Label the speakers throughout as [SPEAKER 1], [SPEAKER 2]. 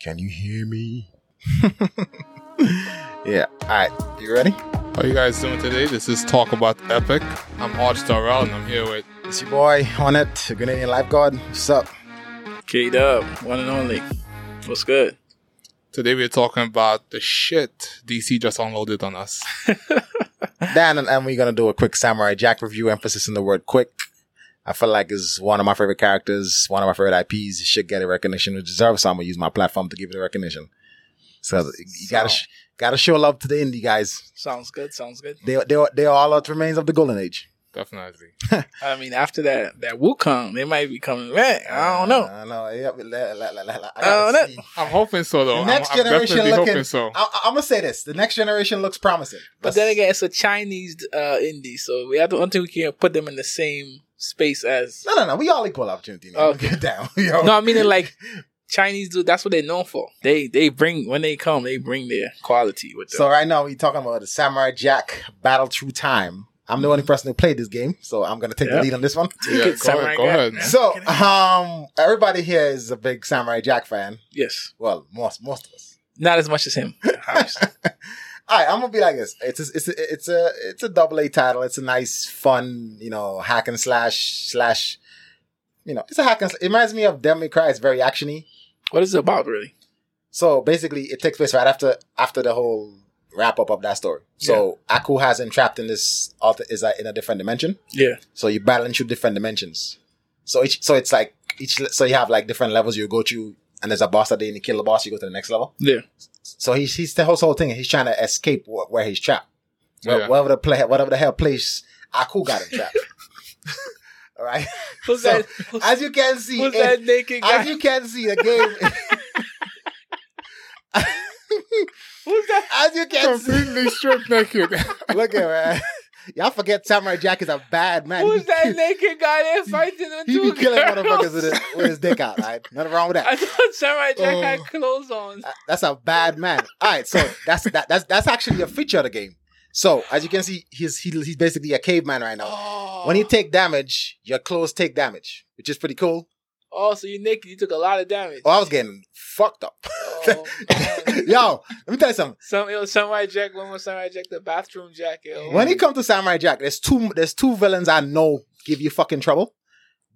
[SPEAKER 1] Can you hear me?
[SPEAKER 2] yeah. All right. You ready?
[SPEAKER 3] How you guys doing today? This is Talk About Epic. I'm Arch Darrell, and I'm here with
[SPEAKER 2] It's your boy on it, Grenadian lifeguard. What's up?
[SPEAKER 4] K Dub, one and only. What's good?
[SPEAKER 3] Today we're talking about the shit DC just unloaded on us.
[SPEAKER 2] Dan and, and we're gonna do a quick Samurai Jack review. Emphasis on the word "quick." I feel like is one of my favorite characters, one of my favorite IPs. It should get a recognition it deserves. So I'm gonna use my platform to give it a recognition. So you gotta sh- gotta show love to the indie guys.
[SPEAKER 4] Sounds good. Sounds good.
[SPEAKER 2] They they are- they are all that remains of the golden age.
[SPEAKER 3] Definitely.
[SPEAKER 4] I mean, after that, that Wukong, they might be coming back. I don't know.
[SPEAKER 2] I don't know. Yeah, la- la- la- la- la- I
[SPEAKER 4] I
[SPEAKER 2] gotta
[SPEAKER 4] don't know.
[SPEAKER 2] see.
[SPEAKER 3] I'm hoping so, though.
[SPEAKER 2] The
[SPEAKER 3] I'm-
[SPEAKER 2] next
[SPEAKER 3] I'm,
[SPEAKER 2] generation
[SPEAKER 3] definitely
[SPEAKER 2] looking.
[SPEAKER 3] hoping so.
[SPEAKER 2] I, I'm gonna say this: the next generation looks promising.
[SPEAKER 4] But then again, it's a Chinese uh, indie, so we have to. I don't think we can put them in the same space as.
[SPEAKER 2] no, no, no, we all equal opportunity. Man.
[SPEAKER 4] Okay.
[SPEAKER 2] Get down. Yo.
[SPEAKER 4] No, I mean like Chinese dude. That's what they're known for. They they bring when they come, they bring their quality with them.
[SPEAKER 2] So right now we're talking about the Samurai Jack Battle Through Time. I'm the only person who played this game, so I'm gonna take the
[SPEAKER 4] Mm. Yeah.
[SPEAKER 2] lead on this one.
[SPEAKER 3] Yeah,
[SPEAKER 4] Take it,
[SPEAKER 3] go
[SPEAKER 4] Samurai
[SPEAKER 3] ahead. Go
[SPEAKER 4] Jack.
[SPEAKER 3] ahead.
[SPEAKER 2] So,
[SPEAKER 4] Yeah.
[SPEAKER 2] um, everybody here is a big Samurai Jack fan.
[SPEAKER 4] yes,
[SPEAKER 2] Well, most most of us.
[SPEAKER 4] not as much as him.
[SPEAKER 2] All right, I'm gonna be like this. It's a, it's a, it's a it's a double A title. It's a nice, fun, you know, hack and slash slash. You know, it's a hack and. Sl- it reminds me of Devil May Cry. It's very actiony.
[SPEAKER 4] what is it about really?
[SPEAKER 2] So basically, it takes place right after after the whole wrap up of that story. So Aku has him trapped in this alter is like in a different dimension.
[SPEAKER 4] Yeah.
[SPEAKER 2] So you battle into different dimensions. So each so it's like each le- so you have like different levels you go to, and there's a boss that day and you kill the boss, you go to the next level.
[SPEAKER 4] Yeah.
[SPEAKER 2] So he's he's the whole whole thing. He's trying to escape wh- where he's trapped. Where,
[SPEAKER 3] Yeah.
[SPEAKER 2] Whatever the play, whatever the hell place Aku got him trapped. All right.
[SPEAKER 4] Who's
[SPEAKER 2] So,
[SPEAKER 4] that? Who's,
[SPEAKER 2] As you can see,
[SPEAKER 4] who's
[SPEAKER 2] it-
[SPEAKER 4] that naked guy?
[SPEAKER 2] as you can see, the game.
[SPEAKER 4] who's that?
[SPEAKER 2] As you can see,
[SPEAKER 3] Completely stripped naked.
[SPEAKER 2] Look at man. Y'all forget Samurai Jack is a bad man.
[SPEAKER 4] Who's
[SPEAKER 2] he,
[SPEAKER 4] that naked guy there fighting the
[SPEAKER 2] He
[SPEAKER 4] two
[SPEAKER 2] be killing
[SPEAKER 4] girls?
[SPEAKER 2] motherfuckers with his, with his dick out. Right? Nothing wrong with that.
[SPEAKER 4] I thought Samurai Jack
[SPEAKER 3] Oh.
[SPEAKER 4] had clothes on.
[SPEAKER 2] Uh, That's a bad man. All right, so that's that, that's that's actually a feature of the game. So as you can see, he's he, he's basically a caveman right now.
[SPEAKER 4] Oh.
[SPEAKER 2] When you take damage, your clothes take damage, which is pretty cool.
[SPEAKER 4] oh, so you naked? You took a lot of damage.
[SPEAKER 2] Oh, I was getting fucked up.
[SPEAKER 4] Oh, man.
[SPEAKER 2] Yo, let me tell you something.
[SPEAKER 4] Some yo, Samurai Jack, one more Samurai Jack, the bathroom Jack. Yo.
[SPEAKER 2] When it comes to Samurai Jack, there's two there's two villains I know give you fucking trouble.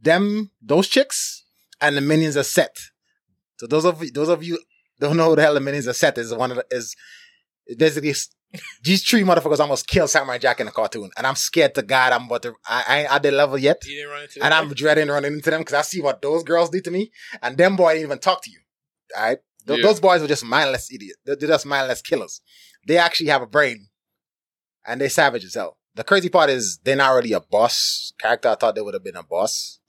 [SPEAKER 2] Them those chicks and the minions are set. So those of those of you don't know who the hell the minions are set is one of the, is basically s- these three motherfuckers almost kill Samurai Jack in the cartoon, and I'm scared to God I'm about to I, I ain't at the level yet,
[SPEAKER 4] you didn't run into
[SPEAKER 2] and
[SPEAKER 4] the-
[SPEAKER 2] I'm dreading running into them because I see what those girls did to me, and them boy didn't even talk to you. All right, Th-
[SPEAKER 3] Yeah.
[SPEAKER 2] those boys were just mindless idiots. They're, they're just mindless killers. They actually have a brain, and they savage as hell. The crazy part is they're not really a boss character. I thought they would have been a boss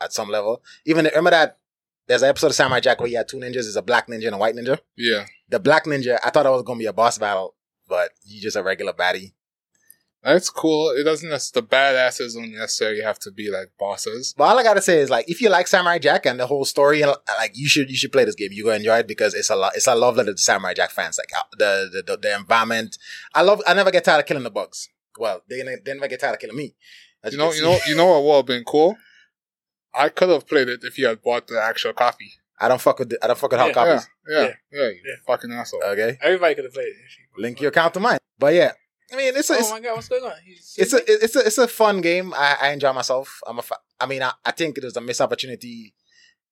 [SPEAKER 2] at some level. Even remember that there's an episode of Samurai Jack where you had two ninjas: is a black ninja and a white ninja.
[SPEAKER 3] yeah.
[SPEAKER 2] The black ninja, I thought it was gonna be a boss battle, but he's just a regular baddie.
[SPEAKER 3] That's cool. It doesn't, nec- the badasses don't necessarily have to be like bosses.
[SPEAKER 2] But all I gotta say is like, if you like Samurai Jack and the whole story, and like you should you should play this game. You're gonna enjoy it because it's a lot. It's a love letter to Samurai Jack fans. Like uh, the the, the, the environment. I love. I never get tired of killing the bugs. Well, they, ne- they never get tired of killing me. As
[SPEAKER 3] You know,
[SPEAKER 2] can
[SPEAKER 3] you
[SPEAKER 2] see,
[SPEAKER 3] know, you know what would have been cool? I could have played it if you had bought the actual copy.
[SPEAKER 2] I don't fuck with the, I don't fuck with hard
[SPEAKER 4] Yeah.
[SPEAKER 2] copies. Uh,
[SPEAKER 3] Yeah, yeah,
[SPEAKER 4] Yeah.
[SPEAKER 3] yeah, you
[SPEAKER 4] Yeah.
[SPEAKER 3] fucking asshole.
[SPEAKER 2] Okay,
[SPEAKER 4] Everybody could have played it.
[SPEAKER 2] link your account to mine. But yeah, I mean it's a,
[SPEAKER 4] Oh
[SPEAKER 2] it's,
[SPEAKER 4] my god, what's going on? He's,
[SPEAKER 2] it's a it's a it's a fun game. I, I enjoy myself. I'm a fa- I mean I, I think it was a missed opportunity.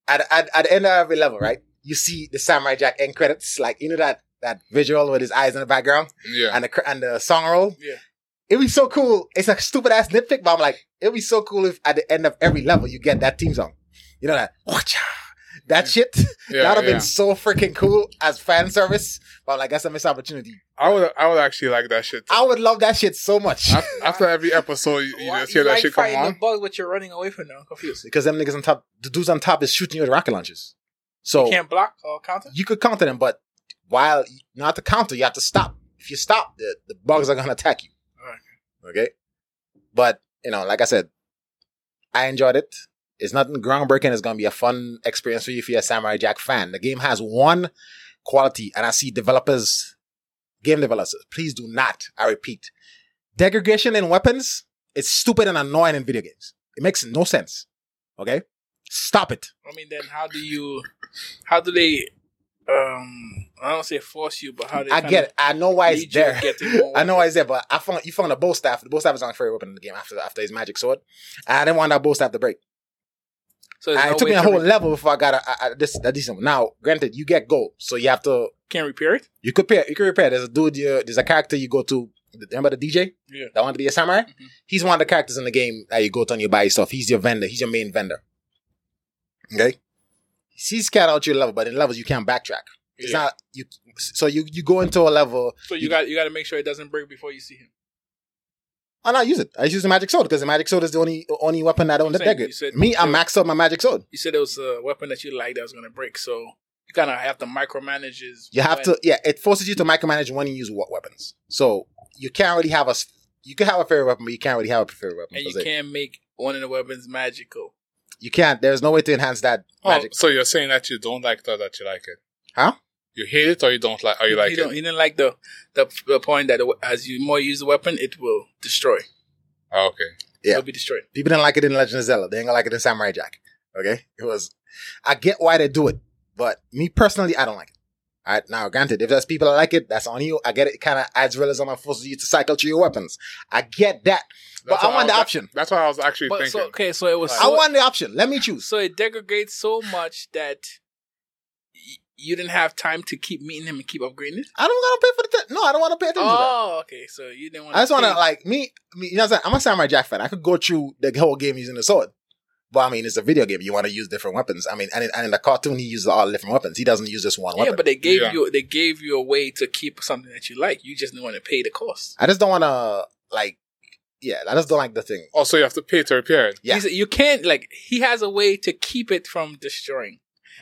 [SPEAKER 2] At, at at the end of every level, right? You see the Samurai Jack end credits, like you know that that visual with his eyes in the background
[SPEAKER 3] Yeah.
[SPEAKER 2] and the cr- and the song roll.
[SPEAKER 4] Yeah.
[SPEAKER 2] It'd be so cool. It's a stupid ass nitpick, but I'm like, it'd be so cool if at the end of every level you get that theme song. You know that "Wacha," that shit.
[SPEAKER 3] yeah,
[SPEAKER 2] That'd have
[SPEAKER 3] yeah.
[SPEAKER 2] been so freaking cool as fan service. But I'm like, that's a missed opportunity.
[SPEAKER 3] I would, I would actually like that shit. too.
[SPEAKER 2] I would love that shit so much.
[SPEAKER 3] After, after every episode, you, you
[SPEAKER 4] Why-
[SPEAKER 3] just hear that
[SPEAKER 4] like
[SPEAKER 3] shit come
[SPEAKER 4] fighting
[SPEAKER 3] on.
[SPEAKER 4] the bug, but you're running away from them. I'm confused.
[SPEAKER 2] because them niggas on top, the dudes on top is shooting you with rocket launchers. So
[SPEAKER 4] You
[SPEAKER 2] you,
[SPEAKER 4] can't block or counter.
[SPEAKER 2] could counter them, but while not to counter, you have to stop. If you stop, the, the bugs are gonna attack you.
[SPEAKER 4] Alright.
[SPEAKER 2] Okay, but you know, like I said, I enjoyed it. It's nothing groundbreaking. It's gonna be a fun experience for you if you're a Samurai Jack fan. The game has one quality, and I see developers, game developers, please do not. I repeat, degradation in weapons is stupid and annoying in video games. It makes no sense. Okay, stop it.
[SPEAKER 4] I mean, then how do you? How do they um, I don't say force you, but how they
[SPEAKER 2] I
[SPEAKER 4] kinda
[SPEAKER 2] get it. I know why
[SPEAKER 4] lead
[SPEAKER 2] it's
[SPEAKER 4] you to
[SPEAKER 2] there.
[SPEAKER 4] get to go
[SPEAKER 2] I know why it's there, but I found you found a bow staff. The bow staff is on favorite weapon in the game after after his magic sword. I didn't want that bow staff to break.
[SPEAKER 4] So
[SPEAKER 2] I,
[SPEAKER 4] there's
[SPEAKER 2] it
[SPEAKER 4] no
[SPEAKER 2] took
[SPEAKER 4] way
[SPEAKER 2] me a
[SPEAKER 4] to
[SPEAKER 2] whole
[SPEAKER 4] re-
[SPEAKER 2] level before I got a, a, a, this, a decent one. Now, granted, you get gold, so you have to
[SPEAKER 4] Can't repair it.
[SPEAKER 2] you could pair you could repair. There's a dude. You, there's a character you go to. Remember the DJ?
[SPEAKER 4] Yeah.
[SPEAKER 2] That wanted to be a samurai.
[SPEAKER 4] Mhm.
[SPEAKER 2] He's one of the characters in the game that you go to and you buy stuff. He's your vendor. He's your main vendor. Okay. He's scared out your level, but in levels you can't backtrack. It's
[SPEAKER 4] Yeah.
[SPEAKER 2] not you. So you you go into a level
[SPEAKER 4] So you
[SPEAKER 2] You-
[SPEAKER 4] got you got to make sure it doesn't break before you see him.
[SPEAKER 2] and I use it. I use the magic sword because the magic sword is the only only weapon I don't
[SPEAKER 4] I'm saying, you
[SPEAKER 2] degrade.
[SPEAKER 4] said-
[SPEAKER 2] Me, I
[SPEAKER 4] you
[SPEAKER 2] maxed out my magic sword.
[SPEAKER 4] You said it was a weapon that you liked that was gonna break. So you kind of have to micromanage his.
[SPEAKER 2] You have
[SPEAKER 4] when-
[SPEAKER 2] to, yeah, it forces you to micromanage when you use what weapons. So you can't really have a, s- you can have a favorite weapon, but you can't really have a favorite weapon.
[SPEAKER 4] and you
[SPEAKER 2] 'cause it-
[SPEAKER 4] can't make one of the weapons magical.
[SPEAKER 2] you can't, there's no way to enhance that
[SPEAKER 3] Oh,
[SPEAKER 2] magic.
[SPEAKER 3] so you're saying that you don't like it or that you like it?
[SPEAKER 2] Huh?
[SPEAKER 3] You hate it or you don't like? Or you
[SPEAKER 4] he,
[SPEAKER 3] like
[SPEAKER 4] he
[SPEAKER 3] it?
[SPEAKER 4] don't- he didn't like the, the the point that as you more use the weapon, it will destroy.
[SPEAKER 3] Oh, okay.
[SPEAKER 2] Yeah.
[SPEAKER 4] It'll be destroyed.
[SPEAKER 2] People didn't like it in Legend of Zelda. They ain't gonna like it in Samurai Jack. Okay? It was, I get why they do it, but me personally, I don't like it. All right, now granted, if there's people that like it, that's on you. I get it. It kind of adds realism and forces you to cycle through your weapons. I get that. But
[SPEAKER 3] That's
[SPEAKER 2] I
[SPEAKER 3] what
[SPEAKER 2] want the
[SPEAKER 3] was-
[SPEAKER 2] option.
[SPEAKER 3] That's what I was actually
[SPEAKER 4] But
[SPEAKER 3] thinking.
[SPEAKER 4] so okay, so it was.
[SPEAKER 2] I
[SPEAKER 4] so-
[SPEAKER 2] want the option. Let me choose.
[SPEAKER 4] So it degrades so much that y- you didn't have time to keep meeting him and keep upgrading it.
[SPEAKER 2] I don't want to pay for the, t- no, I don't want to pay attention to that.
[SPEAKER 4] Oh, okay. So you didn't want.
[SPEAKER 2] I just want to like me, me. You know, what I'm saying? I'm a samurai jack fan. I could go through the whole game using the sword, but I mean, it's a video game. You want to use different weapons. I mean, and in, and in the cartoon, he uses all different weapons. He doesn't use just one
[SPEAKER 4] Yeah,
[SPEAKER 2] weapon.
[SPEAKER 4] but they gave
[SPEAKER 3] Yeah.
[SPEAKER 4] you they gave you a way to keep something that you like. You just didn't want to pay the cost.
[SPEAKER 2] I just don't want to like. Yeah, I just don't like the thing.
[SPEAKER 3] oh, so you have to pay to repair it.
[SPEAKER 2] Yeah.
[SPEAKER 4] He's- you can't like he has a way to keep it from destroying,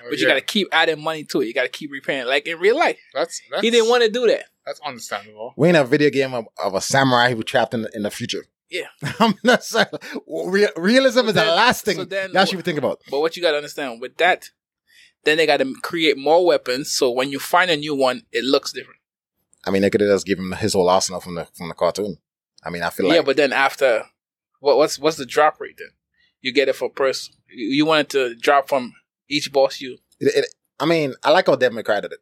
[SPEAKER 4] but you
[SPEAKER 3] Oh, Yeah.
[SPEAKER 4] got to keep adding money to it. You got to keep repairing. Like in real life,
[SPEAKER 3] That's, that's
[SPEAKER 4] he didn't want to do that.
[SPEAKER 3] That's understandable.
[SPEAKER 2] We in a video game of, of a samurai who trapped in the, in the future.
[SPEAKER 4] Yeah.
[SPEAKER 2] I'm not saying real, realism
[SPEAKER 4] So
[SPEAKER 2] is
[SPEAKER 4] then-
[SPEAKER 2] the last thing
[SPEAKER 4] so then
[SPEAKER 2] that
[SPEAKER 4] wh-
[SPEAKER 2] you would think about.
[SPEAKER 4] But what you got to understand with that, then they got to create more weapons. So when you find a new one, it looks different.
[SPEAKER 2] I mean, they could have just given him his whole arsenal from the from the cartoon. I mean, I feel like
[SPEAKER 4] yeah, but then after, what, what's what's the drop rate then? You get it for purse. You, you want it to drop from each boss you.
[SPEAKER 2] It, it, I mean, I like how Devin McCray did it.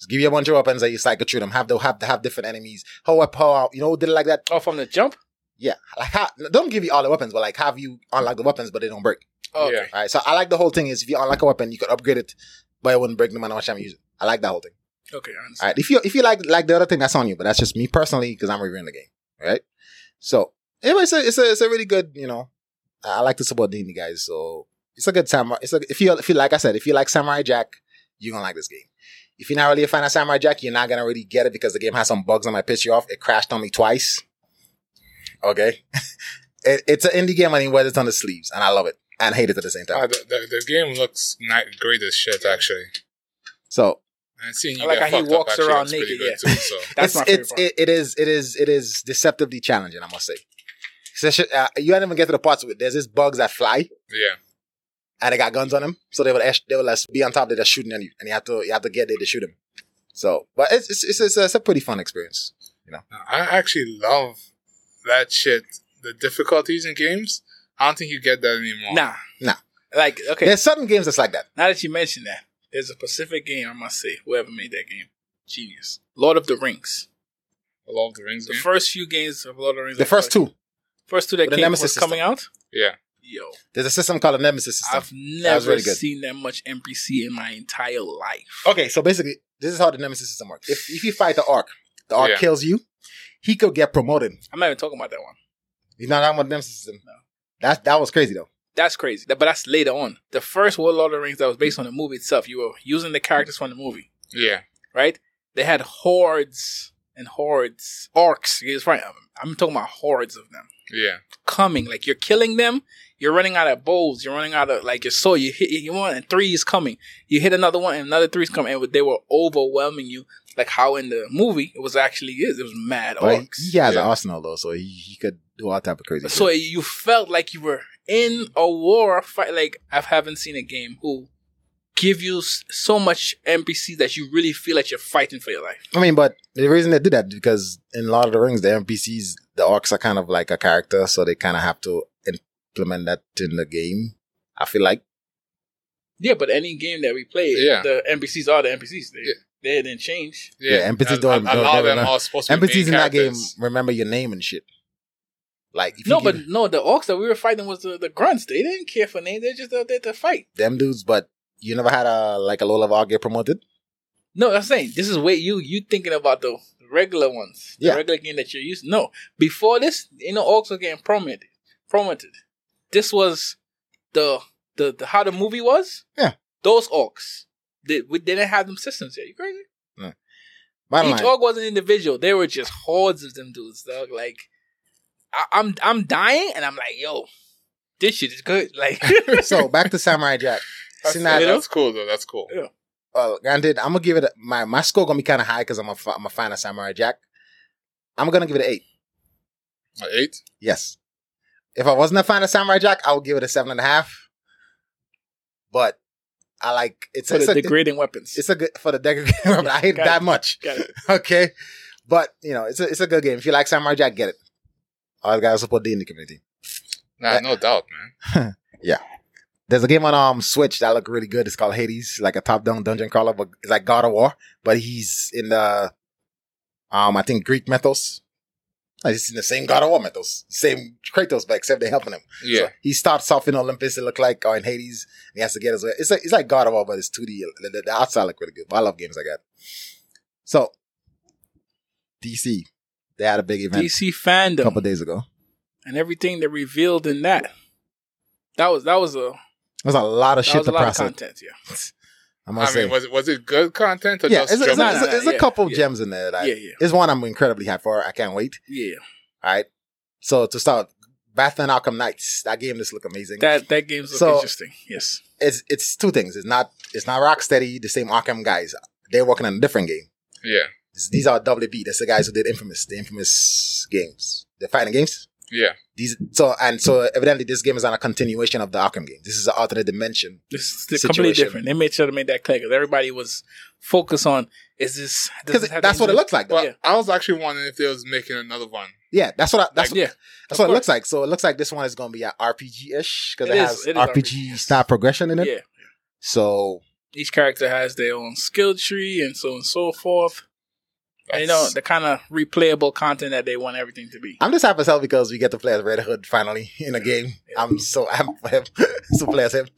[SPEAKER 2] Just give you a bunch of weapons that you cycle through them. Have to have to have different enemies. How up, how out. You know, who did it like that.
[SPEAKER 4] Oh, from the jump.
[SPEAKER 2] Yeah, like ha don't give you all the weapons, but like have you unlock the weapons, but they don't break.
[SPEAKER 4] Oh,
[SPEAKER 3] Yeah.
[SPEAKER 4] okay.
[SPEAKER 2] All right, so I like the whole thing is if you unlock a weapon, you could upgrade it, but it wouldn't break no matter what time you use it. I like that whole thing.
[SPEAKER 4] Okay, I
[SPEAKER 2] All
[SPEAKER 4] understand.
[SPEAKER 2] right, if you if you like like the other thing, that's on you, but that's just me personally because I'm reviewing the game. All right, so anyway, it's a it's a, it's a really good you know. I I like to support Dini guys, so it's a good samurai. It's a if you if you like I said, if you like Samurai Jack, you're gonna like this game. If you're not really a fan of Samurai Jack, you're not gonna really get it because the game has some bugs on my piss you off. It crashed on me twice. Okay, it, it's an indie game and he wears it on his sleeves, and I love it and hate it at the same
[SPEAKER 3] Ah,
[SPEAKER 2] time.
[SPEAKER 3] the, the, the game looks not great as shit, actually.
[SPEAKER 2] So
[SPEAKER 3] And seeing you
[SPEAKER 4] I like
[SPEAKER 3] get
[SPEAKER 4] how he
[SPEAKER 3] fucked up
[SPEAKER 4] walks
[SPEAKER 3] actually
[SPEAKER 4] around
[SPEAKER 3] looks pretty
[SPEAKER 4] naked,
[SPEAKER 3] good, too, so.
[SPEAKER 4] That's
[SPEAKER 2] it's,
[SPEAKER 4] my favorite
[SPEAKER 2] it's,
[SPEAKER 4] part.
[SPEAKER 2] It, it is it is it is deceptively challenging. I must say. So shit, uh, you don't even get to the parts where there's these bugs that fly
[SPEAKER 3] Yeah.
[SPEAKER 2] and they got guns on them, so they would ash- they would like, be on top. They're just shooting at you, and you have to you have to get there to shoot them. So, but it's it's it's, it's, a, it's a pretty fun experience.
[SPEAKER 3] I actually love that shit. The difficulties in games, I don't think you get that anymore.
[SPEAKER 4] Nah,
[SPEAKER 2] Nah.
[SPEAKER 4] Like okay,
[SPEAKER 2] There's certain games that's like that.
[SPEAKER 4] now that you mention that, there's a Pacific game. I must say, whoever made that game, genius. Lord of the Rings.
[SPEAKER 3] Lord of the Rings
[SPEAKER 4] The
[SPEAKER 3] game.
[SPEAKER 4] first few games of Lord of the Rings.
[SPEAKER 2] The first two.
[SPEAKER 4] First two that
[SPEAKER 2] With the
[SPEAKER 4] came was
[SPEAKER 2] Nemesis system.
[SPEAKER 4] coming out.
[SPEAKER 3] yeah.
[SPEAKER 4] Yo,
[SPEAKER 2] There's a system called a Nemesis system.
[SPEAKER 4] I've never
[SPEAKER 2] really good.
[SPEAKER 4] seen that much NPC in my entire life.
[SPEAKER 2] Okay, so basically, this is how the Nemesis system works. If if you fight the Ark, the Ark
[SPEAKER 3] Yeah.
[SPEAKER 2] kills you. He could get promoted.
[SPEAKER 4] I'm not even talking about that one.
[SPEAKER 2] You're not talking about the Nemesis system. That that was crazy though.
[SPEAKER 4] That's crazy. That- But that's later on. The first World Lord of the Rings that was based on the movie itself, you were using the characters from the movie,
[SPEAKER 3] Yeah.
[SPEAKER 4] right? They had hordes and hordes, orcs. You guys right. I'm- I'm talking about hordes of them
[SPEAKER 3] Yeah.
[SPEAKER 4] coming. Like you're killing them. You're running out of bows. You're running out of like your soul. You hit you one and three is coming. You hit another one and another three is coming. And they were overwhelming you. Like how in the movie it was actually is. It was mad
[SPEAKER 2] But
[SPEAKER 4] orcs.
[SPEAKER 2] he has an
[SPEAKER 3] Yeah.
[SPEAKER 2] arsenal though, so he, he could do all type of crazy. shit.
[SPEAKER 4] So you felt like you were in a war fight. Like I haven't seen a game who give you s- so much NPC that you really feel like you're fighting for your life.
[SPEAKER 2] I mean, but the reason they do that because in Lord of the Rings, the NPCs, the orcs are kind of like a character, so they kind of have to implement that in the game. I feel like
[SPEAKER 4] Yeah, but any game that we played,
[SPEAKER 3] Yeah.
[SPEAKER 4] the NPCs are the NPCs. They,
[SPEAKER 3] Yeah.
[SPEAKER 4] they didn't change.
[SPEAKER 2] Yeah,
[SPEAKER 3] Yeah,
[SPEAKER 2] NPCs
[SPEAKER 3] and
[SPEAKER 2] don't-
[SPEAKER 3] a- a
[SPEAKER 2] don't-
[SPEAKER 3] lot of
[SPEAKER 2] they
[SPEAKER 3] them
[SPEAKER 2] don't-
[SPEAKER 3] are supposed to be
[SPEAKER 2] NPCs in
[SPEAKER 3] main
[SPEAKER 2] that game
[SPEAKER 3] characters.
[SPEAKER 2] remember your name and shit. Like if
[SPEAKER 4] no,
[SPEAKER 2] you
[SPEAKER 4] but
[SPEAKER 2] give
[SPEAKER 4] no, the orcs that we were fighting was the, the grunts. They didn't care for names. They're just out there to fight.
[SPEAKER 2] them dudes, but you never had a like a low level orc get promoted.
[SPEAKER 4] No, I'm saying this is way you you thinking about the regular ones, the
[SPEAKER 2] Yeah.
[SPEAKER 4] regular game that you're used. No, before this, you know, orcs were getting promoted. Promoted. This was the the, the how the movie was.
[SPEAKER 2] Yeah.
[SPEAKER 4] those orcs. They, we didn't have them systems yet. You crazy?
[SPEAKER 2] Bottom
[SPEAKER 4] Each
[SPEAKER 2] line,
[SPEAKER 4] orc was an individual. They were just hordes of them dudes, dog. Like, I, I'm I'm dying, and I'm like, yo, this shit is good. Like,
[SPEAKER 2] so back to Samurai Jack.
[SPEAKER 3] That's,
[SPEAKER 2] Sinai-
[SPEAKER 4] You know?
[SPEAKER 3] that's cool though. That's cool.
[SPEAKER 2] well, granted, I'm gonna give it a, my my score gonna be kind of high because I'm a fa- I'm a fan of Samurai Jack. I'm gonna give it an eight.
[SPEAKER 3] An Eight.
[SPEAKER 2] Yes. If I wasn't a fan of Samurai Jack, I would give it a seven and a half. But I like it's,
[SPEAKER 4] for
[SPEAKER 2] it's
[SPEAKER 4] the
[SPEAKER 2] a
[SPEAKER 4] degrading weapons.
[SPEAKER 2] it's a good for the deck. but I hate
[SPEAKER 4] Got
[SPEAKER 2] that
[SPEAKER 4] it.
[SPEAKER 2] much.
[SPEAKER 4] Got it.
[SPEAKER 2] Okay, but you know it's a it's a good game. If you like Samurai Jack, get it. All the guys support D in the community.
[SPEAKER 3] Nah,
[SPEAKER 2] Yeah.
[SPEAKER 3] no doubt, man.
[SPEAKER 2] There's a game on um Switch that look really good. It's called Hades, like a top-down dungeon crawler, but it's like God of War, but he's in the um I think Greek mythos. Like, It's in the same God of War mythos, same Kratos, but except they're helping him.
[SPEAKER 3] Yeah,
[SPEAKER 2] So he starts off in Olympus, it look like, or in Hades, and he has to get his way. It's like, it's like God of War, but it's 2D. The, the- the outside look really good. But I love games like that. So, DC, they had a big event
[SPEAKER 4] DC
[SPEAKER 2] a
[SPEAKER 4] fandom.
[SPEAKER 2] couple days ago.
[SPEAKER 4] and everything that revealed in that. That was that was a
[SPEAKER 2] There's a lot of
[SPEAKER 4] that
[SPEAKER 2] shit
[SPEAKER 4] was a
[SPEAKER 2] to
[SPEAKER 4] lot of
[SPEAKER 2] process.
[SPEAKER 4] content. Yeah,
[SPEAKER 2] I'm
[SPEAKER 3] I
[SPEAKER 2] gonna
[SPEAKER 3] mean,
[SPEAKER 2] say,
[SPEAKER 3] was it was it good content or
[SPEAKER 2] yeah, it's,
[SPEAKER 3] just
[SPEAKER 2] it's- it's-
[SPEAKER 3] jump-
[SPEAKER 4] No, no,
[SPEAKER 2] it's-
[SPEAKER 4] no,
[SPEAKER 2] it's a
[SPEAKER 4] yeah,
[SPEAKER 2] couple
[SPEAKER 4] yeah.
[SPEAKER 2] gems in there. That I,
[SPEAKER 4] yeah, yeah,
[SPEAKER 2] There's one I'm incredibly hyped for. I can't wait.
[SPEAKER 4] yeah.
[SPEAKER 2] All right, so to start, Batman Arkham Knights. That game just look amazing.
[SPEAKER 4] That that game's look
[SPEAKER 2] So-
[SPEAKER 4] interesting. Yes,
[SPEAKER 2] it's it's two things. It's not it's not Rocksteady, the same Arkham guys. They're working on a different game.
[SPEAKER 3] yeah,
[SPEAKER 2] This- these are WB. That's the guys who did Infamous, the Infamous games, the fighting games.
[SPEAKER 3] yeah,
[SPEAKER 2] These so and so evidently this game is on a continuation of the Arkham game. This is an alternate dimension.
[SPEAKER 4] this is completely
[SPEAKER 2] Situation.
[SPEAKER 4] different. They made sure to make that clear because everybody was focused on is this does
[SPEAKER 2] Because
[SPEAKER 4] this have
[SPEAKER 2] that's
[SPEAKER 4] to
[SPEAKER 2] what it
[SPEAKER 4] do-
[SPEAKER 2] looks like. though.
[SPEAKER 3] Well,
[SPEAKER 4] Yeah.
[SPEAKER 3] I was actually wondering if they was making another one.
[SPEAKER 2] Yeah, that's what I, that's
[SPEAKER 4] Like, yeah,
[SPEAKER 2] that's what
[SPEAKER 4] of
[SPEAKER 2] it looks like. So it looks like this one is going to be an RPG ish because
[SPEAKER 4] It
[SPEAKER 2] it,
[SPEAKER 4] is,
[SPEAKER 2] has
[SPEAKER 4] it is
[SPEAKER 2] RPG style progression in it.
[SPEAKER 4] yeah.
[SPEAKER 2] So
[SPEAKER 4] Each character has their own skill tree and so on and so forth. And, you know
[SPEAKER 3] That's-
[SPEAKER 4] the kind of replayable content that they want everything to be.
[SPEAKER 2] I'm just happy as hell because we get to play as Red Hood finally in a game. I'm so I'm for him. so play as him.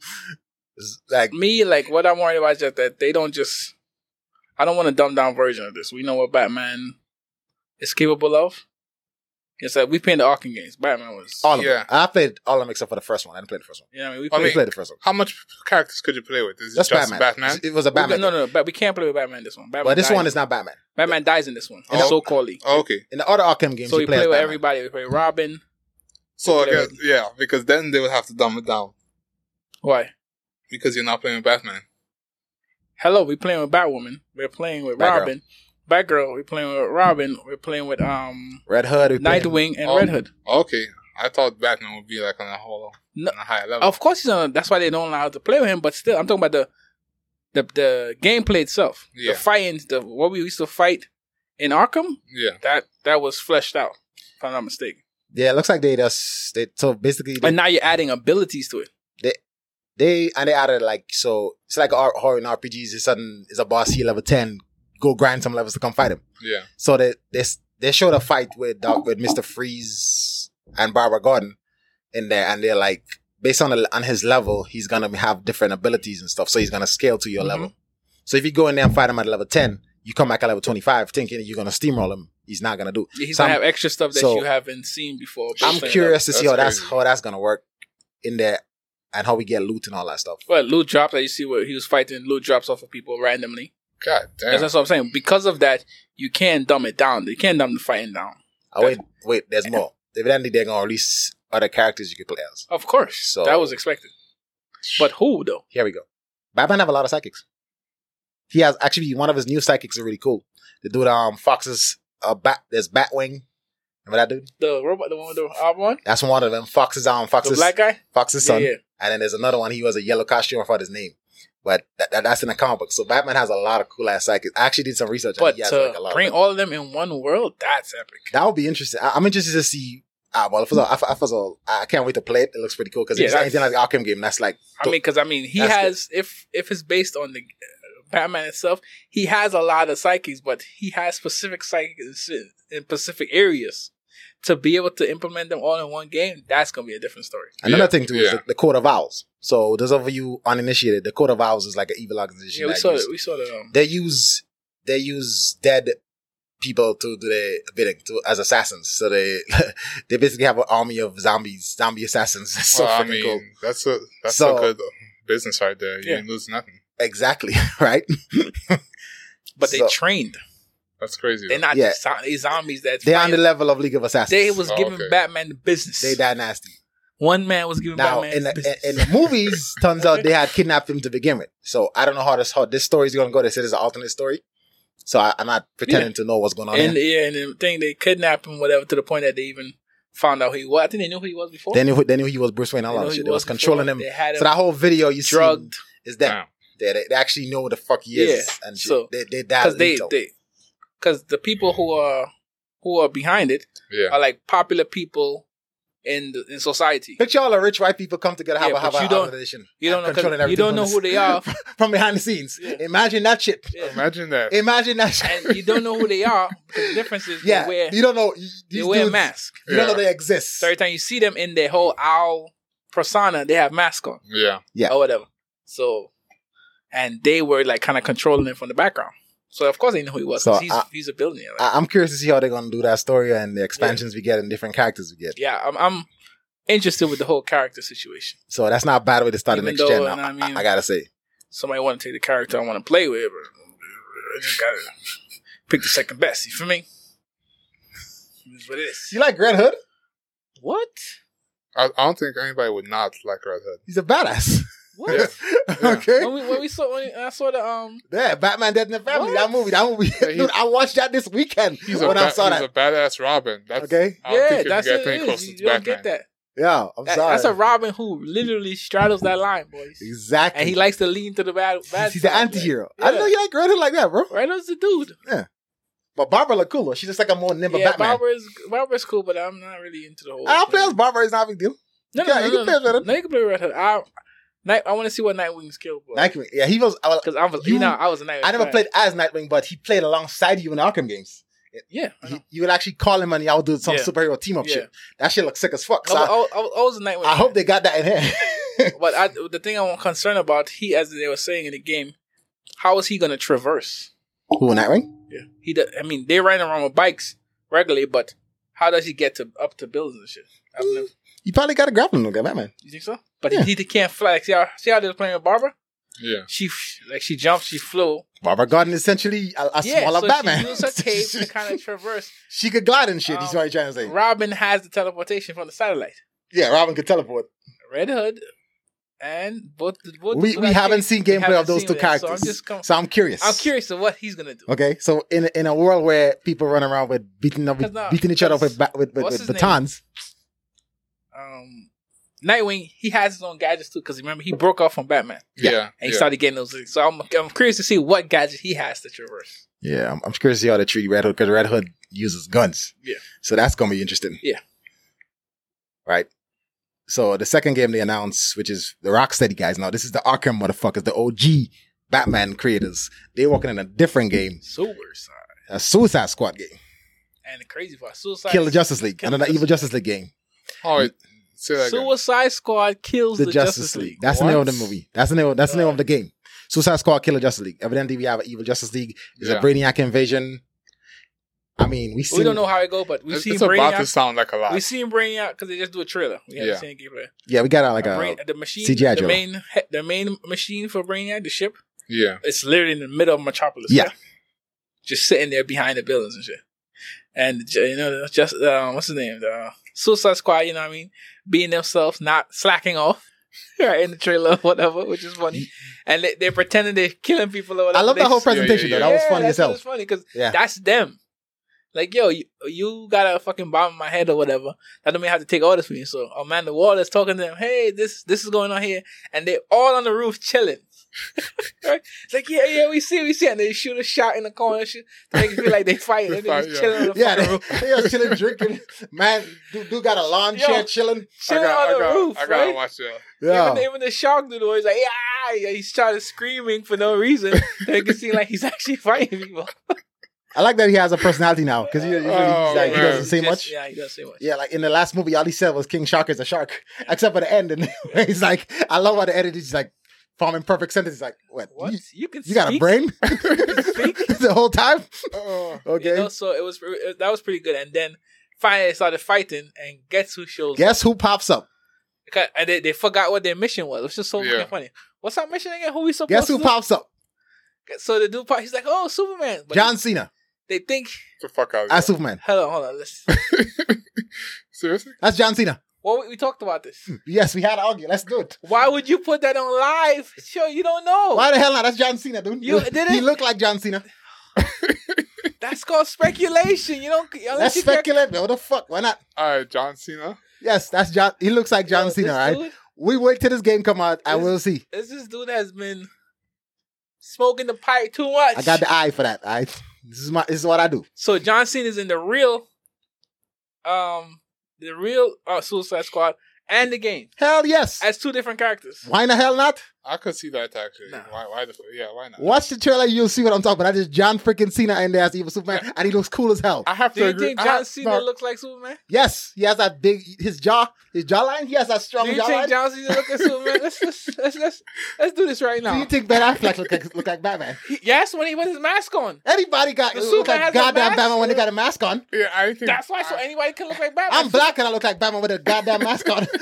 [SPEAKER 2] It's Like
[SPEAKER 4] me, like what I'm worried about is just that they don't just. I don't want a dumbed down version of this. We know what Batman is capable of. It's like we played the Arkham games. Batman was.
[SPEAKER 2] all of
[SPEAKER 3] Yeah.
[SPEAKER 2] them. I played all of them except for the first one. I didn't play the first one.
[SPEAKER 4] You know what I mean?
[SPEAKER 3] I
[SPEAKER 4] We
[SPEAKER 2] I
[SPEAKER 4] played.
[SPEAKER 3] mean,
[SPEAKER 2] played the first one.
[SPEAKER 3] how much characters could you play with? Is it
[SPEAKER 2] That's
[SPEAKER 3] just
[SPEAKER 2] Batman.
[SPEAKER 3] Batman?
[SPEAKER 2] It was a Batman.
[SPEAKER 4] no, no, no. But we can't play with Batman this one. Batman
[SPEAKER 2] But this
[SPEAKER 4] dies.
[SPEAKER 2] one is not Batman.
[SPEAKER 4] Batman dies in this one.
[SPEAKER 3] Oh.
[SPEAKER 4] So calling.
[SPEAKER 3] Oh, okay,
[SPEAKER 2] In the other Arkham games,
[SPEAKER 4] So we
[SPEAKER 2] you play,
[SPEAKER 4] play
[SPEAKER 2] as
[SPEAKER 4] with
[SPEAKER 2] Batman.
[SPEAKER 4] everybody. We play Robin.
[SPEAKER 3] so I
[SPEAKER 4] Play
[SPEAKER 3] guess,
[SPEAKER 4] with-
[SPEAKER 3] yeah, because then they would have to dumb it down
[SPEAKER 4] Why?
[SPEAKER 3] because you're not playing with Batman.
[SPEAKER 4] Hello, we playing with Batwoman. We're playing with
[SPEAKER 2] Batgirl.
[SPEAKER 4] Robin. Batgirl. We're playing with Robin. We're playing with um
[SPEAKER 2] Red Hood, we play him.
[SPEAKER 4] Nightwing and
[SPEAKER 3] Oh.
[SPEAKER 4] Red Hood.
[SPEAKER 3] Okay, I thought Batman would be like on a whole
[SPEAKER 4] No. Oh.
[SPEAKER 3] on a higher level.
[SPEAKER 4] Of course, he's on. That's why they don't allow us to play with him. But still, I'm talking about the the the gameplay itself.
[SPEAKER 3] Yeah.
[SPEAKER 4] The fighting, the what we used to fight in Arkham.
[SPEAKER 3] yeah,
[SPEAKER 4] That that was fleshed out, if I'm not mistaken.
[SPEAKER 2] Yeah, it looks like they just they so basically they,
[SPEAKER 4] And now you're adding abilities to it.
[SPEAKER 2] they and they added like so it's like our horror in RPGs. It's sudden is a boss here level ten. Go grind some levels to come fight him.
[SPEAKER 3] yeah,
[SPEAKER 2] So they they they showed a fight with Doc with Mister Freeze and Barbara Gordon in there, and they're like based on the, on his level, he's gonna have different abilities and stuff. So he's gonna scale to your
[SPEAKER 3] Mm-hmm.
[SPEAKER 4] Mhm.
[SPEAKER 2] level. So if you go in there and fight him at level ten, you come back at level twenty five, thinking you're gonna steamroll him. He's not gonna do.
[SPEAKER 4] He's
[SPEAKER 2] So
[SPEAKER 4] gonna
[SPEAKER 2] I'm-
[SPEAKER 4] have extra stuff that
[SPEAKER 2] so-
[SPEAKER 4] you haven't seen before.
[SPEAKER 2] I'm curious to see
[SPEAKER 3] That's
[SPEAKER 2] how that's
[SPEAKER 3] crazy.
[SPEAKER 2] how that's gonna work in there, and how we get loot and all that stuff.
[SPEAKER 4] But loot drops that you see where he was fighting loot drops off of people randomly.
[SPEAKER 3] god damn.
[SPEAKER 4] That's, that's what I'm saying. Because of that, you can't dumb it down. You can't dumb the fighting down.
[SPEAKER 2] Oh wait, wait, there's more. Evidently, they're gonna release other characters you can play as.
[SPEAKER 4] Of course,
[SPEAKER 2] So-
[SPEAKER 4] that was expected. But who though?
[SPEAKER 2] Here we go. Batman have a lot of psychics. He has actually one of his new psychics are really cool. The dude um Fox's uh bat there's Batwing. Remember that dude?
[SPEAKER 4] The robot, the one with the arm on,
[SPEAKER 2] That's one of them. Fox's um
[SPEAKER 4] the
[SPEAKER 2] Fox's
[SPEAKER 4] black guy.
[SPEAKER 2] Fox's son.
[SPEAKER 4] Yeah, yeah.
[SPEAKER 2] And then there's another one. He was a yellow costume. I forgot his name. But that, that- that's in the comic book. So Batman has a lot of cool ass psychics. I actually did some research. and
[SPEAKER 4] But uh,
[SPEAKER 2] he has,
[SPEAKER 4] to
[SPEAKER 2] like, a lot of
[SPEAKER 4] bring
[SPEAKER 2] them.
[SPEAKER 4] all of them in one world, that's epic.
[SPEAKER 2] that would be interesting. I, I'm interested to see Ah, well, first of all, I, first of all, I can't wait to play it. It looks pretty cool because
[SPEAKER 4] Yeah,
[SPEAKER 2] if it's anything like the Arkham game, that's like
[SPEAKER 4] I mean, because I mean, he
[SPEAKER 2] That's
[SPEAKER 4] has if if it's based on the uh, Batman itself, he has a lot of psychics, but he has specific psychics in- in specific areas. To be able to implement them all in one game, that's gonna be a different story.
[SPEAKER 2] another
[SPEAKER 3] Yeah,
[SPEAKER 2] thing too is
[SPEAKER 3] yeah.
[SPEAKER 2] the, the Code of Owls. So those of you uninitiated, the Code of Owls is like an evil organization.
[SPEAKER 4] Yeah, we
[SPEAKER 2] that
[SPEAKER 4] saw
[SPEAKER 2] use-
[SPEAKER 4] that. We saw that. Um,
[SPEAKER 2] they use they use dead people to do their bidding to, as assassins. So they they basically have an army of zombies, zombie assassins. It's so
[SPEAKER 3] Well, I
[SPEAKER 2] freaking
[SPEAKER 3] mean,
[SPEAKER 2] cool.
[SPEAKER 3] that's a that's
[SPEAKER 2] So-
[SPEAKER 3] a good business right there. You
[SPEAKER 4] Yeah.
[SPEAKER 3] ain't lose nothing.
[SPEAKER 2] Exactly right.
[SPEAKER 4] but they
[SPEAKER 2] So-
[SPEAKER 4] trained.
[SPEAKER 3] That's crazy.
[SPEAKER 4] They're not
[SPEAKER 2] Yeah.
[SPEAKER 4] just zo- they zombies. That
[SPEAKER 2] They're on the level of League of Assassins.
[SPEAKER 4] they was
[SPEAKER 3] Oh,
[SPEAKER 4] giving
[SPEAKER 3] okay.
[SPEAKER 4] Batman the business.
[SPEAKER 2] they that nasty.
[SPEAKER 4] One man was giving
[SPEAKER 2] Now
[SPEAKER 4] Batman
[SPEAKER 2] in
[SPEAKER 4] the,
[SPEAKER 2] the,
[SPEAKER 4] business.
[SPEAKER 2] in, in the movies, turns out they had kidnapped him to begin with. So I don't know how this how this story's gonna go. They said it's an alternate story. So I, I'm not pretending to know what's going on.
[SPEAKER 4] and
[SPEAKER 2] there.
[SPEAKER 4] yeah, and the thing they kidnapped him, whatever, to the point that they even found out who he was. I think they knew who he was before.
[SPEAKER 2] They knew, they knew he was Bruce Wayne. and
[SPEAKER 4] They
[SPEAKER 2] All that
[SPEAKER 4] knew who he
[SPEAKER 2] shit. They was
[SPEAKER 4] before.
[SPEAKER 2] controlling him.
[SPEAKER 4] They had him
[SPEAKER 2] So that whole video you see
[SPEAKER 4] drugged
[SPEAKER 2] is that
[SPEAKER 3] Wow.
[SPEAKER 2] They, they, they actually know who the fuck he is.
[SPEAKER 4] Yeah,
[SPEAKER 2] And
[SPEAKER 4] so-
[SPEAKER 2] shit. they, they that
[SPEAKER 4] because they
[SPEAKER 2] lethal.
[SPEAKER 4] they because the people who are who are behind it
[SPEAKER 3] yeah.
[SPEAKER 4] are like popular people in the, in society.
[SPEAKER 2] Picture all the rich white people come together, have
[SPEAKER 4] Yeah,
[SPEAKER 2] a have
[SPEAKER 4] but
[SPEAKER 2] a
[SPEAKER 4] you don't-
[SPEAKER 2] organization.
[SPEAKER 4] You don't know
[SPEAKER 2] and
[SPEAKER 4] 'cause
[SPEAKER 2] controlling
[SPEAKER 4] you
[SPEAKER 2] everything
[SPEAKER 4] don't
[SPEAKER 2] from
[SPEAKER 4] know
[SPEAKER 2] the-
[SPEAKER 4] who they are,
[SPEAKER 2] from behind the scenes.
[SPEAKER 4] Yeah.
[SPEAKER 2] Imagine that shit.
[SPEAKER 4] Yeah.
[SPEAKER 3] Imagine that.
[SPEAKER 2] Imagine that shit.
[SPEAKER 4] and you don't know who they are. because The difference is
[SPEAKER 2] yeah,
[SPEAKER 4] they wear
[SPEAKER 2] you don't know. you-
[SPEAKER 4] they
[SPEAKER 2] these
[SPEAKER 4] wear
[SPEAKER 2] dudes,
[SPEAKER 4] masks.
[SPEAKER 2] You don't
[SPEAKER 3] Yeah.
[SPEAKER 2] know they exist.
[SPEAKER 4] So every time you see them in their whole owl persona, they have masks on
[SPEAKER 3] yeah.
[SPEAKER 2] Yeah.
[SPEAKER 4] or whatever. So, and they were like kind of controlling it from the background. So of course they know who he was. 'cause
[SPEAKER 2] So
[SPEAKER 4] he's,
[SPEAKER 2] I-
[SPEAKER 4] he's a billionaire. Like,
[SPEAKER 2] I, I'm curious to see how they're gonna do that story and the expansions we get and different characters we get.
[SPEAKER 4] yeah, I'm, I'm interested with the whole character situation.
[SPEAKER 2] So that's not a bad way to start the
[SPEAKER 4] Even
[SPEAKER 2] next gen.
[SPEAKER 4] though,
[SPEAKER 2] Now,
[SPEAKER 4] and I
[SPEAKER 2] I,
[SPEAKER 4] mean-
[SPEAKER 2] I gotta say,
[SPEAKER 4] somebody want to take the character I want to play with, but I just gotta pick the second best. You feel me? It's what it is.
[SPEAKER 2] you like Red Hood?
[SPEAKER 4] What?
[SPEAKER 3] I, I don't think anybody would not like Red Hood.
[SPEAKER 2] He's a badass.
[SPEAKER 4] What?
[SPEAKER 3] Yeah. Yeah.
[SPEAKER 2] okay.
[SPEAKER 4] When, we, when we saw, when I saw the um,
[SPEAKER 2] Yeah, Batman Dead in the Family.
[SPEAKER 4] What?
[SPEAKER 2] That movie. That movie.
[SPEAKER 3] Yeah, he-
[SPEAKER 2] Dude, I watched that this weekend
[SPEAKER 3] He's a,
[SPEAKER 2] when I
[SPEAKER 3] ba-
[SPEAKER 2] saw
[SPEAKER 3] he's
[SPEAKER 2] that.
[SPEAKER 3] a badass Robin. That's,
[SPEAKER 2] okay.
[SPEAKER 3] I don't
[SPEAKER 4] yeah,
[SPEAKER 3] think you
[SPEAKER 4] that's
[SPEAKER 3] can
[SPEAKER 4] it.
[SPEAKER 3] get anything
[SPEAKER 4] it is.
[SPEAKER 3] closer
[SPEAKER 4] You,
[SPEAKER 3] to
[SPEAKER 4] you don't
[SPEAKER 3] Batman.
[SPEAKER 4] get that.
[SPEAKER 2] Yeah, I'm
[SPEAKER 4] That-
[SPEAKER 2] sorry.
[SPEAKER 4] That's a Robin who literally straddles that line, boys.
[SPEAKER 2] exactly.
[SPEAKER 4] And he likes to lean to the bad.
[SPEAKER 2] He's,
[SPEAKER 4] bad
[SPEAKER 2] he's an
[SPEAKER 4] side, like,
[SPEAKER 2] anti-hero.
[SPEAKER 4] Yeah.
[SPEAKER 2] I didn't know you like Red Hood like that, bro.
[SPEAKER 4] Right, that's the dude.
[SPEAKER 2] But Barbara look cooler. She's just like a more nimble
[SPEAKER 4] yeah,
[SPEAKER 2] Batman.
[SPEAKER 4] Barbara's Barbara's cool, but I'm not really into the whole.
[SPEAKER 2] I'll
[SPEAKER 4] thing.
[SPEAKER 2] play as Barbara. It's not a big deal.
[SPEAKER 4] No, no,
[SPEAKER 2] Yeah,
[SPEAKER 4] no,
[SPEAKER 2] you
[SPEAKER 4] no,
[SPEAKER 2] can play as Red
[SPEAKER 4] no.
[SPEAKER 2] Hood.
[SPEAKER 4] no, you can play Red Hood. I, Night, I want to see what Nightwing's kill was.
[SPEAKER 2] Nightwing. Yeah, he was. I, was,
[SPEAKER 4] Because I was, you,
[SPEAKER 2] You-
[SPEAKER 4] know, I was a Nightwing.
[SPEAKER 2] I never
[SPEAKER 4] fan.
[SPEAKER 2] played as Nightwing, but he played alongside you in the Arkham games.
[SPEAKER 4] Yeah, I know.
[SPEAKER 2] He, you would actually call him and y'all do some
[SPEAKER 4] Uh-huh. Yeah.
[SPEAKER 2] superhero team up
[SPEAKER 4] Yeah. oh,
[SPEAKER 2] shit. That shit looks sick as fuck.
[SPEAKER 4] I,
[SPEAKER 2] So I,
[SPEAKER 4] wa- I, wa- I was a Nightwing.
[SPEAKER 2] I hope they got that in here.
[SPEAKER 4] But I, the thing I'm concerned about, he, as they were saying in the game, how is he going to traverse?
[SPEAKER 2] Who Nightwing?
[SPEAKER 4] Yeah, he. do- I mean, they ran around with bikes regularly, but how does he get to up to buildings and shit? I've never,
[SPEAKER 2] You probably got a grappling hook, Batman.
[SPEAKER 4] you think so? But
[SPEAKER 2] Yeah.
[SPEAKER 4] he, he can't fly. Like, see how see how they were playing with Barbara?
[SPEAKER 3] Yeah.
[SPEAKER 4] She f- like she jumped, she flew.
[SPEAKER 2] Barbara Gordon is essentially a, a
[SPEAKER 4] yeah,
[SPEAKER 2] smaller
[SPEAKER 4] so
[SPEAKER 2] Batman.
[SPEAKER 4] she used her cape to kind of traverse.
[SPEAKER 2] She could glide and shit. He's
[SPEAKER 4] Um,
[SPEAKER 2] what he's trying to say.
[SPEAKER 4] Robin has the teleportation from the satellite.
[SPEAKER 2] yeah, Robin could teleport.
[SPEAKER 4] Red Hood and both. both
[SPEAKER 2] We,
[SPEAKER 4] both
[SPEAKER 2] we
[SPEAKER 4] I
[SPEAKER 2] haven't
[SPEAKER 4] think-
[SPEAKER 2] seen
[SPEAKER 4] we
[SPEAKER 2] gameplay
[SPEAKER 4] haven't
[SPEAKER 2] of those
[SPEAKER 4] seen
[SPEAKER 2] two
[SPEAKER 4] it,
[SPEAKER 2] characters.
[SPEAKER 4] So I'm just com-
[SPEAKER 2] curious.
[SPEAKER 4] I'm curious of what he's gonna do.
[SPEAKER 2] Okay, so in in a world where people run around with beating up,
[SPEAKER 4] 'Cause now-
[SPEAKER 2] beating each other up with ba- with, with,
[SPEAKER 4] what's
[SPEAKER 2] with
[SPEAKER 4] his name?
[SPEAKER 2] batons.
[SPEAKER 4] Um, Nightwing, he has his own gadgets too, because remember he broke off from Batman
[SPEAKER 3] Yeah.
[SPEAKER 4] and he
[SPEAKER 3] yeah.
[SPEAKER 4] started getting those. So I'm, I'm curious to see what gadget he has to traverse.
[SPEAKER 2] Yeah, I'm, I'm curious to see how they treat Red Hood because Red Hood uses guns.
[SPEAKER 4] Yeah.
[SPEAKER 2] so that's gonna be interesting.
[SPEAKER 4] Yeah.
[SPEAKER 2] Right. So the second game they announced, which is the Rocksteady guys. Now this is the Arkham motherfuckers, the OG Batman creators. They're working in a different game,
[SPEAKER 4] Suicide
[SPEAKER 2] a Suicide Squad game,
[SPEAKER 4] and the crazy part, Suicide
[SPEAKER 2] Kill the Justice League,
[SPEAKER 4] Kill the
[SPEAKER 2] another
[SPEAKER 4] Justice-
[SPEAKER 2] Evil Justice League game,
[SPEAKER 3] Oh, wait. Say that again.
[SPEAKER 4] Suicide Squad kills
[SPEAKER 2] the, Justice, League. That's the name of the
[SPEAKER 4] What?
[SPEAKER 2] movie. That's the name. That's the name
[SPEAKER 4] Uh.
[SPEAKER 2] of the game. Suicide Squad, Killer Justice League. Evidently, we have an Evil Justice League. It's
[SPEAKER 3] Yeah.
[SPEAKER 2] a Brainiac invasion. I mean, we
[SPEAKER 4] We
[SPEAKER 2] seen-
[SPEAKER 4] don't know how it go, but we've
[SPEAKER 3] It's,
[SPEAKER 4] seen
[SPEAKER 3] it's about to
[SPEAKER 4] Brainiac.
[SPEAKER 3] sound like a lot.
[SPEAKER 4] We've seen Brainiac because they just do a trailer. We haven't
[SPEAKER 3] Yeah.
[SPEAKER 4] seen gameplay.
[SPEAKER 2] Yeah, we got uh, like a.
[SPEAKER 4] Brain- the machine,
[SPEAKER 2] CGI
[SPEAKER 4] the
[SPEAKER 2] trailer.
[SPEAKER 4] main, he- the main machine for Brainiac, the ship.
[SPEAKER 3] yeah.
[SPEAKER 4] It's literally in the middle of Metropolis.
[SPEAKER 2] Yeah.
[SPEAKER 4] Just sitting there behind the buildings and shit. And j- you know, just uh, what's his name? The uh, Suicide Squad. You know what I mean? Being themselves, not slacking off. Right in the trailer, whatever, which is funny. And they, they're pretending they're killing people or
[SPEAKER 2] Mm.
[SPEAKER 4] whatever.
[SPEAKER 2] I love
[SPEAKER 4] They
[SPEAKER 2] that whole
[SPEAKER 4] s-
[SPEAKER 2] presentation
[SPEAKER 3] Yeah, yeah,
[SPEAKER 2] though. That was
[SPEAKER 4] yeah,
[SPEAKER 2] funny as
[SPEAKER 4] that's
[SPEAKER 2] hell.
[SPEAKER 4] what's funny because
[SPEAKER 2] Yeah.
[SPEAKER 4] that's them. Like yo, you, you got a fucking bomb in my head or whatever. That don't mean I have to take orders from you. So Amanda Waller's talking to them. Hey, this this is going on here, and they're all on the roof chilling. right? It's like, yeah, yeah, we see, we see, and they shoot a shot in the corner, and shit, to make it feel like they fight, and they're
[SPEAKER 3] Fight,
[SPEAKER 4] just
[SPEAKER 3] yeah.
[SPEAKER 4] chilling in the
[SPEAKER 2] Yeah,
[SPEAKER 4] yeah,
[SPEAKER 2] they,
[SPEAKER 4] room,
[SPEAKER 2] they are chilling, drinking. Man, dude, dude got a lawn
[SPEAKER 4] Yo.
[SPEAKER 2] chair chilling.
[SPEAKER 4] chilling
[SPEAKER 3] I
[SPEAKER 4] on the
[SPEAKER 3] got,
[SPEAKER 4] roof,
[SPEAKER 3] I gotta
[SPEAKER 4] right?
[SPEAKER 3] watch that.
[SPEAKER 4] Even, even the shark dude was like, yeah, yeah, he's trying to screaming for no reason. to make it seem like he's actually fighting people.
[SPEAKER 2] I like that he has a personality now because he, usually he's
[SPEAKER 3] Oh,
[SPEAKER 2] like, he
[SPEAKER 3] man.
[SPEAKER 2] doesn't say
[SPEAKER 4] Just-
[SPEAKER 2] much.
[SPEAKER 4] Yeah, he doesn't say much.
[SPEAKER 2] Yeah, like in the last movie, all he said was King Shark is a shark, except for the end. And he's like, I love how the edit is like forming perfect sentences. Like, what?
[SPEAKER 4] What?
[SPEAKER 2] You,
[SPEAKER 4] You, can
[SPEAKER 2] you got a
[SPEAKER 4] speak?
[SPEAKER 2] brain?
[SPEAKER 4] speak?
[SPEAKER 2] the whole time?
[SPEAKER 3] Oh,
[SPEAKER 2] Okay.
[SPEAKER 4] You know, so it was it- that was pretty good. And then finally they started fighting, and guess who shows? up?
[SPEAKER 2] Guess who pops up?
[SPEAKER 4] Because- And they, they forgot what their mission was. It was just so
[SPEAKER 3] Yeah.
[SPEAKER 4] fucking funny. What's our mission again? Who we supposed
[SPEAKER 2] Guess
[SPEAKER 4] to?
[SPEAKER 2] who pops up?
[SPEAKER 4] do? So the dude, pop- he's like, "Oh, Superman." But
[SPEAKER 2] John Cena
[SPEAKER 4] they think,
[SPEAKER 3] the fuck
[SPEAKER 2] as
[SPEAKER 3] out of here.
[SPEAKER 2] Superman.
[SPEAKER 4] "Hold on, hold on." Let's.
[SPEAKER 3] Seriously?
[SPEAKER 2] That's John Cena.
[SPEAKER 4] well, we, we talked about this.
[SPEAKER 2] Yes, we had an argument. Let's do it.
[SPEAKER 4] Why would you put that on live? Sure, you don't know.
[SPEAKER 2] Why the hell not? That's John Cena, dude.
[SPEAKER 4] Oh. You did
[SPEAKER 2] He
[SPEAKER 4] it?
[SPEAKER 2] looked like John Cena.
[SPEAKER 4] That's called speculation. You don't. Unless
[SPEAKER 2] Let's
[SPEAKER 4] you care-
[SPEAKER 2] speculate, man. What the fuck? Why not?
[SPEAKER 3] All right, John Cena.
[SPEAKER 2] Yes, that's John. He looks like John
[SPEAKER 4] Yo,
[SPEAKER 2] Cena,
[SPEAKER 4] this
[SPEAKER 2] right?
[SPEAKER 4] dude-
[SPEAKER 2] We wait till this game come out and
[SPEAKER 4] This-
[SPEAKER 2] we'll see.
[SPEAKER 4] This this dude has been smoking the pipe too much.
[SPEAKER 2] I got the eye for that. All right. This is my. This is what I do.
[SPEAKER 4] So John Cena is in the real, um, the real uh, Suicide Squad and the game
[SPEAKER 2] Hell yes.
[SPEAKER 4] as two different characters.
[SPEAKER 2] Why the hell not?
[SPEAKER 3] I could see that actually.
[SPEAKER 4] Nah.
[SPEAKER 3] Why? Why the? f- Yeah, why not?
[SPEAKER 2] Watch the trailer. You'll see what I'm talking about. That is John freaking Cena in there as evil Superman, and he looks cool as hell.
[SPEAKER 3] I have to
[SPEAKER 4] Do you
[SPEAKER 3] agree.
[SPEAKER 4] think
[SPEAKER 3] I
[SPEAKER 4] John
[SPEAKER 3] have-
[SPEAKER 4] Cena
[SPEAKER 3] no,
[SPEAKER 4] looks like Superman?
[SPEAKER 2] Yes, he has that big his jaw, his jawline. He has that strong
[SPEAKER 4] Do you
[SPEAKER 2] jawline.
[SPEAKER 4] think John Cena looks like Superman? Let's let's let's let's, let's do this right
[SPEAKER 2] Do you
[SPEAKER 4] now.
[SPEAKER 2] think Ben Affleck look like, look like Batman?
[SPEAKER 4] He- yes, when he put his mask on.
[SPEAKER 2] Anybody got
[SPEAKER 4] The
[SPEAKER 2] look
[SPEAKER 4] Superman
[SPEAKER 2] like
[SPEAKER 4] has a
[SPEAKER 2] goddamn
[SPEAKER 4] mask?
[SPEAKER 2] Batman when they got a mask on?
[SPEAKER 3] Yeah, I think
[SPEAKER 4] That's why so
[SPEAKER 3] I-
[SPEAKER 4] anybody can look like Batman.
[SPEAKER 2] Hmm. I'm black and I look like Batman with a goddamn mask on.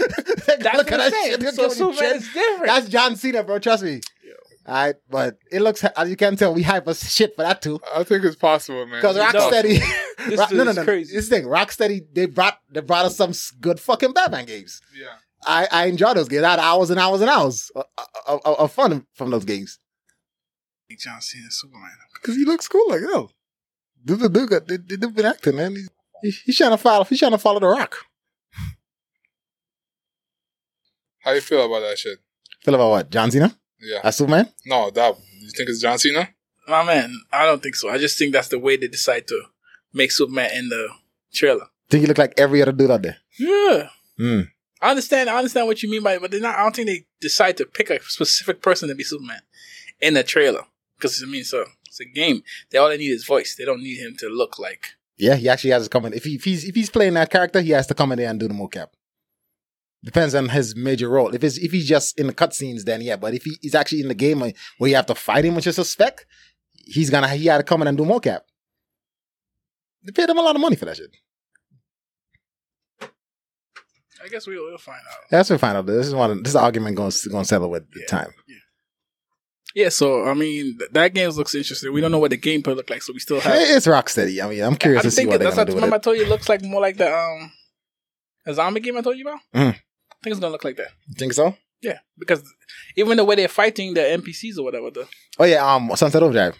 [SPEAKER 4] That's
[SPEAKER 2] look
[SPEAKER 4] what I'm saying.
[SPEAKER 2] They're
[SPEAKER 4] So
[SPEAKER 2] giving you
[SPEAKER 4] Superman
[SPEAKER 2] chin.
[SPEAKER 4] is different.
[SPEAKER 2] That's John Cena, bro. Trust me. All right, but it looks as you can tell, we hype as shit for that too.
[SPEAKER 3] I think it's possible, man.
[SPEAKER 2] Because
[SPEAKER 3] It's
[SPEAKER 2] Rocksteady,
[SPEAKER 4] This
[SPEAKER 2] Rock,
[SPEAKER 4] dude
[SPEAKER 2] no, no,
[SPEAKER 4] is
[SPEAKER 2] no,
[SPEAKER 4] crazy.
[SPEAKER 2] this thing, Rocksteady, they brought they brought us some s- good fucking Batman games.
[SPEAKER 3] possible. Yeah.
[SPEAKER 2] I I enjoy those games. I had hours and hours and hours of, of, of- of fun from those games
[SPEAKER 3] John Cena Superman.
[SPEAKER 2] because he looks cool like hell. Dude, dude, dude, got- dude, dude, dude been acting man. He's, he's trying to follow. He's trying to follow the Rock.
[SPEAKER 3] How you feel about that shit?
[SPEAKER 2] Feel about what John Cena?
[SPEAKER 3] Yeah.
[SPEAKER 2] That's Superman.
[SPEAKER 3] No, that. You think it's John Cena?
[SPEAKER 4] My man, I don't think so. I just think that's the way they decide to make Superman in the trailer.
[SPEAKER 2] Think he look like every other dude out there?
[SPEAKER 4] Yeah.
[SPEAKER 2] Hmm.
[SPEAKER 4] I understand. I understand what you mean by it, but they're not. I don't think they decide to pick a specific person to be Superman in the trailer because I mean, so it's a game. They all they need is voice. They don't need him to look like.
[SPEAKER 2] Yeah, he actually has to come in. If, he, if he's if he's playing that character, he has to come in there and do the mocap. Depends on his major role. If he's if he's just in the cutscenes, then yeah. But if he, he's actually in the game where where you have to fight him, which is a spec, he's gonna he had to come in and do mocap. They paid him a lot of money for that shit.
[SPEAKER 4] I guess we will find out.
[SPEAKER 2] That's what we find out. This is one. Of, this is an argument going going to settle with
[SPEAKER 4] Yeah.
[SPEAKER 2] time.
[SPEAKER 4] Yeah. So I mean, th- that game looks interesting. We don't know what the gameplay looked like, so we still have.
[SPEAKER 2] It's Rocksteady. I mean, I'm curious
[SPEAKER 4] I'm
[SPEAKER 2] to see
[SPEAKER 4] thinking
[SPEAKER 2] what they're
[SPEAKER 4] that's
[SPEAKER 2] gonna
[SPEAKER 4] what
[SPEAKER 2] do with
[SPEAKER 4] remember Uh, I
[SPEAKER 2] it.
[SPEAKER 4] told you. It looks like more like the um, a zombie game I told you about.
[SPEAKER 2] Mm.
[SPEAKER 4] I think it's gonna look like that.
[SPEAKER 2] You think so?
[SPEAKER 4] Yeah, because even the way they're fighting the NPCs or whatever, the,
[SPEAKER 2] Oh yeah. Um, Sunset Overdrive.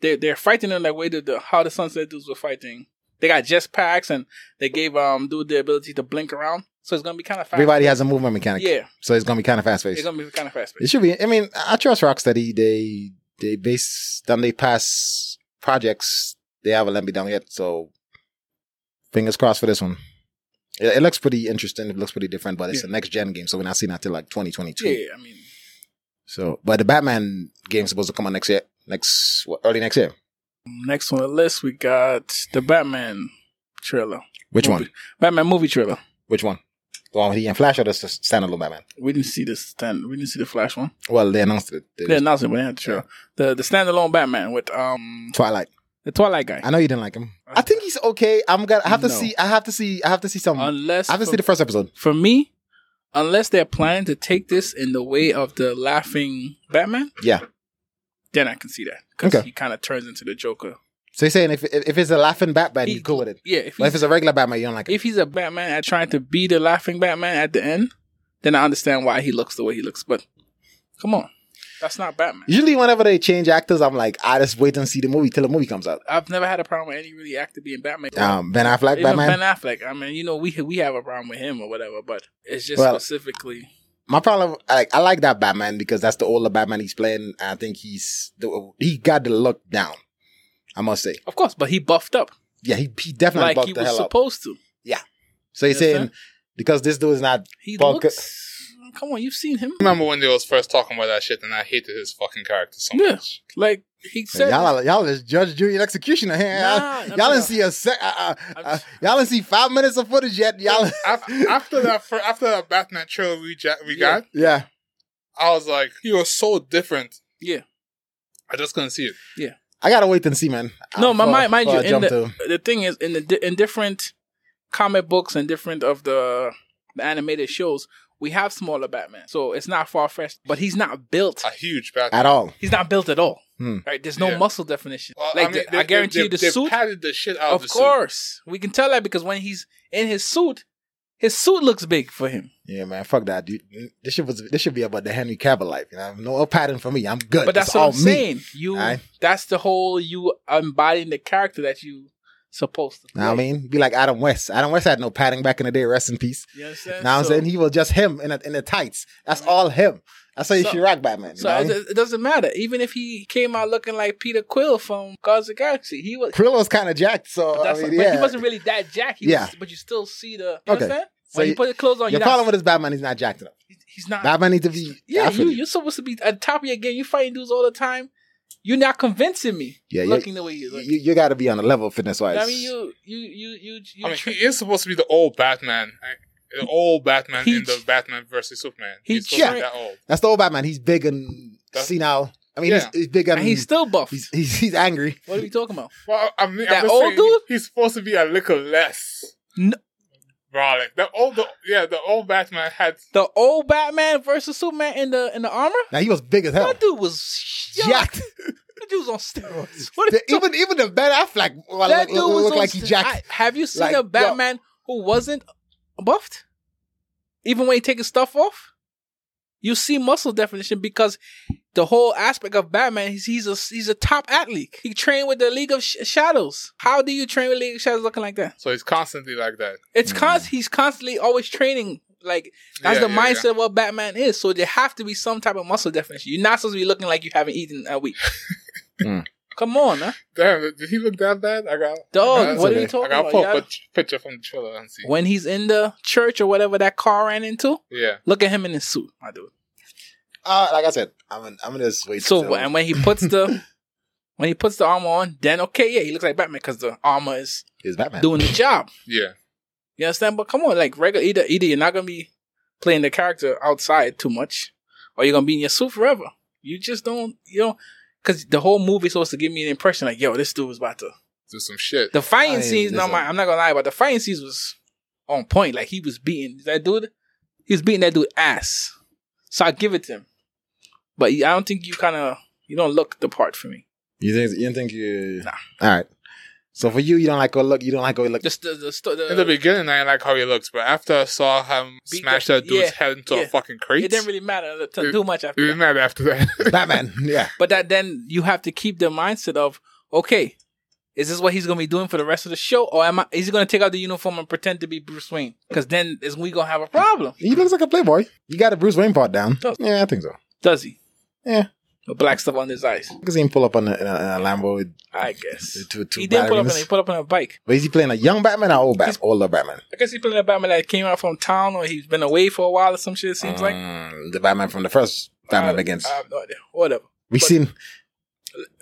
[SPEAKER 4] they they're fighting in like way that the how the Sunset dudes were fighting. They got just packs and they gave um dude the ability to blink around, so it's gonna be kind of fast.
[SPEAKER 2] Everybody has a movement mechanic.
[SPEAKER 4] yeah,
[SPEAKER 2] So it's gonna be kind of fast
[SPEAKER 4] it's
[SPEAKER 2] paced.
[SPEAKER 4] gonna be kind of fast.
[SPEAKER 2] It should be. I mean, I trust Rocksteady. They they base on they pass projects. They haven't let me down yet. So fingers crossed for this one. It, it looks pretty interesting. It looks pretty different, but it's a next gen game, so we're not seeing that till like 2022.
[SPEAKER 4] Yeah, I mean,
[SPEAKER 2] So, but the Batman game's supposed to come out next year. Next what, early next year.
[SPEAKER 4] next on the list we got the Batman trailer,
[SPEAKER 2] Which one?
[SPEAKER 4] Movie. Batman movie trailer.
[SPEAKER 2] Which one? The one with he and Flash or the s- standalone Batman?
[SPEAKER 4] We didn't see this stand. We didn't see the Flash one.
[SPEAKER 2] Well, they announced it. They-
[SPEAKER 4] They announced it, but they had the trailer. The the standalone Batman with um
[SPEAKER 2] Twilight.
[SPEAKER 4] the Twilight guy.
[SPEAKER 2] I know you didn't like him. I think he's okay. I'm gonna I have to
[SPEAKER 4] No.
[SPEAKER 2] see. I have to see. I have to see some. I
[SPEAKER 4] Unless
[SPEAKER 2] have to see the first episode.
[SPEAKER 4] for me, unless they're planning to take this in the way of the laughing Batman,
[SPEAKER 2] Yeah.
[SPEAKER 4] then I can see that because
[SPEAKER 2] Okay.
[SPEAKER 4] he kind of turns into the Joker.
[SPEAKER 2] So you're saying if if, if it's a laughing Batman,
[SPEAKER 4] He-
[SPEAKER 2] you're cool with it.
[SPEAKER 4] Yeah, if
[SPEAKER 2] But if it's
[SPEAKER 4] he's,
[SPEAKER 2] a regular Batman, you don't like it.
[SPEAKER 4] if he's a Batman and trying to be the laughing Batman at the end, then I understand why he looks the way he looks. But come on, that's not Batman.
[SPEAKER 2] Usually, whenever they change actors, I'm like, I just wait and see the movie till the movie comes out.
[SPEAKER 4] I've never had a problem with any really actor being Batman.
[SPEAKER 2] Um, Ben Affleck
[SPEAKER 4] Even
[SPEAKER 2] Batman.
[SPEAKER 4] Ben Affleck. I mean, you know, we we have a problem with him or whatever, but it's just
[SPEAKER 2] Well-
[SPEAKER 4] specifically
[SPEAKER 2] my problem, like I like that Batman because that's the older Batman he's playing. I think he's the, he got the look down. I must say,
[SPEAKER 4] Of course, but he buffed up
[SPEAKER 2] yeah, he, he definitely
[SPEAKER 4] like
[SPEAKER 2] buffed
[SPEAKER 4] he
[SPEAKER 2] the
[SPEAKER 4] was
[SPEAKER 2] hell up.
[SPEAKER 4] supposed to.
[SPEAKER 2] So he's
[SPEAKER 4] Yes,
[SPEAKER 2] saying because this dude is not
[SPEAKER 4] He
[SPEAKER 2] Paul
[SPEAKER 4] looks. Come on, you've seen him.
[SPEAKER 3] remember when they was first talking about that shit, and I hated his fucking character so
[SPEAKER 4] Yeah.
[SPEAKER 3] much.
[SPEAKER 4] Like he said,
[SPEAKER 2] y'all. are- Y'all is judge, jury, and executioner here. Y'all-
[SPEAKER 4] Nah, no,
[SPEAKER 2] y'all
[SPEAKER 4] no, no.
[SPEAKER 2] didn't see a sec. Uh, uh,
[SPEAKER 4] I'm
[SPEAKER 2] uh,
[SPEAKER 4] just-
[SPEAKER 2] y'all didn't see five minutes of footage yet. Y'all,
[SPEAKER 3] Af- after that, fir- after that Batman trailer we ja- we
[SPEAKER 4] Yeah.
[SPEAKER 3] got,
[SPEAKER 2] yeah.
[SPEAKER 3] I was like, "You are so different."
[SPEAKER 4] Yeah.
[SPEAKER 3] I just couldn't see it.
[SPEAKER 2] I gotta wait and see, man.
[SPEAKER 4] No,
[SPEAKER 2] Uh,
[SPEAKER 4] my-
[SPEAKER 2] before-
[SPEAKER 4] mind- mind
[SPEAKER 2] before
[SPEAKER 4] you,
[SPEAKER 2] I
[SPEAKER 4] in
[SPEAKER 2] jump to-
[SPEAKER 4] the thing is in the di- in different comic books and different of the, the animated shows, we have smaller Batman, so it's not far fetched. But he's not built.
[SPEAKER 3] A huge Batman.
[SPEAKER 2] at all.
[SPEAKER 4] He's not built at all.
[SPEAKER 2] Hmm.
[SPEAKER 4] Right? There's no
[SPEAKER 3] Yeah.
[SPEAKER 4] muscle definition.
[SPEAKER 3] Well,
[SPEAKER 4] like
[SPEAKER 3] mean,
[SPEAKER 4] the-
[SPEAKER 3] they-
[SPEAKER 4] I guarantee
[SPEAKER 3] they-
[SPEAKER 4] you, the
[SPEAKER 3] they
[SPEAKER 4] suit.
[SPEAKER 3] padded the shit out of, the
[SPEAKER 4] Of course, we can tell that because when he's in his suit, his suit looks big for him.
[SPEAKER 2] Yeah, man, fuck that. Dude. This should was this should be about the Henry Cavill life. You know, no pattern for me. I'm good.
[SPEAKER 4] But that's
[SPEAKER 2] It's
[SPEAKER 4] what
[SPEAKER 2] all
[SPEAKER 4] I'm
[SPEAKER 2] me.
[SPEAKER 4] saying. You.
[SPEAKER 2] Aye.
[SPEAKER 4] That's the whole you embodying the character that you supposed to.
[SPEAKER 2] Know what I
[SPEAKER 4] play.
[SPEAKER 2] mean, be like Adam West. Adam West had no padding back in the day. Rest in peace.
[SPEAKER 4] You understand?
[SPEAKER 2] Now I'm
[SPEAKER 4] So-
[SPEAKER 2] saying he was just him in a, in the tights. That's all him. That's how you
[SPEAKER 4] So-
[SPEAKER 2] should rock Batman. You
[SPEAKER 4] So
[SPEAKER 2] know?
[SPEAKER 4] it, it doesn't matter. Even if he came out looking like Peter Quill from Guardians of the Galaxy, he was.
[SPEAKER 2] Krill was kind of jacked, so I
[SPEAKER 4] That's
[SPEAKER 2] mean,
[SPEAKER 4] but
[SPEAKER 2] yeah.
[SPEAKER 4] he wasn't really that jack. He
[SPEAKER 2] Yeah.
[SPEAKER 4] was, but you still see the.
[SPEAKER 2] Okay.
[SPEAKER 4] You Understand?
[SPEAKER 2] So
[SPEAKER 4] when you
[SPEAKER 2] you-
[SPEAKER 4] put the clothes on,
[SPEAKER 2] Your
[SPEAKER 4] you're
[SPEAKER 2] problem
[SPEAKER 4] not,
[SPEAKER 2] with this Batman, he's not jacked enough.
[SPEAKER 4] he's not.
[SPEAKER 2] Batman needs to be
[SPEAKER 4] yeah, you,
[SPEAKER 2] athlete.
[SPEAKER 4] you're supposed to be at top of your game. You fighting dudes all the time. You're not convincing me.
[SPEAKER 2] yeah, you,
[SPEAKER 4] looking the way
[SPEAKER 2] you,
[SPEAKER 4] you look.
[SPEAKER 2] you got to be on a level fitness wise.
[SPEAKER 4] I mean, you, you, you, you. you
[SPEAKER 3] suit. I mean,
[SPEAKER 4] tr-
[SPEAKER 3] he is supposed to be the old Batman, I- the old Batman
[SPEAKER 4] He-
[SPEAKER 3] in the Batman versus Superman.
[SPEAKER 4] he
[SPEAKER 3] He's supposed to be
[SPEAKER 4] tried-
[SPEAKER 3] that old.
[SPEAKER 2] That's the old Batman. He's big and
[SPEAKER 3] That's-
[SPEAKER 2] senile. I mean,
[SPEAKER 3] Yeah.
[SPEAKER 2] he's, he's big and,
[SPEAKER 4] and he's still buff.
[SPEAKER 2] he's, he's he's angry.
[SPEAKER 4] what are we talking about?
[SPEAKER 3] Well, I mean,
[SPEAKER 4] That
[SPEAKER 3] I'm just
[SPEAKER 4] old
[SPEAKER 3] saying,
[SPEAKER 4] dude?
[SPEAKER 3] He's supposed to be a little less.
[SPEAKER 4] No.
[SPEAKER 3] Brolic. The old, the, yeah, the old Batman had
[SPEAKER 4] The old Batman versus Superman in the in the armor.
[SPEAKER 2] Now he was big as hell.
[SPEAKER 4] That dude was yo,
[SPEAKER 2] jacked.
[SPEAKER 4] That dude was on steroids. What are
[SPEAKER 2] The-
[SPEAKER 4] you talking
[SPEAKER 2] even even the Ben Affleck well, look,
[SPEAKER 4] that dude
[SPEAKER 2] look-
[SPEAKER 4] was
[SPEAKER 2] look
[SPEAKER 4] on
[SPEAKER 2] like he
[SPEAKER 4] st-
[SPEAKER 2] jacked.
[SPEAKER 4] I- have you seen
[SPEAKER 2] Like,
[SPEAKER 4] a Batman who wasn't buffed? Even when he taking stuff off, you see muscle definition because the whole aspect of Batman, he's, he's a he's a top athlete. He trained with the League of Sh- Shadows. How do you train with League of Shadows looking like that?
[SPEAKER 3] so he's constantly like that.
[SPEAKER 4] It's
[SPEAKER 2] Mm.
[SPEAKER 4] const- he's constantly always training. Like that's
[SPEAKER 3] Yeah,
[SPEAKER 4] the
[SPEAKER 3] yeah, yeah.
[SPEAKER 4] mindset of what Batman is. So there have to be some type of muscle definition. You're not supposed to be looking like you haven't eaten a week.
[SPEAKER 2] Mm.
[SPEAKER 4] Come on, huh?
[SPEAKER 3] Damn, did he look that bad? I got
[SPEAKER 4] dog.
[SPEAKER 3] That's
[SPEAKER 4] Oh, what are
[SPEAKER 2] okay.
[SPEAKER 3] I
[SPEAKER 4] you talking
[SPEAKER 3] got
[SPEAKER 4] about?
[SPEAKER 3] to pull
[SPEAKER 4] You gotta-
[SPEAKER 3] up a ch- picture from the trailer and see.
[SPEAKER 4] when he's in the church or whatever that car ran into,
[SPEAKER 3] Yeah,
[SPEAKER 4] look at him in his suit. I do
[SPEAKER 2] Uh, like I said, I'm an, I'm gonna just wait.
[SPEAKER 4] it. So
[SPEAKER 2] till-
[SPEAKER 4] and when he puts the when he puts the armor on, then okay, yeah, he looks like Batman because the armor is
[SPEAKER 2] he's Batman.
[SPEAKER 4] doing the job.
[SPEAKER 3] yeah.
[SPEAKER 4] You understand? But come on, like regular either either you're not gonna be playing the character outside too much, or you're gonna be in your suit forever. You just don't, you know, because the whole movie's supposed to give me an impression like, yo, this dude was about to.
[SPEAKER 3] Do some shit.
[SPEAKER 4] The fighting
[SPEAKER 2] I mean,
[SPEAKER 4] scenes, no,
[SPEAKER 2] listen.
[SPEAKER 4] my, I'm not gonna lie, but the fighting scenes was on point. Like he was beating that dude. He was beating that dude ass. So I give it to him. But I don't think you kind of you don't look the part for me.
[SPEAKER 2] you think you don't think you?
[SPEAKER 4] Nah.
[SPEAKER 2] All right. So for you, you don't like what look. You don't like what look.
[SPEAKER 4] Just the the, sto- the,
[SPEAKER 3] In the beginning, I didn't like how he looks, but after I saw him
[SPEAKER 4] Beat
[SPEAKER 3] smash
[SPEAKER 4] the-
[SPEAKER 3] that dude's
[SPEAKER 4] yeah,
[SPEAKER 3] head into
[SPEAKER 4] yeah.
[SPEAKER 3] a fucking crate,
[SPEAKER 4] it didn't really matter to
[SPEAKER 3] It-
[SPEAKER 4] too much
[SPEAKER 3] it
[SPEAKER 4] after.
[SPEAKER 3] didn't
[SPEAKER 4] That.
[SPEAKER 3] matter after that.
[SPEAKER 2] It's Batman. Yeah.
[SPEAKER 4] But that then you have to keep the mindset of okay, is this what he's gonna be doing for the rest of the show, or am I? Is he gonna take out the uniform and pretend to be Bruce Wayne? Because then is we gonna have a problem?
[SPEAKER 2] He looks like a playboy. You got a Bruce Wayne part down.
[SPEAKER 4] Does-
[SPEAKER 2] Yeah, I think so.
[SPEAKER 4] Does he?
[SPEAKER 2] Yeah.
[SPEAKER 4] The black stuff on his eyes.
[SPEAKER 2] Because he didn't pull up on a, in a, in a Lambo with
[SPEAKER 4] I guess.
[SPEAKER 2] two two
[SPEAKER 4] he didn't pull up on he
[SPEAKER 2] batteries.
[SPEAKER 4] put up on a bike.
[SPEAKER 2] But is he playing a young Batman or old Batman?
[SPEAKER 4] He's-
[SPEAKER 2] Older Batman.
[SPEAKER 4] I guess he playing a Batman that came out from town or he's been away for a while or some shit. It seems like
[SPEAKER 2] Mm, the Batman from the first Batman
[SPEAKER 4] I-
[SPEAKER 2] Begins.
[SPEAKER 4] I have no idea. Whatever.
[SPEAKER 2] we
[SPEAKER 4] but-
[SPEAKER 2] seen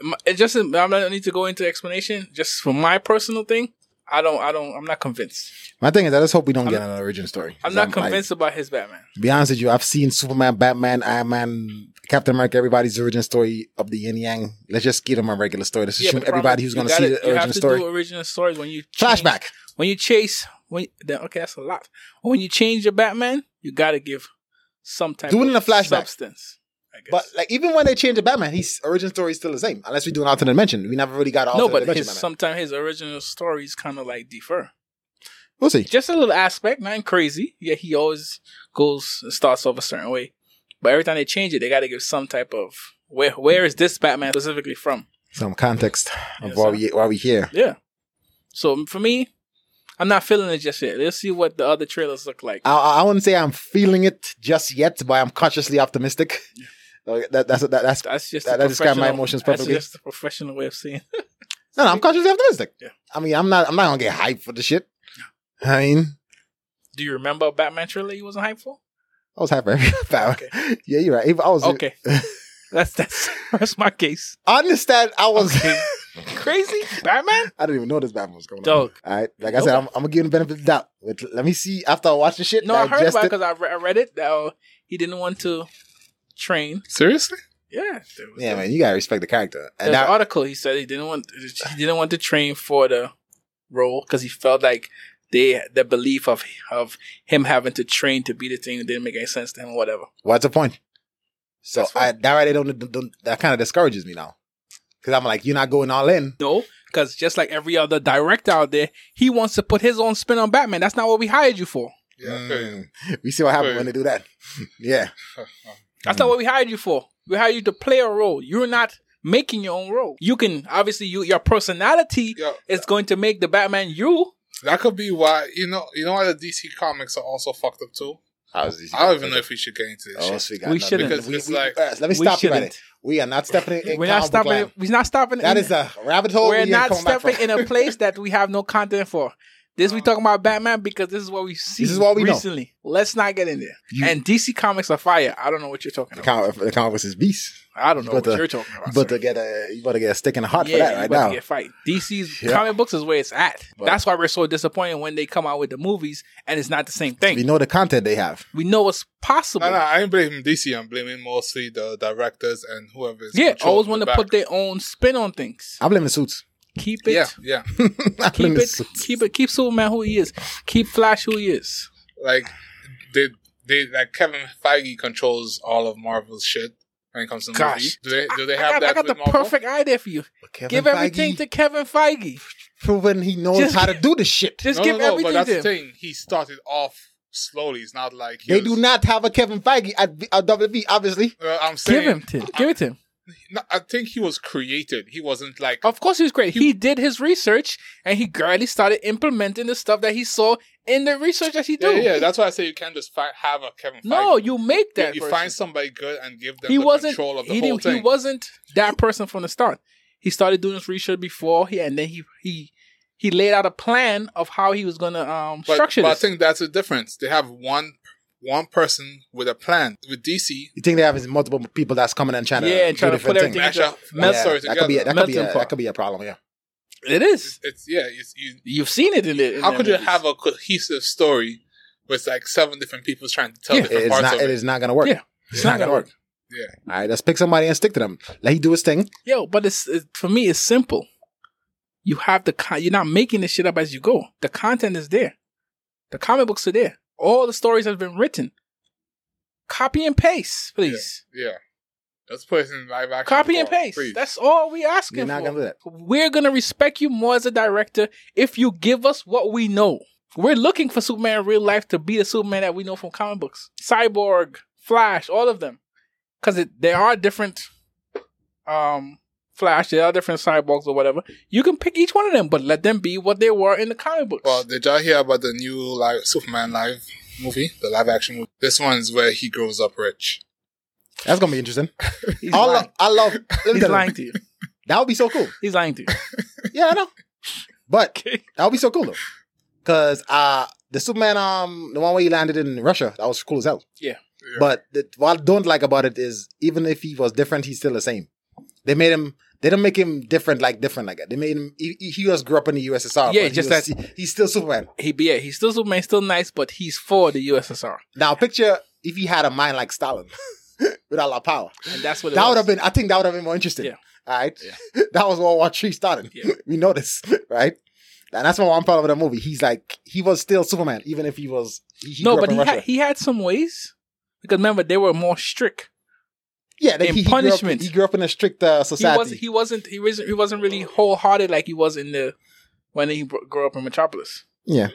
[SPEAKER 4] M- It just I don't need to go into explanation. Just for my personal thing, I don't. I don't. I'm not convinced.
[SPEAKER 2] my thing is I just hope we don't
[SPEAKER 4] I'm-
[SPEAKER 2] get an origin story.
[SPEAKER 4] I'm
[SPEAKER 2] 'Cause
[SPEAKER 4] not
[SPEAKER 2] like-
[SPEAKER 4] convinced about his Batman.
[SPEAKER 2] to be honest with you, I've seen Superman, Batman, Iron Man, Captain America, everybody's origin story of the yin yang. Let's just give them a regular story. Let's
[SPEAKER 4] Yeah,
[SPEAKER 2] assume
[SPEAKER 4] but the problem
[SPEAKER 2] everybody
[SPEAKER 4] is
[SPEAKER 2] who's
[SPEAKER 4] you
[SPEAKER 2] going to see
[SPEAKER 4] gotta-
[SPEAKER 2] the origin story.
[SPEAKER 4] You have to do original stories when you change-
[SPEAKER 2] Flashback.
[SPEAKER 4] When you chase, when then, okay, that's a lot. When you change your Batman, you got to give some type
[SPEAKER 2] Do it
[SPEAKER 4] of
[SPEAKER 2] in a flashback.
[SPEAKER 4] substance. I guess.
[SPEAKER 2] But like even when they change the Batman, his origin story is still the same. Unless we do an alternate dimension, we never really got an
[SPEAKER 4] no,
[SPEAKER 2] alternate
[SPEAKER 4] but
[SPEAKER 2] dimension.
[SPEAKER 4] his,
[SPEAKER 2] Batman.
[SPEAKER 4] sometimes his original stories kind of like defer.
[SPEAKER 2] we'll see.
[SPEAKER 4] just a little aspect, nothing crazy. Yeah, he always goes starts off a certain way, but every time they change it, they got to give some type of where where is this Batman specifically from?
[SPEAKER 2] Some context of
[SPEAKER 4] Yes,
[SPEAKER 2] why
[SPEAKER 4] sir.
[SPEAKER 2] we why we here.
[SPEAKER 4] Yeah. So for me, I'm not feeling it just yet. Let's see what the other trailers look like.
[SPEAKER 2] I, I wouldn't say I'm feeling it just yet, but I'm cautiously optimistic. Like, that, that's that, that's
[SPEAKER 4] That's just
[SPEAKER 2] That-
[SPEAKER 4] the
[SPEAKER 2] that described my
[SPEAKER 4] professional-
[SPEAKER 2] emotions perfectly.
[SPEAKER 4] That's just the professional way of seeing. it.
[SPEAKER 2] no, no. I'm cautiously optimistic.
[SPEAKER 4] Yeah.
[SPEAKER 2] I mean, I'm not I'm not gonna get hyped for the shit. I mean,
[SPEAKER 4] Do you remember a Batman trailer you wasn't hyped for?
[SPEAKER 2] I was hyped for every power.
[SPEAKER 4] Okay.
[SPEAKER 2] Yeah, you're right. If I was
[SPEAKER 4] Okay, that's that's that's my case.
[SPEAKER 2] I understand. I was.
[SPEAKER 4] Okay. Crazy Batman.
[SPEAKER 2] I didn't even know this Batman was going
[SPEAKER 4] Dog.
[SPEAKER 2] on. All right, like I said, I'm, I'm gonna give him the benefit of the doubt. But let me see after I watch the shit.
[SPEAKER 4] No, I heard
[SPEAKER 2] digest
[SPEAKER 4] about it
[SPEAKER 2] it.
[SPEAKER 4] because I, re- I read it. That uh, he didn't want to train.
[SPEAKER 3] Seriously?
[SPEAKER 4] Yeah, there was
[SPEAKER 2] Yeah,
[SPEAKER 4] that-
[SPEAKER 2] man, you gotta respect the character. And
[SPEAKER 4] There's
[SPEAKER 2] that,
[SPEAKER 4] an article. He said he didn't want he didn't want to train for the role because he felt like they the belief of of him having to train to be the thing didn't make any sense to him or whatever.
[SPEAKER 2] what's the point? So
[SPEAKER 4] That's fine.
[SPEAKER 2] I, that right, they don't, don't, don't- that kind of discourages me now, because I'm like, you're not going all in.
[SPEAKER 4] No, because just like every other director out there, he wants to put his own spin on Batman. That's not what we hired you for.
[SPEAKER 3] Yeah.
[SPEAKER 2] Mm. We see what happens
[SPEAKER 3] Right.
[SPEAKER 2] when they do that. yeah,
[SPEAKER 4] That's
[SPEAKER 2] Mm.
[SPEAKER 4] not what we hired you for. We hired you to play a role. You're not making your own role. You can obviously you your personality
[SPEAKER 3] Yeah.
[SPEAKER 4] is going to make the Batman you.
[SPEAKER 3] That could be why you know you know why the DC comics are also fucked up too.
[SPEAKER 2] How's this-
[SPEAKER 3] I don't even know if we should get into this.
[SPEAKER 2] Oh,
[SPEAKER 3] shit.
[SPEAKER 2] sweet God,
[SPEAKER 4] We
[SPEAKER 2] no,
[SPEAKER 4] shouldn't.
[SPEAKER 2] because
[SPEAKER 3] We-
[SPEAKER 2] it's
[SPEAKER 3] we-
[SPEAKER 2] like- all right, let me
[SPEAKER 4] we
[SPEAKER 2] stop you about
[SPEAKER 4] shouldn't.
[SPEAKER 2] it. We are not stepping in.
[SPEAKER 4] We're not stopping. We're not stopping.
[SPEAKER 2] That
[SPEAKER 4] in-
[SPEAKER 2] is a rabbit hole. we
[SPEAKER 4] we're
[SPEAKER 2] ain't
[SPEAKER 4] not
[SPEAKER 2] coming back
[SPEAKER 4] stepping
[SPEAKER 2] from.
[SPEAKER 4] in a place that we have no content for. This we talking about Batman because this is what we see.
[SPEAKER 2] This is what we know.
[SPEAKER 4] recently. Let's not get in there.
[SPEAKER 2] You-
[SPEAKER 4] and DC Comics are fire. I don't know what you're talking
[SPEAKER 2] The
[SPEAKER 4] about.
[SPEAKER 2] comic, the comic was his beast.
[SPEAKER 4] I don't know
[SPEAKER 2] you
[SPEAKER 4] what
[SPEAKER 2] better-
[SPEAKER 4] you're talking about.
[SPEAKER 2] You better
[SPEAKER 4] sir.
[SPEAKER 2] get a, you better get a stick in the heart
[SPEAKER 4] yeah,
[SPEAKER 2] for that
[SPEAKER 4] you
[SPEAKER 2] right
[SPEAKER 4] about
[SPEAKER 2] now.
[SPEAKER 4] to get fight. DC's
[SPEAKER 2] Yeah.
[SPEAKER 4] comic books is where it's at.
[SPEAKER 2] But-
[SPEAKER 4] That's why we're so disappointed when they come out with the movies and it's not the same thing.
[SPEAKER 2] We know the content they have.
[SPEAKER 4] We know it's possible.
[SPEAKER 3] No, no, I ain't blaming DC. I'm blaming mostly the directors and whoever. Is
[SPEAKER 4] Yeah, always want
[SPEAKER 3] want
[SPEAKER 4] to put their own spin on things.
[SPEAKER 2] I blame the suits.
[SPEAKER 4] Keep it,
[SPEAKER 3] Yeah, yeah.
[SPEAKER 2] I blame
[SPEAKER 4] keep
[SPEAKER 2] the
[SPEAKER 4] it,
[SPEAKER 2] suits.
[SPEAKER 4] keep it, keep Superman who he is, keep Flash who he is.
[SPEAKER 3] Like they, they like Kevin Feige controls all of Marvel's shit when it comes to
[SPEAKER 4] Gosh.
[SPEAKER 3] movies. Do they? Do they
[SPEAKER 4] I
[SPEAKER 3] have
[SPEAKER 4] got,
[SPEAKER 3] that?
[SPEAKER 4] I got the
[SPEAKER 3] with Marvel?
[SPEAKER 4] perfect idea for you.
[SPEAKER 2] Kevin
[SPEAKER 4] give everything
[SPEAKER 2] Feige
[SPEAKER 4] to Kevin Feige.
[SPEAKER 2] proven he knows
[SPEAKER 4] Just-
[SPEAKER 2] how to do the shit.
[SPEAKER 4] Just
[SPEAKER 3] No,
[SPEAKER 4] give
[SPEAKER 3] no, no. But
[SPEAKER 4] everything
[SPEAKER 3] that's
[SPEAKER 4] to
[SPEAKER 3] the
[SPEAKER 4] him.
[SPEAKER 3] thing. He started off slowly. It's not like he
[SPEAKER 2] They
[SPEAKER 3] was-
[SPEAKER 2] do not have a Kevin Feige at, at WB, obviously.
[SPEAKER 3] Well, I'm saying.
[SPEAKER 4] Give him to give it to him.
[SPEAKER 3] No, I think he was created. He wasn't like.
[SPEAKER 4] Of course, he was great. He did his research and he gradually started implementing the stuff that he saw in the research that he
[SPEAKER 3] yeah,
[SPEAKER 4] did.
[SPEAKER 3] yeah. That's why I say you can't just fi- have a Kevin. Feige.
[SPEAKER 4] no, you make
[SPEAKER 3] You-
[SPEAKER 4] that.
[SPEAKER 3] you
[SPEAKER 4] person.
[SPEAKER 3] find somebody good and give them
[SPEAKER 4] he
[SPEAKER 3] the
[SPEAKER 4] wasn't.
[SPEAKER 3] control of the
[SPEAKER 4] he,
[SPEAKER 3] whole
[SPEAKER 4] didn't, he
[SPEAKER 3] thing.
[SPEAKER 4] wasn't that person from the start. He started doing his research before he, and then he he he laid out a plan of how he was gonna um
[SPEAKER 3] but,
[SPEAKER 4] structure
[SPEAKER 3] but I
[SPEAKER 4] this.
[SPEAKER 3] think that's the difference. They have one one person with a plan. With DC,
[SPEAKER 2] You think they have multiple people that's coming and trying
[SPEAKER 4] Yeah,
[SPEAKER 2] to
[SPEAKER 4] and trying
[SPEAKER 2] do
[SPEAKER 4] to
[SPEAKER 2] different
[SPEAKER 4] put
[SPEAKER 2] things.
[SPEAKER 4] everything-
[SPEAKER 3] actually,
[SPEAKER 4] Melt-
[SPEAKER 2] yeah,
[SPEAKER 3] story
[SPEAKER 2] that could be a, that could be a,
[SPEAKER 4] Melting pot.
[SPEAKER 2] that could be a problem. Yeah,
[SPEAKER 4] it is.
[SPEAKER 3] It's yeah. It's, you,
[SPEAKER 4] You've seen it in it.
[SPEAKER 3] how could you have a cohesive story with like seven different people trying to tell
[SPEAKER 4] Yeah.
[SPEAKER 3] different
[SPEAKER 2] it's
[SPEAKER 3] parts
[SPEAKER 2] not.
[SPEAKER 3] of
[SPEAKER 2] It
[SPEAKER 3] it?
[SPEAKER 2] is not gonna work.
[SPEAKER 4] Yeah.
[SPEAKER 2] It's not gonna work.
[SPEAKER 3] Yeah.
[SPEAKER 2] All right, let's pick somebody and stick to them. Let he do his thing.
[SPEAKER 4] Yo, but it's it, for me, it's simple. You have the con- you're not making this shit up as you go. The content is there. The comic books are there. All the stories have been written. Copy and paste, please.
[SPEAKER 3] Yeah, let's put it in live action.
[SPEAKER 4] Copy and
[SPEAKER 3] form,
[SPEAKER 4] paste.
[SPEAKER 3] please.
[SPEAKER 4] That's all we asking
[SPEAKER 2] You're not
[SPEAKER 4] for.
[SPEAKER 2] gonna do that.
[SPEAKER 4] We're gonna respect you more as a director if you give us what we know. We're looking for Superman in real life to be the Superman that we know from comic books. Cyborg, Flash, all of them. Because there are different um Flash, there are different cyborgs or whatever. You can pick each one of them, but let them be what they were in the comic books.
[SPEAKER 3] Well, did y'all hear about the new live Superman live movie, the live action movie? This one's where he grows up rich.
[SPEAKER 2] That's gonna be interesting.
[SPEAKER 4] He's,
[SPEAKER 2] All
[SPEAKER 4] lying.
[SPEAKER 2] I love. Let me
[SPEAKER 4] He's
[SPEAKER 2] tell you,
[SPEAKER 4] lying to you.
[SPEAKER 2] That would be so cool.
[SPEAKER 4] He's lying to you.
[SPEAKER 2] Yeah, I know. But
[SPEAKER 4] Okay.
[SPEAKER 2] that would be so cool though, because uh, the Superman, um, the one where he landed in Russia, that was cool as hell.
[SPEAKER 4] Yeah.
[SPEAKER 3] Yeah.
[SPEAKER 2] But the, what I don't like about it is even if he was different, he's still the same. They made him. They don't make him different like different like that. They made him. He, he- he just grew up in the USSR. but
[SPEAKER 4] Yeah,
[SPEAKER 2] he
[SPEAKER 4] just
[SPEAKER 2] was- he- he's still Superman.
[SPEAKER 4] He be yeah, he's still Superman, he's still nice, but he's for the USSR.
[SPEAKER 2] Now picture if he had a mind like Stalin, with all that power.
[SPEAKER 4] And that's what it
[SPEAKER 2] That would have
[SPEAKER 4] was.
[SPEAKER 2] been. I think that would have been more interesting.
[SPEAKER 4] Yeah.
[SPEAKER 2] All right. that was World War Three starting.
[SPEAKER 4] Yeah.
[SPEAKER 2] we know this, right? And that's my one problem with the movie. He's like he was still Superman, even if he was. He, he
[SPEAKER 4] no,
[SPEAKER 2] grew up
[SPEAKER 4] but
[SPEAKER 2] in
[SPEAKER 4] he
[SPEAKER 2] Russia.
[SPEAKER 4] had, he had some ways because remember they were more strict.
[SPEAKER 2] yeah, like,
[SPEAKER 4] in
[SPEAKER 2] he, he Grew up,
[SPEAKER 4] punishment.
[SPEAKER 2] he grew up in a strict uh,
[SPEAKER 4] He
[SPEAKER 2] society.
[SPEAKER 4] wasn't. He wasn't. He wasn't. He wasn't really wholehearted like he was in the when he br- grew up in Metropolis.
[SPEAKER 2] yeah,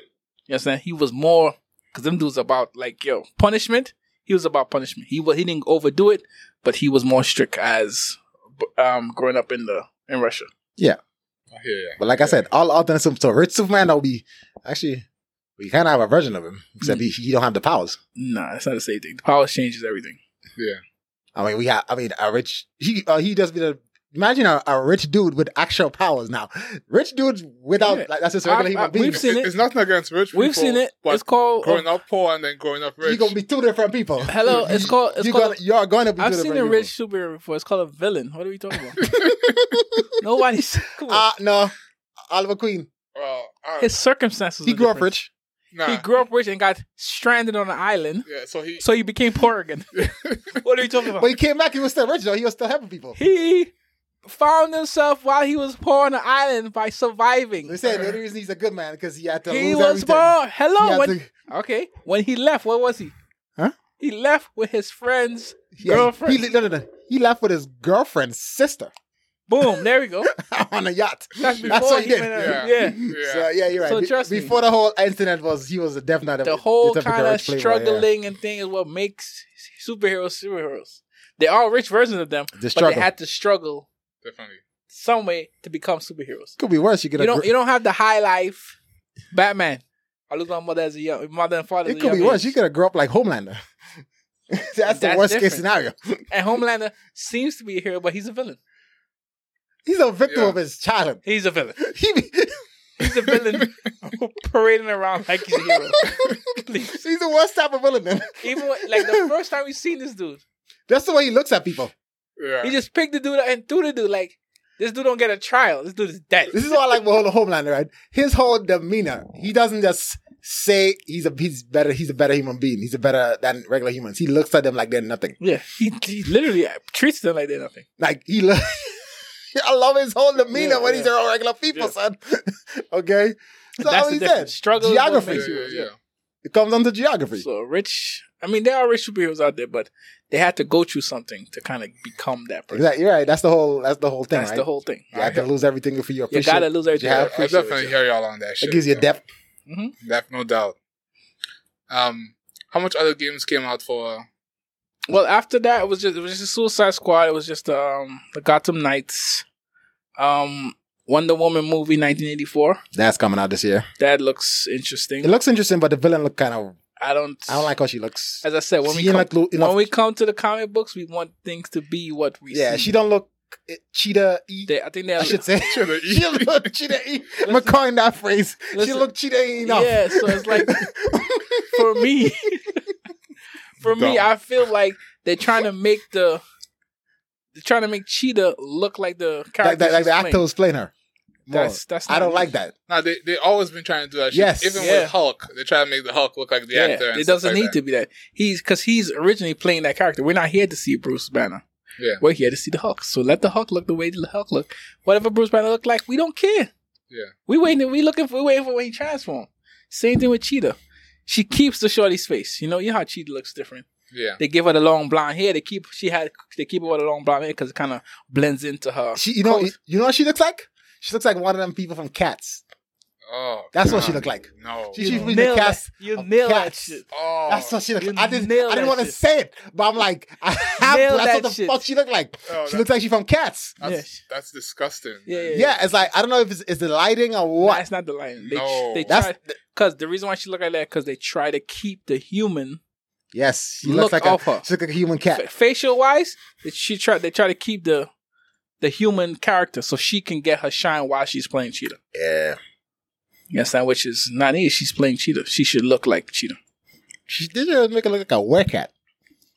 [SPEAKER 4] You understand? He was more because them dudes about like yo punishment. He was about punishment. He was. He didn't overdo it, but he was more strict as um growing up in the in Russia.
[SPEAKER 3] I hear you.
[SPEAKER 2] But like I said, all alternatives to Rich Superman that would be actually we kind of have a version of him,
[SPEAKER 4] Mm.
[SPEAKER 2] except he, he don't have the powers.
[SPEAKER 4] Nah, that's not the same thing. The power changes everything.
[SPEAKER 2] I mean, we have. I mean, a rich he uh, he just be the. Imagine a, a rich dude with actual powers now. Rich dudes without
[SPEAKER 4] Yeah.
[SPEAKER 2] like that's just a regular
[SPEAKER 4] I- I-
[SPEAKER 2] human being.
[SPEAKER 4] we've seen it.
[SPEAKER 3] It's nothing against rich people.
[SPEAKER 4] We've seen it.
[SPEAKER 3] but
[SPEAKER 4] It's called. uh,
[SPEAKER 3] growing up poor and then growing up
[SPEAKER 2] You're
[SPEAKER 3] rich.
[SPEAKER 2] gonna be two different people.
[SPEAKER 4] Hello, it's called. It's
[SPEAKER 2] you
[SPEAKER 4] called.
[SPEAKER 2] gonna, you're gonna be.
[SPEAKER 4] I've
[SPEAKER 2] two
[SPEAKER 4] seen a
[SPEAKER 2] different
[SPEAKER 4] rich superhero before. It's called a villain. What are we talking about? Nobody's. Come
[SPEAKER 2] people. Uh,
[SPEAKER 4] on.
[SPEAKER 2] no, Oliver Queen.
[SPEAKER 3] well, I-
[SPEAKER 4] His circumstances.
[SPEAKER 2] Uh, He
[SPEAKER 4] are
[SPEAKER 2] grew up
[SPEAKER 4] different.
[SPEAKER 2] rich.
[SPEAKER 3] nah.
[SPEAKER 4] He grew up rich and got stranded on an island,
[SPEAKER 3] yeah, so he.
[SPEAKER 4] so he became poor again. what are you talking about?
[SPEAKER 2] But he came back, he was still rich though. He was still helping people.
[SPEAKER 4] He found himself while he was poor on an island by surviving.
[SPEAKER 2] They said the only reason he's a good man because he had to
[SPEAKER 4] He
[SPEAKER 2] lose
[SPEAKER 4] was
[SPEAKER 2] everything.
[SPEAKER 4] poor.
[SPEAKER 2] He
[SPEAKER 4] Hello.
[SPEAKER 2] had
[SPEAKER 4] When,
[SPEAKER 2] to-
[SPEAKER 4] Okay. When he left, where was he?
[SPEAKER 2] Huh?
[SPEAKER 4] He left with his friends.
[SPEAKER 2] yeah,
[SPEAKER 4] Girlfriend.
[SPEAKER 2] He, no, no, no. He left with his girlfriend's sister
[SPEAKER 4] Boom. There we go.
[SPEAKER 2] on a yacht.
[SPEAKER 4] That's
[SPEAKER 3] Shit.
[SPEAKER 4] before
[SPEAKER 2] what he did.
[SPEAKER 4] went
[SPEAKER 3] Yeah.
[SPEAKER 4] out. yeah.
[SPEAKER 3] Yeah.
[SPEAKER 2] So yeah, you're right.
[SPEAKER 4] So
[SPEAKER 2] Be-
[SPEAKER 4] trust me.
[SPEAKER 2] Before the whole incident was, he was a death nut.
[SPEAKER 4] the whole
[SPEAKER 2] typical
[SPEAKER 4] kind of
[SPEAKER 2] rich playboy,
[SPEAKER 4] struggling and thing is what makes superheroes superheroes. They're all rich versions of them,
[SPEAKER 2] Yeah. The
[SPEAKER 4] but they
[SPEAKER 2] struggle
[SPEAKER 4] had to struggle
[SPEAKER 3] Definitely.
[SPEAKER 4] some way to become superheroes.
[SPEAKER 2] could be worse. You get
[SPEAKER 4] You
[SPEAKER 2] a
[SPEAKER 4] don't
[SPEAKER 2] gr-
[SPEAKER 4] you don't have the high life, Batman. I lose my mother as a young mother and father. as
[SPEAKER 2] it
[SPEAKER 4] a
[SPEAKER 2] could be
[SPEAKER 4] young
[SPEAKER 2] worse.
[SPEAKER 4] age.
[SPEAKER 2] You could have grow up like Homelander. That's, the
[SPEAKER 4] That's
[SPEAKER 2] worst
[SPEAKER 4] different.
[SPEAKER 2] case scenario.
[SPEAKER 4] And Homelander seems to be a hero, but he's a villain.
[SPEAKER 2] He's a victim
[SPEAKER 3] Yeah.
[SPEAKER 2] of his childhood.
[SPEAKER 4] He's a villain.
[SPEAKER 2] He be-
[SPEAKER 4] He's a villain parading around like he's a hero. Please.
[SPEAKER 2] he's the worst type of villain. Man.
[SPEAKER 4] Even when- like the first time we seen this dude,
[SPEAKER 2] That's the way he looks at people.
[SPEAKER 3] Yeah.
[SPEAKER 4] he just picked the dude up and threw the dude like this dude don't get a trial. This dude is dead.
[SPEAKER 2] This is all I like with whole Homelander, right? His whole demeanor. He doesn't just say he's a he's better. He's a better human being. He's a better than regular humans. He looks at them like they're nothing.
[SPEAKER 4] Yeah, he, he literally uh, treats them like they're nothing.
[SPEAKER 2] Like he look. I love his whole demeanor
[SPEAKER 4] Yeah,
[SPEAKER 2] when he's
[SPEAKER 4] yeah.
[SPEAKER 2] around regular people,
[SPEAKER 4] Yeah.
[SPEAKER 2] son. okay, so
[SPEAKER 4] That's
[SPEAKER 2] how
[SPEAKER 4] the
[SPEAKER 2] he
[SPEAKER 4] difference.
[SPEAKER 2] said
[SPEAKER 4] Struggle is what
[SPEAKER 2] geography.
[SPEAKER 4] makes
[SPEAKER 3] yeah, yeah, yeah.
[SPEAKER 2] It comes down to geography.
[SPEAKER 4] So rich. I mean, there are rich superheroes out there, but they had to go through something to kind of become that person.
[SPEAKER 2] exactly, you're right. That's the whole. That's the whole thing.
[SPEAKER 4] That's
[SPEAKER 2] right?
[SPEAKER 4] the whole thing.
[SPEAKER 2] You have to lose everything if you
[SPEAKER 4] You
[SPEAKER 2] appreciate.
[SPEAKER 4] gotta lose everything.
[SPEAKER 2] you have- I
[SPEAKER 3] I,
[SPEAKER 2] appreciate
[SPEAKER 3] definitely
[SPEAKER 2] you.
[SPEAKER 3] hear y'all on that shit.
[SPEAKER 2] It gives you
[SPEAKER 3] yeah.
[SPEAKER 2] depth.
[SPEAKER 3] Def- no doubt. Um, how much other games came out for? uh,
[SPEAKER 4] Well, after that, it was just it was just a Suicide Squad. It was just um the Gotham Knights, um Wonder Woman movie, nineteen eighty four.
[SPEAKER 2] That's coming out this year.
[SPEAKER 4] That looks interesting.
[SPEAKER 2] It looks interesting, but the villain look kind of.
[SPEAKER 4] I don't.
[SPEAKER 2] I don't like how she looks.
[SPEAKER 4] As I said, when
[SPEAKER 2] she
[SPEAKER 4] we
[SPEAKER 2] ain't
[SPEAKER 4] come,
[SPEAKER 2] like lo- enough-
[SPEAKER 4] when we come to the comic books, we want things to be what we
[SPEAKER 2] yeah,
[SPEAKER 4] see.
[SPEAKER 2] she don't look eh, cheetah. E.
[SPEAKER 4] They, I think
[SPEAKER 2] I
[SPEAKER 4] they're
[SPEAKER 2] should say.
[SPEAKER 3] Cheetah E.
[SPEAKER 2] she look cheetah. E. I'm calling that phrase. She
[SPEAKER 4] Listen.
[SPEAKER 2] look cheetah E enough.
[SPEAKER 4] Yeah, so it's like for me, for me,
[SPEAKER 3] Dumb.
[SPEAKER 4] I feel like they're trying to make the they're trying to make Cheetah look like the character.
[SPEAKER 2] like, like, like the actor was playing her. More.
[SPEAKER 4] That's that's.
[SPEAKER 2] I
[SPEAKER 4] not
[SPEAKER 2] don't
[SPEAKER 4] me.
[SPEAKER 2] like that.
[SPEAKER 3] Nah, they they always been trying to do that. Shit.
[SPEAKER 2] Yes.
[SPEAKER 3] even
[SPEAKER 4] Yeah.
[SPEAKER 3] with Hulk, they try to make the Hulk look like the
[SPEAKER 4] Yeah,
[SPEAKER 3] actor. And
[SPEAKER 4] it doesn't need
[SPEAKER 3] to.
[SPEAKER 4] to be that. He's because he's originally playing that character. We're not here to see Bruce Banner.
[SPEAKER 3] Yeah.
[SPEAKER 4] We're here to see the Hulk. So let the Hulk look the way the Hulk look. Whatever Bruce Banner look like, we don't care.
[SPEAKER 3] Yeah.
[SPEAKER 4] We waiting. We looking for. We waiting for when he transform. Same thing with Cheetah. She keeps the shorty's face. You know, you know how Cheetah looks different.
[SPEAKER 3] Yeah,
[SPEAKER 4] They give her the long blonde hair. They keep she had they keep her with the long blonde hair because it kind of blends into her.
[SPEAKER 2] She, you know,
[SPEAKER 4] coat.
[SPEAKER 2] you know what she looks like? She looks like one of them people from Cats.
[SPEAKER 3] oh,
[SPEAKER 2] That's what
[SPEAKER 3] God,
[SPEAKER 2] she looked like.
[SPEAKER 3] No,
[SPEAKER 2] She- she's
[SPEAKER 4] You
[SPEAKER 2] really
[SPEAKER 4] nail
[SPEAKER 2] the cast
[SPEAKER 4] that. You
[SPEAKER 2] of
[SPEAKER 4] nail that
[SPEAKER 2] Cats.
[SPEAKER 4] shit.
[SPEAKER 3] oh,
[SPEAKER 2] That's what she looked
[SPEAKER 4] you
[SPEAKER 2] like. I didn't,
[SPEAKER 4] nailed
[SPEAKER 2] I didn't
[SPEAKER 4] that
[SPEAKER 2] want to
[SPEAKER 4] shit.
[SPEAKER 2] say it, but I'm like, I have
[SPEAKER 4] Nailed
[SPEAKER 2] to. That's what the
[SPEAKER 4] that shit.
[SPEAKER 2] fuck she looked like.
[SPEAKER 3] Oh,
[SPEAKER 2] she
[SPEAKER 3] that-
[SPEAKER 2] looks like she from Cats.
[SPEAKER 3] that's,
[SPEAKER 4] Yeah.
[SPEAKER 3] that's disgusting.
[SPEAKER 4] Yeah, yeah,
[SPEAKER 2] Yeah, it's like I don't know if it's, it's the lighting or
[SPEAKER 4] Nah,
[SPEAKER 2] what.
[SPEAKER 4] it's not the lion. They,
[SPEAKER 3] No.
[SPEAKER 4] they
[SPEAKER 2] That's-
[SPEAKER 4] tried because the reason why she look like that because they try to keep the human
[SPEAKER 2] Yes, she
[SPEAKER 4] look
[SPEAKER 2] looks like
[SPEAKER 4] off
[SPEAKER 2] a,
[SPEAKER 4] her.
[SPEAKER 2] she looks like a human
[SPEAKER 4] Fa-
[SPEAKER 2] cat.
[SPEAKER 4] facial wise. that She try they try to keep the the human character so she can get her shine while she's playing Cheetah.
[SPEAKER 2] Yeah,
[SPEAKER 4] Yes, that which is not needed. She's playing Cheetah. She should look like Cheetah.
[SPEAKER 2] she did just make her look like a werewolf.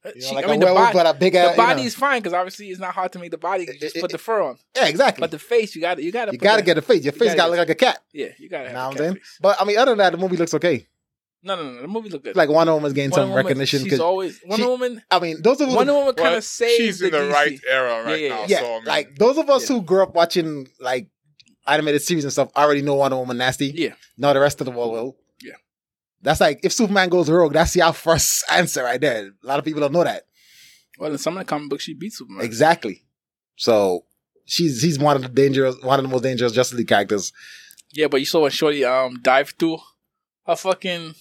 [SPEAKER 2] You know,
[SPEAKER 4] She-
[SPEAKER 2] like
[SPEAKER 4] I mean,
[SPEAKER 2] a
[SPEAKER 4] the,
[SPEAKER 2] werewolf,
[SPEAKER 4] body,
[SPEAKER 2] but a bigger. you
[SPEAKER 4] the
[SPEAKER 2] know.
[SPEAKER 4] body's fine because obviously it's not hard to make the body. You just
[SPEAKER 2] it-
[SPEAKER 4] put
[SPEAKER 2] it-
[SPEAKER 4] the fur on,
[SPEAKER 2] yeah, exactly.
[SPEAKER 4] but the face you got to you got to
[SPEAKER 2] you gotta get a face. Your
[SPEAKER 4] you
[SPEAKER 2] face gotta
[SPEAKER 4] gotta get-
[SPEAKER 2] look like a cat.
[SPEAKER 4] yeah you got to
[SPEAKER 2] You
[SPEAKER 4] have
[SPEAKER 2] know what
[SPEAKER 4] a
[SPEAKER 2] I'm
[SPEAKER 4] cat
[SPEAKER 2] saying?
[SPEAKER 4] face.
[SPEAKER 2] But I mean, other than that, the movie looks okay.
[SPEAKER 4] No, no, no. The movie looked good.
[SPEAKER 2] Like Wonder Woman's gained
[SPEAKER 4] Wonder
[SPEAKER 2] some
[SPEAKER 4] Woman,
[SPEAKER 2] recognition
[SPEAKER 4] She's
[SPEAKER 2] because
[SPEAKER 4] always Wonder
[SPEAKER 2] she-
[SPEAKER 4] Woman.
[SPEAKER 2] I mean, those of us
[SPEAKER 4] Wonder Woman kind
[SPEAKER 3] Well,
[SPEAKER 4] of saved
[SPEAKER 3] she's in the,
[SPEAKER 4] DC.
[SPEAKER 3] right era right
[SPEAKER 4] Yeah, yeah,
[SPEAKER 3] now.
[SPEAKER 2] yeah,
[SPEAKER 3] so, I mean,
[SPEAKER 2] like those of us
[SPEAKER 4] Yeah.
[SPEAKER 2] who grew up watching like animated series and stuff already know Wonder Woman nasty.
[SPEAKER 4] Yeah.
[SPEAKER 2] Now the rest of the world will.
[SPEAKER 4] Yeah.
[SPEAKER 2] That's like if Superman goes rogue, that's your first answer right there. A lot of people don't know that
[SPEAKER 4] Well, in some of the comic books, she beat Superman.
[SPEAKER 2] exactly. So she's he's one of the dangerous, one of the most dangerous Justice League characters.
[SPEAKER 4] Yeah, but you saw when Shorty um dived through her fucking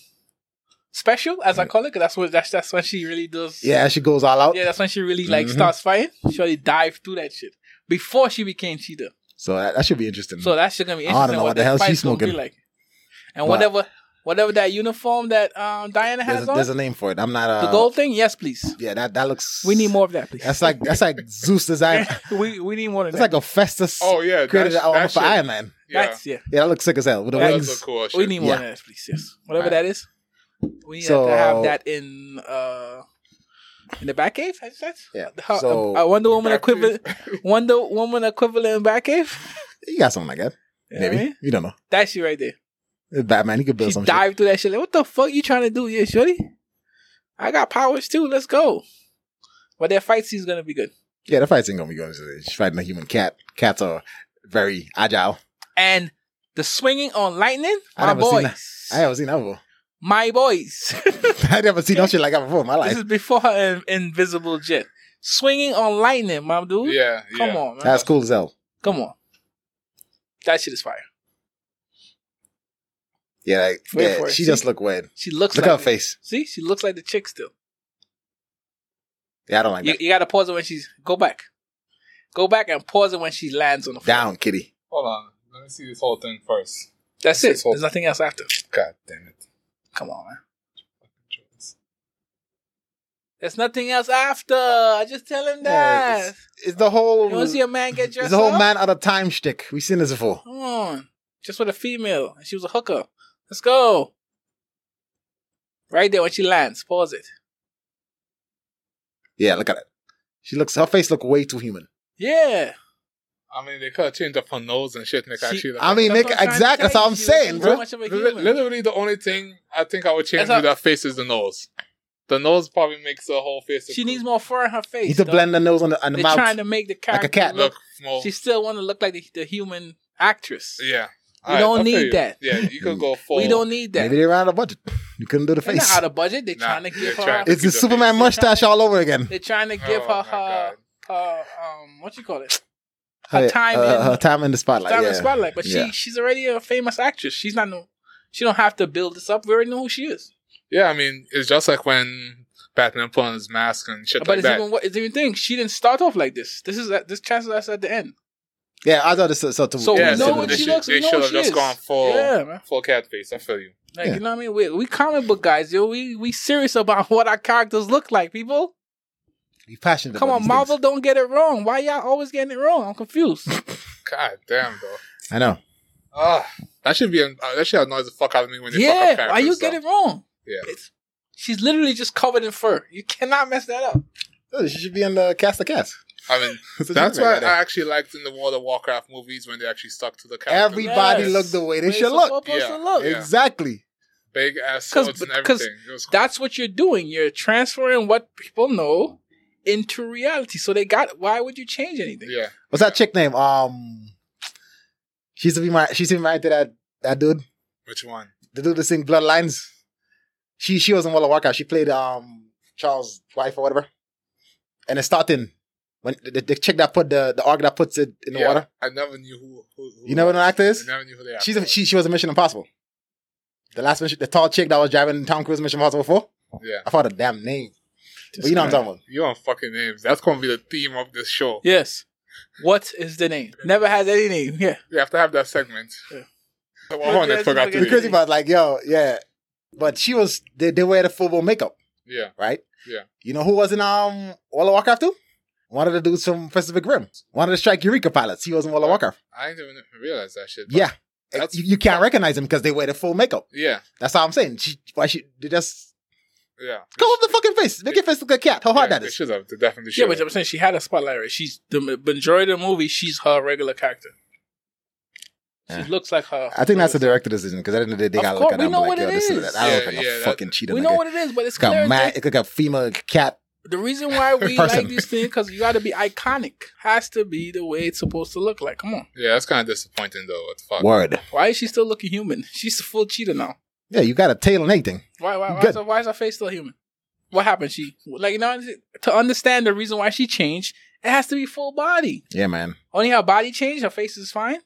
[SPEAKER 4] special, as I call it, 'cause that's what that's that's when she really does.
[SPEAKER 2] Yeah, she goes all out.
[SPEAKER 4] yeah, that's when she really like
[SPEAKER 2] Mhm.
[SPEAKER 4] starts fighting. Shorty dived through that shit before she became Cheetah.
[SPEAKER 2] So that, that should be interesting.
[SPEAKER 4] So that's gonna be
[SPEAKER 2] I don't know
[SPEAKER 4] interesting.
[SPEAKER 2] what the
[SPEAKER 4] that
[SPEAKER 2] hell
[SPEAKER 4] fight's
[SPEAKER 2] she's
[SPEAKER 4] gonna be
[SPEAKER 2] smoking.
[SPEAKER 4] like. And
[SPEAKER 2] But-
[SPEAKER 4] whatever, whatever that uniform that um, Diana
[SPEAKER 2] there's,
[SPEAKER 4] has
[SPEAKER 2] a,
[SPEAKER 4] on,
[SPEAKER 2] there's a name for it. I'm not. Uh,
[SPEAKER 4] the gold thing, yes, please.
[SPEAKER 2] Yeah, that that looks.
[SPEAKER 4] We need more of that, please.
[SPEAKER 2] That's like that's like Zeus design.
[SPEAKER 4] we we need more of
[SPEAKER 2] It's
[SPEAKER 4] that.
[SPEAKER 2] like a Festus
[SPEAKER 3] Oh yeah,
[SPEAKER 2] created
[SPEAKER 3] that,
[SPEAKER 2] out
[SPEAKER 3] that
[SPEAKER 2] for
[SPEAKER 3] shit-
[SPEAKER 2] Iron Man.
[SPEAKER 3] Yeah,
[SPEAKER 4] That's yeah.
[SPEAKER 2] Yeah, that looks sick as hell with the
[SPEAKER 3] that
[SPEAKER 4] That's
[SPEAKER 2] wings.
[SPEAKER 3] was a cool shit.
[SPEAKER 4] We need more
[SPEAKER 2] Yeah.
[SPEAKER 4] of that, please. Yes, whatever
[SPEAKER 2] Right.
[SPEAKER 4] that is. We need
[SPEAKER 2] So-
[SPEAKER 4] to have that in uh in the Batcave. Is that
[SPEAKER 2] Yeah,
[SPEAKER 4] How,
[SPEAKER 2] so-
[SPEAKER 4] a, a Wonder Woman
[SPEAKER 3] Batcave.
[SPEAKER 4] equivalent, Wonder Woman equivalent in Batcave.
[SPEAKER 2] You got something like that?
[SPEAKER 4] You know what I
[SPEAKER 2] Maybe
[SPEAKER 4] mean?
[SPEAKER 2] you don't know.
[SPEAKER 4] that shit right there.
[SPEAKER 2] It's Batman, he could build
[SPEAKER 4] she
[SPEAKER 2] some. shit.
[SPEAKER 4] dived through that shit. Like, what the fuck you trying to do, yeah, shorty? I got powers too. Let's go. But that fight scene's gonna be good.
[SPEAKER 2] Yeah, the fights ain't gonna be good. She's fighting a human cat. Cats are very agile.
[SPEAKER 4] And the swinging on lightning,
[SPEAKER 2] I
[SPEAKER 4] my
[SPEAKER 2] never seen
[SPEAKER 4] boys,
[SPEAKER 2] I haven't seen that before.
[SPEAKER 4] my boys.
[SPEAKER 2] I never seen that shit like that before in my
[SPEAKER 4] this
[SPEAKER 2] life.
[SPEAKER 4] is before her in- invisible jet swinging on lightning, my dude.
[SPEAKER 3] Yeah,
[SPEAKER 4] Come
[SPEAKER 3] yeah.
[SPEAKER 4] on, man.
[SPEAKER 2] That's cool as hell.
[SPEAKER 4] Come on. That shit is fire.
[SPEAKER 2] Yeah, like,
[SPEAKER 4] Wait
[SPEAKER 2] yeah,
[SPEAKER 4] for it.
[SPEAKER 2] she just looked weird.
[SPEAKER 4] She looks
[SPEAKER 2] Look at
[SPEAKER 4] like
[SPEAKER 2] her
[SPEAKER 4] the-
[SPEAKER 2] face.
[SPEAKER 4] See, she looks like the chick still.
[SPEAKER 2] Yeah, I don't like
[SPEAKER 4] You,
[SPEAKER 2] that.
[SPEAKER 4] you gotta pause it when she's go back. Go back and pause it when she lands on the floor.
[SPEAKER 2] Down, kitty.
[SPEAKER 3] Hold on, let me see this whole thing first.
[SPEAKER 4] That's
[SPEAKER 3] This
[SPEAKER 4] it.
[SPEAKER 3] is whole-
[SPEAKER 4] There's nothing else after.
[SPEAKER 3] God damn it!
[SPEAKER 4] Come on, man. There's nothing else after. I just tell him
[SPEAKER 2] Yeah,
[SPEAKER 4] that.
[SPEAKER 2] It's the whole.
[SPEAKER 4] you want to see
[SPEAKER 2] It's
[SPEAKER 4] a man get dressed
[SPEAKER 2] the whole
[SPEAKER 4] up?
[SPEAKER 2] man out of time shtick. We've seen this before.
[SPEAKER 4] Come on. Just with a female. And she was a hooker. Let's go. Right there when she lands. Pause it.
[SPEAKER 2] Yeah, look at it. She looks. Her face look way too human.
[SPEAKER 4] Yeah.
[SPEAKER 3] I mean, they could have changed up her nose and shit. Make
[SPEAKER 4] She-
[SPEAKER 3] her actually. Look
[SPEAKER 2] I mean,
[SPEAKER 4] That's
[SPEAKER 2] make
[SPEAKER 4] what I'm trying to
[SPEAKER 2] exactly. That's
[SPEAKER 4] tell
[SPEAKER 2] what
[SPEAKER 4] you.
[SPEAKER 2] I'm
[SPEAKER 4] She
[SPEAKER 2] saying,
[SPEAKER 4] wasn't
[SPEAKER 2] bro.
[SPEAKER 4] Too much of a
[SPEAKER 3] Li-
[SPEAKER 4] human.
[SPEAKER 3] literally, the only thing I think I would change
[SPEAKER 4] That's
[SPEAKER 3] with that face is the nose. The nose probably makes the whole face.
[SPEAKER 4] She
[SPEAKER 3] look-
[SPEAKER 4] needs more fur in her face.
[SPEAKER 2] You to
[SPEAKER 4] though.
[SPEAKER 2] blend the nose and the, and the
[SPEAKER 4] They're
[SPEAKER 2] mouth.
[SPEAKER 4] trying to make the
[SPEAKER 2] Like
[SPEAKER 4] character
[SPEAKER 2] a cat.
[SPEAKER 3] look more.
[SPEAKER 4] She still want to look like the, the human actress.
[SPEAKER 3] Yeah, All
[SPEAKER 4] We
[SPEAKER 3] right,
[SPEAKER 4] don't
[SPEAKER 3] I feel
[SPEAKER 4] need
[SPEAKER 3] you.
[SPEAKER 4] that.
[SPEAKER 3] Yeah, you could go full.
[SPEAKER 4] We don't need that.
[SPEAKER 2] Maybe they ran out of budget. You couldn't do the
[SPEAKER 4] They're not
[SPEAKER 2] face.
[SPEAKER 4] out of budget. They're
[SPEAKER 3] Nah,
[SPEAKER 4] trying to
[SPEAKER 3] they're
[SPEAKER 4] give her.
[SPEAKER 3] trying to-
[SPEAKER 2] It's the
[SPEAKER 3] They're
[SPEAKER 2] Superman
[SPEAKER 4] trying to-
[SPEAKER 2] mustache all over again.
[SPEAKER 4] They're trying to give
[SPEAKER 3] Oh,
[SPEAKER 4] her
[SPEAKER 3] my
[SPEAKER 4] her,
[SPEAKER 3] God.
[SPEAKER 4] her um what you call it
[SPEAKER 2] Her,
[SPEAKER 4] her time
[SPEAKER 2] uh,
[SPEAKER 4] in-
[SPEAKER 2] her time in the spotlight.
[SPEAKER 4] Diamond
[SPEAKER 2] yeah.
[SPEAKER 4] Spotlight. But
[SPEAKER 2] Yeah.
[SPEAKER 4] she she's already a famous actress. She's not no she don't have to build this up. We already know who she is.
[SPEAKER 3] Yeah, I mean, it's just like when Batman put on his mask and shit
[SPEAKER 4] but
[SPEAKER 3] like
[SPEAKER 4] it's
[SPEAKER 3] that.
[SPEAKER 4] even what it's even thing. She didn't start off like this. This is at, this chances us at the end.
[SPEAKER 2] Yeah, I thought this so too.
[SPEAKER 4] So
[SPEAKER 3] yeah,
[SPEAKER 4] we know
[SPEAKER 3] so
[SPEAKER 4] what
[SPEAKER 3] they
[SPEAKER 4] she
[SPEAKER 3] should-
[SPEAKER 4] looks. We
[SPEAKER 3] they
[SPEAKER 4] know
[SPEAKER 3] should
[SPEAKER 4] what
[SPEAKER 3] have
[SPEAKER 4] she
[SPEAKER 3] just
[SPEAKER 4] is.
[SPEAKER 3] gone full-
[SPEAKER 4] Yeah, man.
[SPEAKER 3] Full cat face. I feel you.
[SPEAKER 4] Like
[SPEAKER 2] Yeah.
[SPEAKER 4] you know what I mean? We we comic book guys, yo. We we serious about what our characters look like, people.
[SPEAKER 2] Be passionate.
[SPEAKER 4] Come
[SPEAKER 2] about
[SPEAKER 4] on,
[SPEAKER 2] these
[SPEAKER 4] Marvel, don't get it wrong. Why y'all always getting it wrong? I'm confused.
[SPEAKER 3] God damn, bro.
[SPEAKER 2] things. I know.
[SPEAKER 3] Ah, that should be uh, that should annoy the fuck out of me when they fuck up
[SPEAKER 4] yeah,
[SPEAKER 3] characters.
[SPEAKER 4] why you
[SPEAKER 3] though.
[SPEAKER 4] get it wrong?
[SPEAKER 3] Yeah.
[SPEAKER 4] It's, she's literally just covered in fur. You cannot mess that up.
[SPEAKER 2] Oh, She should be in the cast of cast.
[SPEAKER 3] I mean, that's why I actually liked in the World of Warcraft movies when they actually stuck to the characters.
[SPEAKER 2] Every- Everybody look the way they
[SPEAKER 4] They're
[SPEAKER 2] should look.
[SPEAKER 4] supposed to
[SPEAKER 3] Yeah.
[SPEAKER 4] look.
[SPEAKER 3] Yeah.
[SPEAKER 2] exactly.
[SPEAKER 3] big ass
[SPEAKER 4] 'Cause-
[SPEAKER 3] swords and
[SPEAKER 4] because
[SPEAKER 3] everything. It was cool.
[SPEAKER 4] That's what you're doing. You're transferring what people know into reality. So they got. Why would you change anything?
[SPEAKER 3] yeah,
[SPEAKER 2] What's that chick name? Um, she used to be my. She used to be married to that that dude.
[SPEAKER 3] which one?
[SPEAKER 2] The dude that sing Bloodlines. She she was in World of Warcraft. She played um Charles' wife or whatever. And it's starting when the, the chick that put the the org that puts it in the
[SPEAKER 3] Yeah,
[SPEAKER 2] water.
[SPEAKER 3] I never knew who. who, who
[SPEAKER 2] You know what an actor
[SPEAKER 3] I
[SPEAKER 2] is?
[SPEAKER 3] never knew who they are.
[SPEAKER 2] She's a, she she was in Mission Impossible. The last mission, the tall chick that was driving Tom Cruise Mission Impossible four.
[SPEAKER 3] yeah.
[SPEAKER 2] I forgot the damn name, but you know what I'm talking about.
[SPEAKER 3] You on fucking names. That's gonna be the theme of this show.
[SPEAKER 4] Yes. What is the name? Never has any name. Yeah.
[SPEAKER 3] We have to have that segment.
[SPEAKER 4] Yeah.
[SPEAKER 3] The one that
[SPEAKER 4] that's
[SPEAKER 3] forgot
[SPEAKER 2] The
[SPEAKER 3] to
[SPEAKER 4] fucking-
[SPEAKER 3] do.
[SPEAKER 2] crazy part, like yo, yeah, but she was they they wear the full blown makeup,
[SPEAKER 3] Yeah,
[SPEAKER 2] right?
[SPEAKER 3] Yeah.
[SPEAKER 2] You know who was in um World of Warcraft too? One of the dudes from Pacific Rim, one of the Strike Eureka pilots. He was in World of Warcraft.
[SPEAKER 3] I didn't even realize that shit. but-
[SPEAKER 2] Yeah,
[SPEAKER 3] That's-
[SPEAKER 2] you, you can't recognize him because they wear the full makeup.
[SPEAKER 3] yeah,
[SPEAKER 2] That's all I'm saying. She why she they just
[SPEAKER 3] yeah.
[SPEAKER 2] cover up the fucking face, make your face look like a cat. How hard
[SPEAKER 3] yeah,
[SPEAKER 2] that
[SPEAKER 3] they
[SPEAKER 2] is.
[SPEAKER 3] Should have. They definitely
[SPEAKER 4] Yeah,
[SPEAKER 3] should.
[SPEAKER 4] but I'm saying she had a spotlight. Right? She's the majority of the movie. She's her regular character. She
[SPEAKER 2] Yeah.
[SPEAKER 4] looks like her.
[SPEAKER 2] I think that's a director decision because at the end of the day, they
[SPEAKER 4] Of
[SPEAKER 2] gotta
[SPEAKER 4] course,
[SPEAKER 2] look at
[SPEAKER 4] we
[SPEAKER 2] him
[SPEAKER 4] know
[SPEAKER 2] like,
[SPEAKER 4] what
[SPEAKER 2] yo,
[SPEAKER 4] it
[SPEAKER 2] this
[SPEAKER 4] is.
[SPEAKER 2] is I look
[SPEAKER 3] Yeah,
[SPEAKER 2] like
[SPEAKER 3] yeah,
[SPEAKER 2] a
[SPEAKER 3] that-
[SPEAKER 2] fucking cheater.
[SPEAKER 4] We know
[SPEAKER 2] nigga.
[SPEAKER 4] what it is, but it's
[SPEAKER 2] It's like
[SPEAKER 4] clear.
[SPEAKER 2] a mad,
[SPEAKER 4] that
[SPEAKER 2] it's like a female cat.
[SPEAKER 4] the reason why we
[SPEAKER 2] Person.
[SPEAKER 4] like these things because you got to be iconic. Has to be the way it's supposed to look like. Come on,
[SPEAKER 3] yeah, that's kind of disappointing though. What the fuck?
[SPEAKER 2] Word.
[SPEAKER 4] why is she still looking human? She's a full cheetah now.
[SPEAKER 2] Yeah, you got a tail and anything.
[SPEAKER 4] Why? Why? Why,
[SPEAKER 2] Good.
[SPEAKER 4] is her, why is her face still human? What happened? She like you know to understand the reason why she changed. It has to be full body.
[SPEAKER 2] Yeah, man.
[SPEAKER 4] Only her body changed. Her face is fine.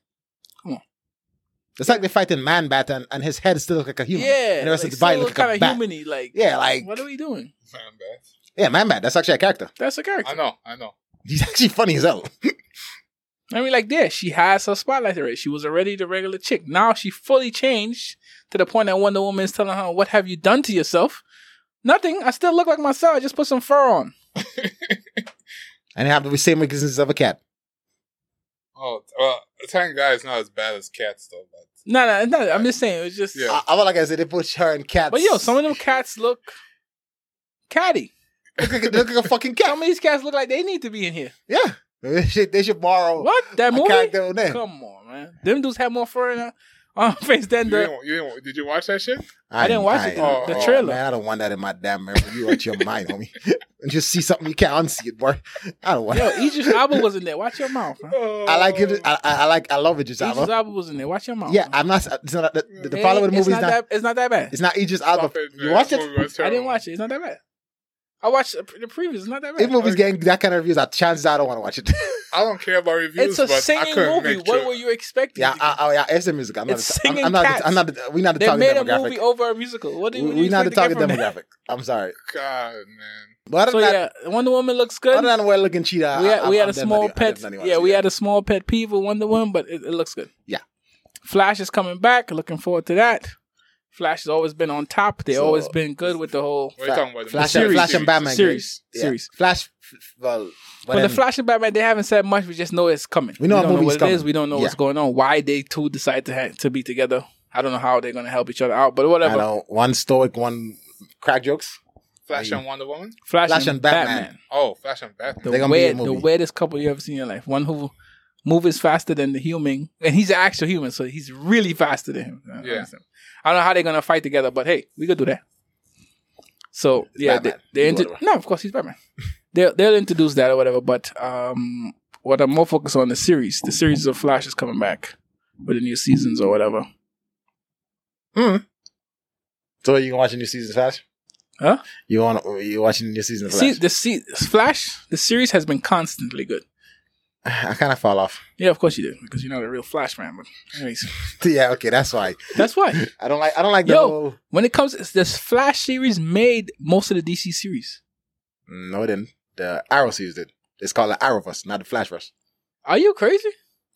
[SPEAKER 2] It's like they're fighting Man Bat and, and his head still look like a human.
[SPEAKER 4] Yeah,
[SPEAKER 2] And the rest
[SPEAKER 4] like,
[SPEAKER 2] of his body
[SPEAKER 4] still
[SPEAKER 2] look like a
[SPEAKER 4] kinda
[SPEAKER 2] bat.
[SPEAKER 4] humany. Like
[SPEAKER 2] Yeah, like
[SPEAKER 4] what are we doing?
[SPEAKER 3] Man, bad.
[SPEAKER 2] yeah, Man Bat. That's actually a character.
[SPEAKER 4] That's a character.
[SPEAKER 3] I know, I know.
[SPEAKER 2] He's actually funny as hell.
[SPEAKER 4] I mean, like, there, she has her spotlight already. She was already the regular chick. Now she fully changed to the point that Wonder Woman is telling her, What have you done to yourself? Nothing. I still look like myself. I just put some fur on.
[SPEAKER 2] And they have the same weaknesses of a cat.
[SPEAKER 3] Oh, well, Italian guy is not as bad as cats though. But
[SPEAKER 4] No, no, no. I'm just saying. It was just.
[SPEAKER 3] Yeah.
[SPEAKER 2] I, I would Uh, like I said, they put her in cats.
[SPEAKER 4] But yo, some of them cats look catty.
[SPEAKER 2] look, like, look like a fucking cat.
[SPEAKER 4] Some of these cats look like they need to be in here.
[SPEAKER 2] Yeah, they should, they should borrow
[SPEAKER 4] What? That
[SPEAKER 2] a
[SPEAKER 4] movie?
[SPEAKER 2] character name.
[SPEAKER 4] Come on, man. Them dudes had more fur in her on face than
[SPEAKER 3] you
[SPEAKER 4] the.
[SPEAKER 3] didn't, you didn't, did you watch that shit?
[SPEAKER 4] I didn't watch it,
[SPEAKER 3] the- the
[SPEAKER 4] trailer.
[SPEAKER 2] Oh, Man, I don't want that in my damn memory. You out your mind, homie. And just see something you can't unsee it, boy. I don't want.
[SPEAKER 4] Yo,
[SPEAKER 2] it.
[SPEAKER 4] Idris Alba was in there. Watch your mouth, man.
[SPEAKER 2] I like it.
[SPEAKER 3] Oh,
[SPEAKER 2] I, I I like. I love it, just
[SPEAKER 4] Idris Alba was in there. Watch your mouth.
[SPEAKER 2] Yeah,
[SPEAKER 4] man.
[SPEAKER 2] I'm not. It's not the, the
[SPEAKER 4] It
[SPEAKER 2] problem with
[SPEAKER 4] ain't-
[SPEAKER 2] the
[SPEAKER 4] it's
[SPEAKER 2] movie is not.
[SPEAKER 4] that. It's not that bad.
[SPEAKER 2] It's not Idris Alba. you watch it?
[SPEAKER 4] I didn't watch it. It's not that bad. I watched the pre- the previous. It's not that
[SPEAKER 2] If
[SPEAKER 4] bad.
[SPEAKER 2] movies getting that kind of reviews, I chances are I don't want to watch it.
[SPEAKER 3] I don't care about reviews.
[SPEAKER 4] It's a
[SPEAKER 3] but I
[SPEAKER 4] singing
[SPEAKER 3] couldn't
[SPEAKER 4] movie.
[SPEAKER 3] Make
[SPEAKER 4] What
[SPEAKER 3] sure.
[SPEAKER 4] were you expecting?
[SPEAKER 2] yeah, I, I, yeah, it's the music. I'm not.
[SPEAKER 4] It's
[SPEAKER 2] the-
[SPEAKER 4] singing
[SPEAKER 2] I'm, I'm not.
[SPEAKER 4] cats.
[SPEAKER 2] The, I'm not. The, we're not the
[SPEAKER 4] they
[SPEAKER 2] target
[SPEAKER 4] made a
[SPEAKER 2] demographic.
[SPEAKER 4] movie over a musical. What do you?
[SPEAKER 2] we, we're not the target
[SPEAKER 4] demographic.
[SPEAKER 2] demographic. I'm sorry.
[SPEAKER 3] God, man.
[SPEAKER 2] But other
[SPEAKER 4] So
[SPEAKER 2] than that,
[SPEAKER 4] yeah, Wonder Woman looks good.
[SPEAKER 2] other than well looking cheetah,
[SPEAKER 4] we had,
[SPEAKER 2] I,
[SPEAKER 4] we
[SPEAKER 2] I'm-
[SPEAKER 4] had a
[SPEAKER 2] I'm definitely-
[SPEAKER 4] small
[SPEAKER 2] I'm
[SPEAKER 4] pet.
[SPEAKER 2] definitely wanna
[SPEAKER 4] Yeah,
[SPEAKER 2] see
[SPEAKER 4] we
[SPEAKER 2] that.
[SPEAKER 4] had a small pet peeve with Wonder Woman, but it, it looks good.
[SPEAKER 2] Yeah.
[SPEAKER 4] Flash is coming back. Looking forward to that. Flash has always been on top. They've
[SPEAKER 2] So-
[SPEAKER 4] always been good with the whole
[SPEAKER 3] What are you talking about? The
[SPEAKER 2] Flash,
[SPEAKER 4] series.
[SPEAKER 2] Flash and Batman
[SPEAKER 4] series.
[SPEAKER 2] Yeah.
[SPEAKER 4] Series.
[SPEAKER 2] Flash. f- f- Well,
[SPEAKER 4] But, the Flash and Batman, they haven't said much. We just know it's coming.
[SPEAKER 2] We know a
[SPEAKER 4] don't know
[SPEAKER 2] movie's
[SPEAKER 4] what it is.
[SPEAKER 2] coming.
[SPEAKER 4] We don't know what's
[SPEAKER 2] Yeah.
[SPEAKER 4] going on. Why they two decide to ha- to be together. I don't know how they're gonna help each other out, but
[SPEAKER 2] I
[SPEAKER 4] whatever.
[SPEAKER 2] know one stoic, one crack jokes.
[SPEAKER 3] Flash
[SPEAKER 2] Hey.
[SPEAKER 3] and Wonder Woman.
[SPEAKER 4] Flash,
[SPEAKER 2] Flash
[SPEAKER 4] and
[SPEAKER 2] and
[SPEAKER 4] Batman,
[SPEAKER 2] Batman.
[SPEAKER 3] Oh, Flash and Batman.
[SPEAKER 4] the
[SPEAKER 2] They're gonna be
[SPEAKER 4] weird,
[SPEAKER 2] a
[SPEAKER 4] the
[SPEAKER 2] movie.
[SPEAKER 4] weirdest couple you ever seen in your life. One who moves faster than the human, and he's an actual human, so he's really faster than him. I don't
[SPEAKER 3] Yeah.
[SPEAKER 4] understand. I don't know how they're gonna fight together, but hey, we could do that. So yeah, they,
[SPEAKER 2] Batman.
[SPEAKER 4] they
[SPEAKER 2] Do
[SPEAKER 4] inter-
[SPEAKER 2] whatever.
[SPEAKER 4] no, of course he's Batman. they'll they'll introduce that or whatever. But um, what I'm more focused on the series. The series of Flash is coming back with the new seasons or whatever.
[SPEAKER 2] So you can watch a new season of Flash?
[SPEAKER 4] Huh?
[SPEAKER 2] You want you watching the new season of
[SPEAKER 4] See,
[SPEAKER 2] Flash?
[SPEAKER 4] the se- Flash, the series has been constantly good.
[SPEAKER 2] I kind of fall off.
[SPEAKER 4] Yeah, of course you did because you're not a real Flash fan. But anyways,
[SPEAKER 2] yeah, okay, that's why
[SPEAKER 4] that's why.
[SPEAKER 2] I don't like I don't like the
[SPEAKER 4] Yo.
[SPEAKER 2] whole.
[SPEAKER 4] When it comes, this Flash series made most of the DC series.
[SPEAKER 2] No, it didn't. The Arrow series did. It's called the Arrowverse, not the Flashverse.
[SPEAKER 4] Are you crazy?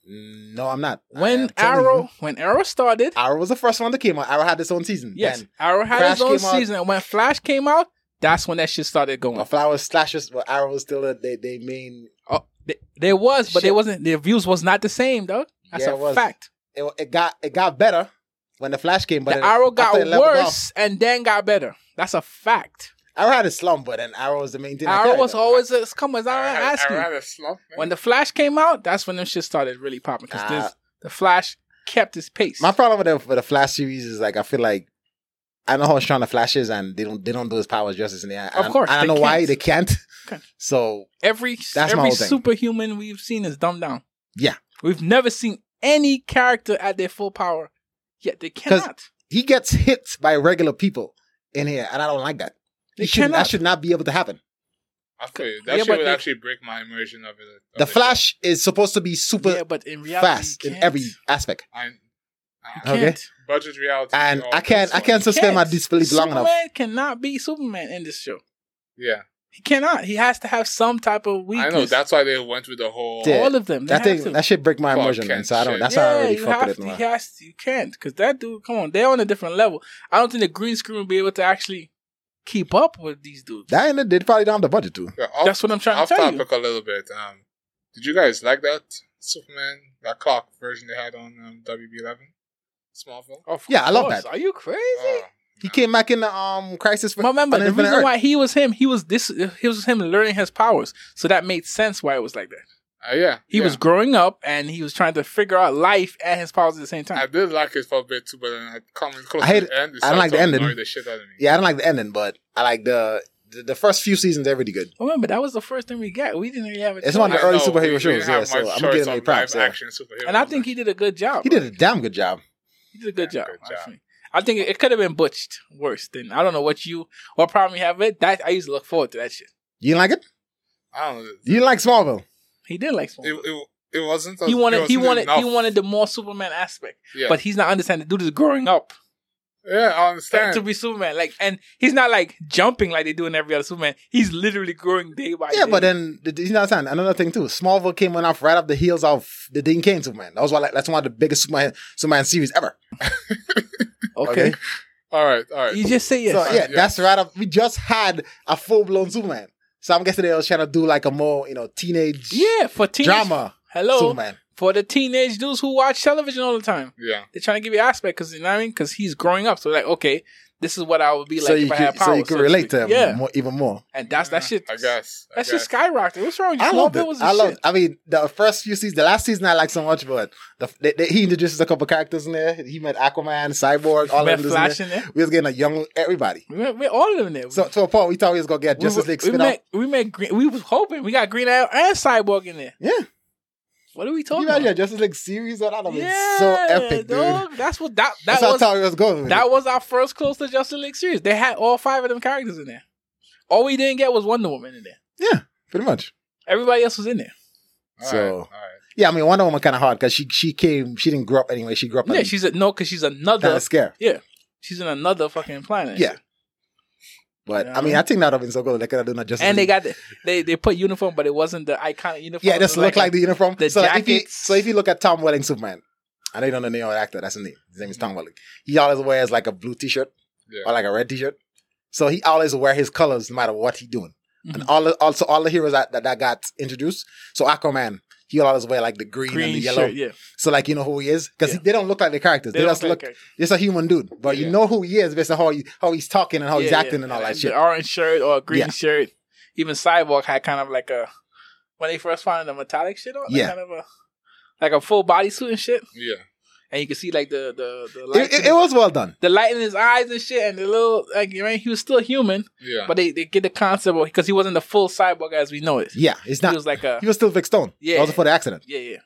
[SPEAKER 2] Mm, No, I'm not. I am
[SPEAKER 4] When
[SPEAKER 2] telling
[SPEAKER 4] Arrow,
[SPEAKER 2] you,
[SPEAKER 4] when Arrow started,
[SPEAKER 2] Arrow was the first one that came out. Arrow had its own season.
[SPEAKER 4] yes,
[SPEAKER 2] Then,
[SPEAKER 4] Arrow had
[SPEAKER 2] Flash
[SPEAKER 4] his own
[SPEAKER 2] came out- Oh,
[SPEAKER 4] season. And when Flash came out, that's when that shit started going.
[SPEAKER 2] well, Flowers Slashers, but Arrow was still a, they they main.
[SPEAKER 4] Oh, th- there was, but
[SPEAKER 2] Shit.
[SPEAKER 4] there wasn't. The views was not the same, though. That's
[SPEAKER 2] Yeah,
[SPEAKER 4] a
[SPEAKER 2] it was.
[SPEAKER 4] fact.
[SPEAKER 2] It, it got it got better when the Flash came, but
[SPEAKER 4] the
[SPEAKER 2] then
[SPEAKER 4] arrow got
[SPEAKER 2] after it leveled off,
[SPEAKER 4] worse and then got better. That's a fact.
[SPEAKER 2] Arrow had a slump, but then Arrow was the main thing. that
[SPEAKER 4] arrow
[SPEAKER 2] carried
[SPEAKER 4] was
[SPEAKER 2] them.
[SPEAKER 4] always a, come on, I
[SPEAKER 3] had-
[SPEAKER 4] ask
[SPEAKER 3] I
[SPEAKER 4] you.
[SPEAKER 3] had a slump. man.
[SPEAKER 4] When the Flash came out, that's when them shit started really popping because
[SPEAKER 2] Ah.
[SPEAKER 4] the Flash kept his pace.
[SPEAKER 2] My problem with the, with the Flash series is like I feel like I know how strong the Flash is, and they don't they don't do his powers justice in the end.
[SPEAKER 4] Of
[SPEAKER 2] And-
[SPEAKER 4] course,
[SPEAKER 2] and I
[SPEAKER 4] they
[SPEAKER 2] know why
[SPEAKER 4] can't.
[SPEAKER 2] they can't.
[SPEAKER 4] Can't.
[SPEAKER 2] So
[SPEAKER 4] every
[SPEAKER 2] my
[SPEAKER 4] every
[SPEAKER 2] whole thing.
[SPEAKER 4] superhuman we've seen is dumbed down.
[SPEAKER 2] Yeah.
[SPEAKER 4] we've never seen any character at their full power. Yet they cannot.
[SPEAKER 2] he gets hit by regular people in here, and I don't like that.
[SPEAKER 4] They
[SPEAKER 2] It should,
[SPEAKER 4] cannot.
[SPEAKER 2] that should not be able to happen.
[SPEAKER 3] I feel you.
[SPEAKER 4] Yeah,
[SPEAKER 3] That
[SPEAKER 4] but
[SPEAKER 3] shit would
[SPEAKER 4] they-
[SPEAKER 3] actually break my immersion of it. of
[SPEAKER 2] The
[SPEAKER 3] it.
[SPEAKER 2] Flash is supposed to be super
[SPEAKER 4] yeah, but in reality,
[SPEAKER 2] fast
[SPEAKER 4] you
[SPEAKER 2] in
[SPEAKER 4] can't.
[SPEAKER 2] every aspect,
[SPEAKER 3] I, I,
[SPEAKER 2] Okay.
[SPEAKER 4] Can't.
[SPEAKER 3] budget reality.
[SPEAKER 2] and
[SPEAKER 3] all
[SPEAKER 2] I can't
[SPEAKER 3] this
[SPEAKER 2] I
[SPEAKER 3] one.
[SPEAKER 2] can't sustain my
[SPEAKER 4] Can't.
[SPEAKER 2] disbelief long
[SPEAKER 4] Superman
[SPEAKER 2] enough.
[SPEAKER 4] cannot be Superman in this show.
[SPEAKER 3] Yeah,
[SPEAKER 4] He cannot. He has to have some type of
[SPEAKER 3] I
[SPEAKER 4] weakness.
[SPEAKER 3] know. That's why they went with the whole.
[SPEAKER 2] Yeah.
[SPEAKER 4] all of them. They
[SPEAKER 2] That
[SPEAKER 4] have
[SPEAKER 2] thing
[SPEAKER 4] to.
[SPEAKER 2] that should break my
[SPEAKER 3] Fuck,
[SPEAKER 2] immersion, man.
[SPEAKER 3] can't
[SPEAKER 2] So I don't.
[SPEAKER 3] shit.
[SPEAKER 2] That's
[SPEAKER 4] yeah,
[SPEAKER 2] how I really
[SPEAKER 4] you
[SPEAKER 2] fuck
[SPEAKER 4] have
[SPEAKER 2] with it.
[SPEAKER 4] to,
[SPEAKER 2] man.
[SPEAKER 4] he has to- you can't because that dude. Come on, they're on a different level. I don't think the green screen will be able to actually keep up with these dudes.
[SPEAKER 2] That and they probably don't have the budget to.
[SPEAKER 3] Yeah, off,
[SPEAKER 4] That's what I'm trying
[SPEAKER 3] off
[SPEAKER 4] to tell you.
[SPEAKER 3] topic a little bit. Um, did you guys like that Superman that clock version they had on um, WB11 small film?
[SPEAKER 4] Of
[SPEAKER 2] Yeah, I love
[SPEAKER 4] course.
[SPEAKER 2] that.
[SPEAKER 4] Are you crazy?
[SPEAKER 3] Uh,
[SPEAKER 2] He came back in the um crisis. for-
[SPEAKER 4] Remember
[SPEAKER 2] on
[SPEAKER 4] the
[SPEAKER 2] Infinite
[SPEAKER 4] reason
[SPEAKER 2] Earth.
[SPEAKER 4] why he was him. He was this. He was him learning his powers, so that made sense why it was like that.
[SPEAKER 3] Uh, yeah,
[SPEAKER 4] He
[SPEAKER 3] yeah.
[SPEAKER 4] was growing up and he was trying to figure out life and his powers at the same time.
[SPEAKER 3] I did like it for a bit too, but then I come close
[SPEAKER 2] I hate
[SPEAKER 3] to
[SPEAKER 2] it.
[SPEAKER 3] the end. It
[SPEAKER 2] I don't like the
[SPEAKER 3] started to
[SPEAKER 2] ending.
[SPEAKER 3] annoy The shit out of me.
[SPEAKER 2] Yeah, I don't like the ending, but I like the the, the first few seasons. They're really good.
[SPEAKER 4] Remember that was the first thing we got. We didn't really have a
[SPEAKER 2] It's one of
[SPEAKER 4] choice.
[SPEAKER 2] the
[SPEAKER 3] I
[SPEAKER 2] early
[SPEAKER 3] know,
[SPEAKER 2] superhero
[SPEAKER 3] we- we
[SPEAKER 2] shows,
[SPEAKER 3] didn't have
[SPEAKER 2] yeah, so
[SPEAKER 3] much
[SPEAKER 2] I'm
[SPEAKER 3] choice
[SPEAKER 2] giving him
[SPEAKER 3] on
[SPEAKER 2] props,
[SPEAKER 3] live
[SPEAKER 2] yeah.
[SPEAKER 3] action superheroes.
[SPEAKER 4] and I think he did a good job.
[SPEAKER 2] He did a damn good job.
[SPEAKER 4] He did a good
[SPEAKER 3] Yeah,
[SPEAKER 4] job.
[SPEAKER 3] good job.
[SPEAKER 4] actually. I think it, it could have been butched worse than I don't know what you what problem you have with it. That I used to look forward to that shit.
[SPEAKER 2] You didn't like it?
[SPEAKER 3] I don't know.
[SPEAKER 2] You didn't like Smallville?
[SPEAKER 4] He did like
[SPEAKER 3] It,
[SPEAKER 4] Smallville.
[SPEAKER 3] it, it wasn't.
[SPEAKER 4] He
[SPEAKER 3] it
[SPEAKER 4] wanted he
[SPEAKER 3] wasn't
[SPEAKER 4] wanted he
[SPEAKER 3] enough.
[SPEAKER 4] wanted the more Superman aspect,
[SPEAKER 3] Yeah.
[SPEAKER 4] but he's not understanding. The dude is growing up.
[SPEAKER 3] Yeah, I
[SPEAKER 4] Stand
[SPEAKER 3] understand.
[SPEAKER 4] to be Superman, like, and he's not like jumping like they do in every other Superman. He's literally growing day by
[SPEAKER 2] Yeah,
[SPEAKER 4] day.
[SPEAKER 2] but then did you know what I'm saying? Another thing too, Smallville came on off right off the heels of the Dean Kane Superman. That was one, like, that's one of the biggest Superman, Superman series ever.
[SPEAKER 4] okay.
[SPEAKER 3] all right, all right.
[SPEAKER 4] you just say yes.
[SPEAKER 2] so yeah,
[SPEAKER 3] Yeah.
[SPEAKER 2] that's right up. We just had a full blown Superman, so I'm guessing they was trying to do like a more you know teenage
[SPEAKER 4] yeah, for teenage
[SPEAKER 2] drama
[SPEAKER 4] Hello,
[SPEAKER 2] Superman.
[SPEAKER 4] for the teenage dudes who watch television all the time.
[SPEAKER 3] Yeah,
[SPEAKER 4] They're trying to give you aspect because you know what I mean. Because he's growing up, so like, okay, this is what I would be like
[SPEAKER 2] so,
[SPEAKER 4] if
[SPEAKER 2] you
[SPEAKER 4] I had
[SPEAKER 2] could,
[SPEAKER 4] powers.
[SPEAKER 2] so you could
[SPEAKER 4] to
[SPEAKER 2] relate
[SPEAKER 4] speak.
[SPEAKER 2] to him
[SPEAKER 4] yeah.
[SPEAKER 2] more, even more.
[SPEAKER 4] And that's that
[SPEAKER 3] Yeah,
[SPEAKER 4] shit.
[SPEAKER 3] I guess. I
[SPEAKER 4] that shit
[SPEAKER 3] guess.
[SPEAKER 4] skyrocketed. What's wrong? with you?
[SPEAKER 2] I loved
[SPEAKER 4] Smallville
[SPEAKER 2] it.
[SPEAKER 4] was the
[SPEAKER 2] I loved.
[SPEAKER 4] shit.
[SPEAKER 2] I mean, the first few seasons, the last season I liked so much, but the, they, they, he introduces a couple characters in there. He met Aquaman, Cyborg, all
[SPEAKER 4] Met
[SPEAKER 2] of them. was in
[SPEAKER 4] Flash
[SPEAKER 2] there.
[SPEAKER 4] in there.
[SPEAKER 2] We was getting a young everybody.
[SPEAKER 4] We met, we met all of them there.
[SPEAKER 2] So to a point, we thought we was gonna get a Justice
[SPEAKER 4] we,
[SPEAKER 2] League
[SPEAKER 4] we
[SPEAKER 2] spin off.
[SPEAKER 4] met, we met Green. We was hoping we got Green Arrow and Cyborg in there.
[SPEAKER 2] Yeah, Can
[SPEAKER 4] What are we
[SPEAKER 2] you
[SPEAKER 4] talking
[SPEAKER 2] imagine
[SPEAKER 4] about?
[SPEAKER 2] a Justice League series on that? I mean, so epic, dude.
[SPEAKER 4] dog. That's what that
[SPEAKER 2] That's
[SPEAKER 4] that
[SPEAKER 2] how I
[SPEAKER 4] was.
[SPEAKER 2] thought we was going. With
[SPEAKER 4] That was our first close to Justice League series. They had all five of them characters in there. All we didn't get was Wonder Woman in there.
[SPEAKER 2] it. Yeah, pretty much.
[SPEAKER 4] Everybody else was in there.
[SPEAKER 3] All
[SPEAKER 2] So-
[SPEAKER 3] right, all right.
[SPEAKER 2] Yeah, I mean, Wonder Woman kind of hard because she she came, she didn't grow up anyway. She grew up.
[SPEAKER 4] yeah, she's a, no, because she's
[SPEAKER 2] kind
[SPEAKER 4] another.
[SPEAKER 2] of scared.
[SPEAKER 4] She's in another fucking planet.
[SPEAKER 2] Yeah. But
[SPEAKER 4] Yeah.
[SPEAKER 2] I mean, I think that would have been so good. They could have done a Justice
[SPEAKER 4] and they
[SPEAKER 2] League.
[SPEAKER 4] got the, they they put uniform, but it wasn't the iconic uniform.
[SPEAKER 2] yeah,
[SPEAKER 4] It
[SPEAKER 2] it just
[SPEAKER 4] was
[SPEAKER 2] look like the uniform.
[SPEAKER 4] the
[SPEAKER 2] so, like, if you,
[SPEAKER 4] jackets.
[SPEAKER 2] so if you look at Tom Welling Superman, I know you don't know the name of the actor. That's his name. His name is Tom Welling. He always wears like a blue T-shirt
[SPEAKER 3] Yeah.
[SPEAKER 2] or like a red T-shirt. So he always wear his colors no matter what he doing. And
[SPEAKER 4] Mhm.
[SPEAKER 2] all the, also all the heroes that, that, that got introduced. So Aquaman, he always wear like the green, and the
[SPEAKER 4] green
[SPEAKER 2] yellow.
[SPEAKER 4] shirt. Yeah,
[SPEAKER 2] So like you know who he is because
[SPEAKER 4] Yeah.
[SPEAKER 2] they don't look like the characters. They,
[SPEAKER 4] don't
[SPEAKER 2] just
[SPEAKER 4] play
[SPEAKER 2] look.
[SPEAKER 4] the character.
[SPEAKER 2] It's a human dude, but
[SPEAKER 3] Yeah.
[SPEAKER 2] you know who he is based on how he how he's talking and how he's
[SPEAKER 4] Yeah,
[SPEAKER 2] acting
[SPEAKER 4] yeah.
[SPEAKER 2] and all that
[SPEAKER 4] the
[SPEAKER 2] shit.
[SPEAKER 4] Orange shirt or a green
[SPEAKER 2] Yeah.
[SPEAKER 4] shirt. Even Cyborg had kind of like a when they first found the metallic shit on. like
[SPEAKER 2] Yeah.
[SPEAKER 4] kind of a like a full bodysuit and shit,
[SPEAKER 3] Yeah,
[SPEAKER 4] and you can see like the the the light
[SPEAKER 2] It, it, it was well done.
[SPEAKER 4] the light in his eyes and shit, and the little like you know he was still human,
[SPEAKER 3] yeah.
[SPEAKER 4] but they, they get the concept because he wasn't the full Cyborg as we know it.
[SPEAKER 2] Yeah, it's not.
[SPEAKER 4] he was like a
[SPEAKER 2] He was still Vic Stone.
[SPEAKER 4] Yeah.
[SPEAKER 2] Yeah, also for the accident.
[SPEAKER 4] yeah yeah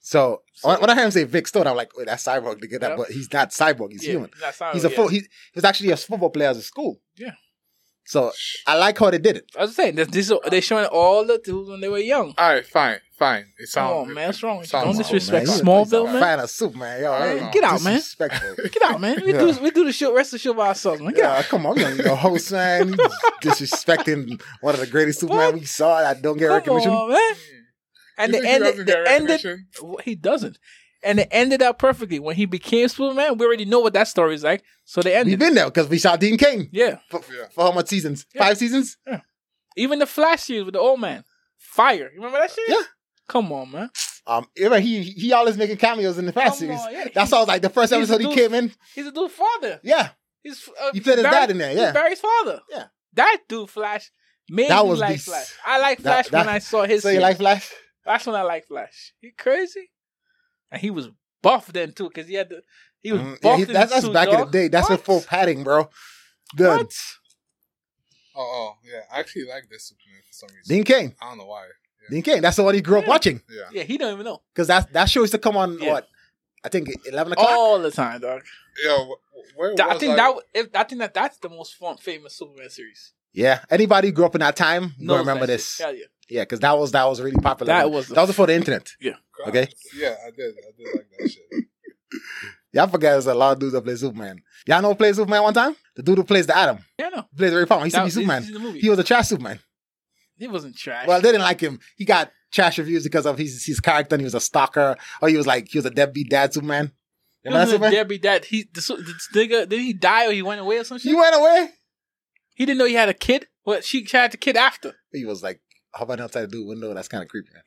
[SPEAKER 2] So,
[SPEAKER 4] So-
[SPEAKER 2] when, when I heard him say Vic Stone, I'm like, wait, that's cyborg to get that,
[SPEAKER 4] Yep.
[SPEAKER 2] but he's not cyborg. He's
[SPEAKER 4] yeah.
[SPEAKER 2] human.
[SPEAKER 4] Not Cyborg,
[SPEAKER 2] He's a
[SPEAKER 4] yeah.
[SPEAKER 2] full. He, he was actually a football player at school.
[SPEAKER 4] Yeah.
[SPEAKER 2] So I like how they did it.
[SPEAKER 4] I was saying this, this is, they're showing all the dudes when they were young.
[SPEAKER 3] all right, fine, fine. It
[SPEAKER 4] Oh
[SPEAKER 3] sounds.
[SPEAKER 4] man, what's wrong? with you?
[SPEAKER 3] sounds-
[SPEAKER 4] Don't
[SPEAKER 3] oh,
[SPEAKER 4] disrespect
[SPEAKER 2] man, you-
[SPEAKER 4] Smallville,
[SPEAKER 2] you
[SPEAKER 4] man.
[SPEAKER 2] Fan of Superman, yo,
[SPEAKER 4] Man,
[SPEAKER 2] man,
[SPEAKER 4] get out, man.
[SPEAKER 2] disrespectful.
[SPEAKER 4] Get out, man. We do we do the show rest of the show by ourselves, man. Get
[SPEAKER 2] Yeah,
[SPEAKER 4] out.
[SPEAKER 2] come on, you're the host, man. You disrespecting one of the greatest Superman we saw that don't get
[SPEAKER 4] Come
[SPEAKER 2] recognition.
[SPEAKER 4] on, man.
[SPEAKER 3] And
[SPEAKER 4] And the end, the ended.
[SPEAKER 3] recognition?
[SPEAKER 4] He doesn't, and it ended up perfectly when he became Superman. We already know what that story is like, so they
[SPEAKER 2] We've
[SPEAKER 4] ended.
[SPEAKER 2] been there because we saw Dean Kane
[SPEAKER 4] yeah,
[SPEAKER 2] for,
[SPEAKER 3] Yeah.
[SPEAKER 2] for how much seasons?
[SPEAKER 4] Yeah.
[SPEAKER 2] Five seasons?
[SPEAKER 4] even the Flash series with the old man, fire. You remember that shit?
[SPEAKER 2] Yeah.
[SPEAKER 4] Come on, man.
[SPEAKER 2] Um, remember he he always making cameos in the
[SPEAKER 4] Come
[SPEAKER 2] Fast series.
[SPEAKER 4] on, yeah.
[SPEAKER 2] That's how I was like the first
[SPEAKER 4] He's
[SPEAKER 2] episode he
[SPEAKER 4] Luke.
[SPEAKER 2] came in.
[SPEAKER 4] He's a dude father.
[SPEAKER 2] Yeah,
[SPEAKER 4] He's uh,
[SPEAKER 2] he played his
[SPEAKER 4] Barry-
[SPEAKER 2] dad in there.
[SPEAKER 4] he's
[SPEAKER 2] Yeah,
[SPEAKER 4] Barry's father.
[SPEAKER 2] Yeah.
[SPEAKER 4] that dude Flash made
[SPEAKER 2] That
[SPEAKER 4] me
[SPEAKER 2] was
[SPEAKER 4] like
[SPEAKER 2] the-
[SPEAKER 4] Flash. I like Flash
[SPEAKER 2] that- that-
[SPEAKER 4] when I saw his.
[SPEAKER 2] so you
[SPEAKER 4] series.
[SPEAKER 2] like Flash?
[SPEAKER 4] That's when I like Flash. You crazy? And he was buff then too, because he had the he was
[SPEAKER 2] Mm, yeah,
[SPEAKER 4] buff.
[SPEAKER 2] he-
[SPEAKER 4] in
[SPEAKER 2] that's
[SPEAKER 4] the
[SPEAKER 2] that's
[SPEAKER 4] suit,
[SPEAKER 2] back in the
[SPEAKER 4] dog.
[SPEAKER 2] day. That's
[SPEAKER 4] what?
[SPEAKER 2] before padding, bro. Dude,
[SPEAKER 4] What?
[SPEAKER 3] Oh, oh, yeah. I actually like this Superman for some reason.
[SPEAKER 2] Dean Kane,
[SPEAKER 3] I don't know why.
[SPEAKER 2] Dean Kane. That's the one he grew up
[SPEAKER 4] Yeah.
[SPEAKER 2] watching
[SPEAKER 3] Yeah.
[SPEAKER 4] Yeah, he don't even know
[SPEAKER 2] because that that show used to come on
[SPEAKER 4] Yeah. Oh.
[SPEAKER 2] what I think eleven o'clock.
[SPEAKER 4] all the time, dog.
[SPEAKER 3] Yo, wh- where was
[SPEAKER 4] Th- I think
[SPEAKER 3] I?
[SPEAKER 4] that w- if, I think that that's the most fun, famous Superman series.
[SPEAKER 2] Yeah, anybody who grew up in that time, you
[SPEAKER 4] Knows
[SPEAKER 2] gonna remember
[SPEAKER 4] that shit.
[SPEAKER 2] this.
[SPEAKER 4] Hell yeah,
[SPEAKER 2] Yeah, because that was that was really popular.
[SPEAKER 4] that was
[SPEAKER 2] that was before the internet.
[SPEAKER 3] God.
[SPEAKER 2] Okay.
[SPEAKER 3] Yeah, I did. I did like that shit.
[SPEAKER 2] Y'all forget there's a lot of dudes that play Superman. Y'all know who played Superman one time? The dude who plays the Atom.
[SPEAKER 4] yeah no.
[SPEAKER 2] He plays Ray Palmer. He used
[SPEAKER 4] That
[SPEAKER 2] to be
[SPEAKER 4] was-
[SPEAKER 2] Superman.
[SPEAKER 4] He's in the movie.
[SPEAKER 2] He was a trash Superman.
[SPEAKER 4] He wasn't trash.
[SPEAKER 2] Well, they didn't like him. He got trash reviews because of his his character. And he was a stalker, or he was like he was a deadbeat dad Superman.
[SPEAKER 4] he
[SPEAKER 2] Remember that
[SPEAKER 4] wasn't
[SPEAKER 2] Superman?
[SPEAKER 4] Debbie. That he the, su- the nigga did he die or he went away or some shit?
[SPEAKER 2] he went away.
[SPEAKER 4] he didn't know he had a kid. Well, she had the kid after.
[SPEAKER 2] He was like, how about outside the dude window? That's kind of creepy. Man.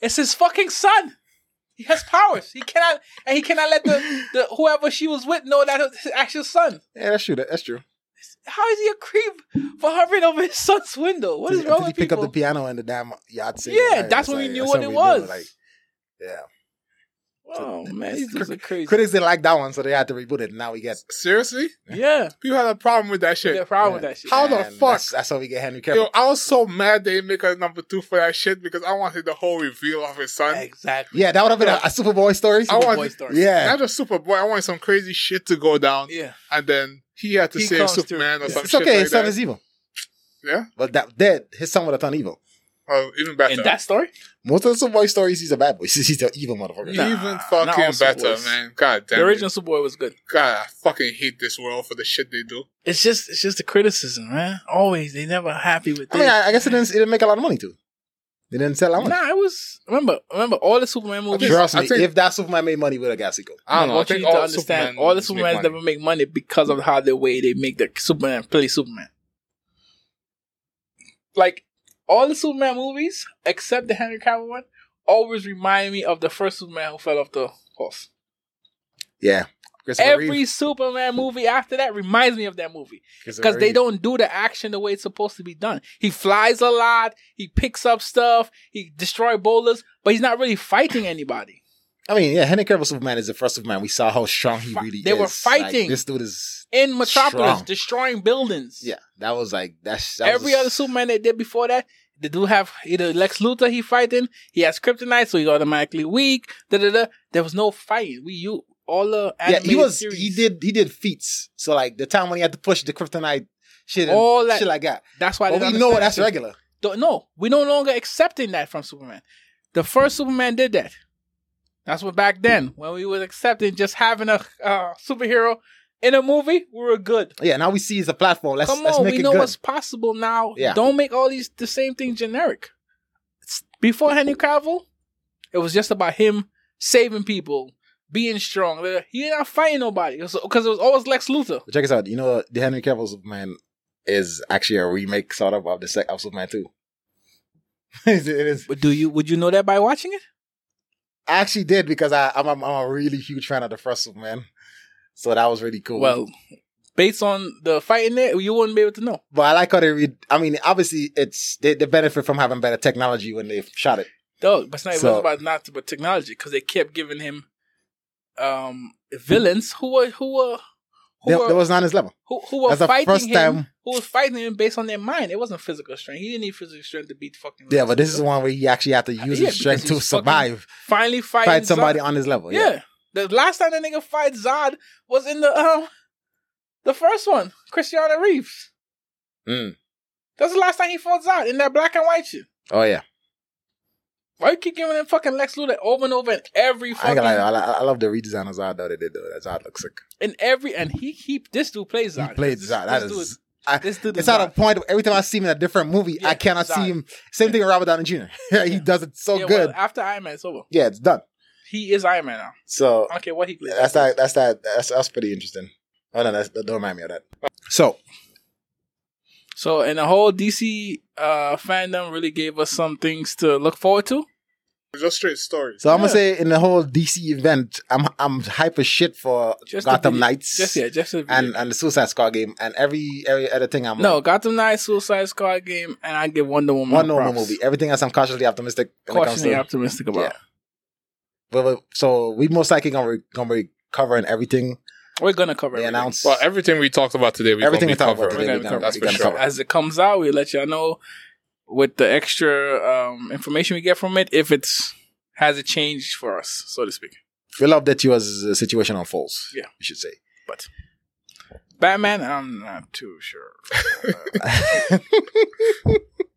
[SPEAKER 4] It's his fucking son. He has powers. He cannot and he cannot let the, the whoever she was with know that it's his actual son.
[SPEAKER 2] Yeah, that's true. That- That's true.
[SPEAKER 4] How is he a creep for hovering over his son's window? What is
[SPEAKER 2] Until
[SPEAKER 4] wrong
[SPEAKER 2] he
[SPEAKER 4] with
[SPEAKER 2] pick
[SPEAKER 4] people?
[SPEAKER 2] up the piano and the damn yacht? singer.
[SPEAKER 4] yeah,
[SPEAKER 2] Like,
[SPEAKER 4] that's
[SPEAKER 2] it's
[SPEAKER 4] when we
[SPEAKER 2] like-
[SPEAKER 4] knew
[SPEAKER 2] that's
[SPEAKER 4] what
[SPEAKER 2] when
[SPEAKER 4] it
[SPEAKER 2] we
[SPEAKER 4] was.
[SPEAKER 2] Like, yeah,
[SPEAKER 4] oh man, these dudes are crazy.
[SPEAKER 2] critics didn't like that one, so they had to reboot it. And now we get
[SPEAKER 3] Seriously?
[SPEAKER 4] yeah,
[SPEAKER 3] People had a problem with that
[SPEAKER 4] the
[SPEAKER 3] shit.
[SPEAKER 4] problem with that shit.
[SPEAKER 3] How the
[SPEAKER 2] and
[SPEAKER 3] fuck?
[SPEAKER 2] That's, that's how we get Henry Cavill.
[SPEAKER 3] Yo, I was so mad they didn't make a number two for that shit because I wanted the whole reveal of his son.
[SPEAKER 4] exactly.
[SPEAKER 2] Yeah, that would have been a, a Superboy story.
[SPEAKER 3] I want-
[SPEAKER 4] Boy story.
[SPEAKER 2] yeah,
[SPEAKER 3] Not just Superboy. I wanted some crazy shit to go down,
[SPEAKER 4] yeah.
[SPEAKER 3] and then he had to
[SPEAKER 4] He
[SPEAKER 3] save
[SPEAKER 4] comes through.
[SPEAKER 3] Superman or
[SPEAKER 4] Yeah.
[SPEAKER 3] some
[SPEAKER 2] it's
[SPEAKER 3] shit
[SPEAKER 2] okay.
[SPEAKER 3] like
[SPEAKER 2] his son
[SPEAKER 3] that.
[SPEAKER 2] is evil,
[SPEAKER 3] Yeah,
[SPEAKER 2] but that dead, his son would have done evil.
[SPEAKER 3] Oh, even better.
[SPEAKER 4] in that story.
[SPEAKER 2] Most of the Superboy stories, he's a bad boy. He's an evil motherfucker.
[SPEAKER 4] Nah,
[SPEAKER 3] even
[SPEAKER 4] not all
[SPEAKER 3] fucking better,
[SPEAKER 4] Superboys.
[SPEAKER 3] man. God damn.
[SPEAKER 4] The
[SPEAKER 3] it.
[SPEAKER 4] original Superboy was good.
[SPEAKER 3] God, I fucking hate this world for the shit they do.
[SPEAKER 4] It's just it's just the criticism, man. Always they never happy with
[SPEAKER 2] I
[SPEAKER 4] this.
[SPEAKER 2] mean, I, I guess it didn't, it didn't make a lot of money, too. They didn't sell a lot of money.
[SPEAKER 4] nah, it was remember remember all the Superman movies.
[SPEAKER 2] Trust
[SPEAKER 3] I
[SPEAKER 2] me,
[SPEAKER 3] think-
[SPEAKER 2] if that Superman made money with a gas eco.
[SPEAKER 3] I don't know. I
[SPEAKER 4] What you
[SPEAKER 3] think
[SPEAKER 4] need
[SPEAKER 3] all
[SPEAKER 4] to understand, all the Supermans never make money because of how the way they make the Superman play Superman. Like all the Superman movies, except the Henry Cavill one, always remind me of the first Superman who fell off the horse.
[SPEAKER 2] Yeah. Christopher
[SPEAKER 4] Every
[SPEAKER 2] Reeve.
[SPEAKER 4] Superman movie after that reminds me of that movie
[SPEAKER 2] Christopher
[SPEAKER 4] because they
[SPEAKER 2] Reeve.
[SPEAKER 4] don't do the action the way it's supposed to be done. He flies a lot, he picks up stuff, he destroys boulders, but he's not really fighting anybody.
[SPEAKER 2] I mean, yeah, Henry Cavill Superman is the first Superman. We saw how strong he
[SPEAKER 4] Fi-
[SPEAKER 2] really is.
[SPEAKER 4] they were
[SPEAKER 2] Like,
[SPEAKER 4] fighting.
[SPEAKER 2] this dude is.
[SPEAKER 4] In Metropolis,
[SPEAKER 2] Strong.
[SPEAKER 4] destroying buildings.
[SPEAKER 2] Yeah, that was like that's that was
[SPEAKER 4] Every
[SPEAKER 2] a-
[SPEAKER 4] other Superman they did before that, the dude have either Lex Luthor he fighting, he has kryptonite, so he's automatically weak. Da da da. There was no fighting. We you all the
[SPEAKER 2] Yeah, he
[SPEAKER 4] animated
[SPEAKER 2] was.
[SPEAKER 4] series,
[SPEAKER 2] He did. He did feats. So like the time when he had to push the kryptonite shit, and
[SPEAKER 4] all that.
[SPEAKER 2] shit like that.
[SPEAKER 4] That's why
[SPEAKER 2] But
[SPEAKER 4] they
[SPEAKER 2] we
[SPEAKER 4] don't
[SPEAKER 2] know
[SPEAKER 4] understand
[SPEAKER 2] that's
[SPEAKER 4] it.
[SPEAKER 2] regular.
[SPEAKER 4] Don't- No, we no longer accepting that from Superman. The first Superman did that. That's what back then when we was accepting just having a uh, superhero in a movie, we were good.
[SPEAKER 2] Yeah. Now we see it's a platform. Let's
[SPEAKER 4] Come
[SPEAKER 2] let's
[SPEAKER 4] on,
[SPEAKER 2] make
[SPEAKER 4] we
[SPEAKER 2] it
[SPEAKER 4] know
[SPEAKER 2] good.
[SPEAKER 4] what's possible now.
[SPEAKER 2] Yeah.
[SPEAKER 4] Don't make all these the same thing generic. It's- Before Henry Cavill, it was just about him saving people, being strong. Uh, He not fighting nobody because it was always Lex Luthor.
[SPEAKER 2] But check this out. You know the Henry Cavill Superman is actually a remake sort of of the sec of Superman two. it is.
[SPEAKER 4] But do you would you know that by watching it?
[SPEAKER 2] I actually did because I I'm, I'm a really huge fan of the first Superman, so that was really cool.
[SPEAKER 4] Well, based on the fighting there, you wouldn't be able to know.
[SPEAKER 2] But I like how they read. I mean, obviously, it's they, they benefit from having better technology when they shot it.
[SPEAKER 4] Dog, but it's not it
[SPEAKER 2] So-
[SPEAKER 4] was about not about technology because they kept giving him um villains who were who were who
[SPEAKER 2] There,
[SPEAKER 4] were,
[SPEAKER 2] there was not his level.
[SPEAKER 4] who, who were
[SPEAKER 2] That's the
[SPEAKER 4] fighting
[SPEAKER 2] first
[SPEAKER 4] him,
[SPEAKER 2] time-
[SPEAKER 4] who was fighting him based on their mind. It wasn't physical strength. He didn't need physical strength to beat fucking.
[SPEAKER 2] Yeah, but this is one where he actually had to use
[SPEAKER 4] Yeah,
[SPEAKER 2] his strength
[SPEAKER 4] because
[SPEAKER 2] to
[SPEAKER 4] he's
[SPEAKER 2] survive,
[SPEAKER 4] finally fighting
[SPEAKER 2] fight somebody
[SPEAKER 4] Zod.
[SPEAKER 2] on his level.
[SPEAKER 4] yeah. the last time that nigga fight Zod was in the um the first one, Christiana Reeves.
[SPEAKER 2] Mm.
[SPEAKER 4] That's the last time he fought Zod in that black and white shit.
[SPEAKER 2] Oh yeah.
[SPEAKER 4] Why you keep giving him fucking Lex Luthor over and over in every
[SPEAKER 2] I, ain't
[SPEAKER 4] fucking
[SPEAKER 2] gonna lie, I, li- I love the redesign of Zod though. They did though. That Zod looks sick.
[SPEAKER 4] in every and he he this dude plays
[SPEAKER 2] He
[SPEAKER 4] Zod.
[SPEAKER 2] played
[SPEAKER 4] This-
[SPEAKER 2] Zod. That
[SPEAKER 4] this
[SPEAKER 2] is.
[SPEAKER 4] dude-
[SPEAKER 2] I-
[SPEAKER 4] this dude
[SPEAKER 2] It's
[SPEAKER 4] is
[SPEAKER 2] at a
[SPEAKER 4] Zod.
[SPEAKER 2] point. Every time I see him in a different movie,
[SPEAKER 4] Yeah,
[SPEAKER 2] I cannot
[SPEAKER 4] Zod.
[SPEAKER 2] see him. Same thing with Robert Downey Jr. he does it so
[SPEAKER 4] Yeah, well,
[SPEAKER 2] good.
[SPEAKER 4] after Iron Man, it's over.
[SPEAKER 2] yeah, it's done.
[SPEAKER 4] He is Iron Man now.
[SPEAKER 2] So
[SPEAKER 4] I don't care what he plays.
[SPEAKER 2] that's that. That's that. That's that's pretty interesting. Oh no, that's, don't remind me of that. So
[SPEAKER 4] So, and the whole DC uh, fandom really gave us some things to look forward to.
[SPEAKER 3] Just straight stories.
[SPEAKER 2] So I'm gonna
[SPEAKER 4] Yeah.
[SPEAKER 2] say in the whole DC event, I'm I'm hype as shit for
[SPEAKER 4] Just the
[SPEAKER 2] Gotham
[SPEAKER 4] video-
[SPEAKER 2] Knights
[SPEAKER 4] Just yeah, just a video.
[SPEAKER 2] and and the Suicide Squad game and every every other thing. I'm
[SPEAKER 4] no
[SPEAKER 2] like,
[SPEAKER 4] Gotham Knights, Suicide Squad game, and I give Wonder Woman.
[SPEAKER 2] Wonder Woman
[SPEAKER 4] props.
[SPEAKER 2] movie. Everything else, I'm cautiously optimistic. When it comes
[SPEAKER 4] Cautiously
[SPEAKER 2] to,
[SPEAKER 4] optimistic about.
[SPEAKER 2] Yeah. but, but- so we most likely gonna re, gonna be covering everything
[SPEAKER 4] We're gonna cover
[SPEAKER 2] they
[SPEAKER 4] everything.
[SPEAKER 2] announced.
[SPEAKER 3] Well, everything we talked about today, we
[SPEAKER 2] Everything
[SPEAKER 3] everything
[SPEAKER 2] we
[SPEAKER 3] be
[SPEAKER 2] talked about
[SPEAKER 3] covering.
[SPEAKER 2] today,
[SPEAKER 4] We're
[SPEAKER 2] we're gonna,
[SPEAKER 4] gonna
[SPEAKER 3] That's
[SPEAKER 2] we
[SPEAKER 3] for
[SPEAKER 2] gonna
[SPEAKER 3] sure.
[SPEAKER 2] cover.
[SPEAKER 4] as it comes out. We let y'all know with the extra um, information we get from it if it's has it changed for us, so to speak.
[SPEAKER 2] We'll update you as the situation unfolds.
[SPEAKER 4] Yeah.
[SPEAKER 2] we should say.
[SPEAKER 4] Batman, I'm not too sure.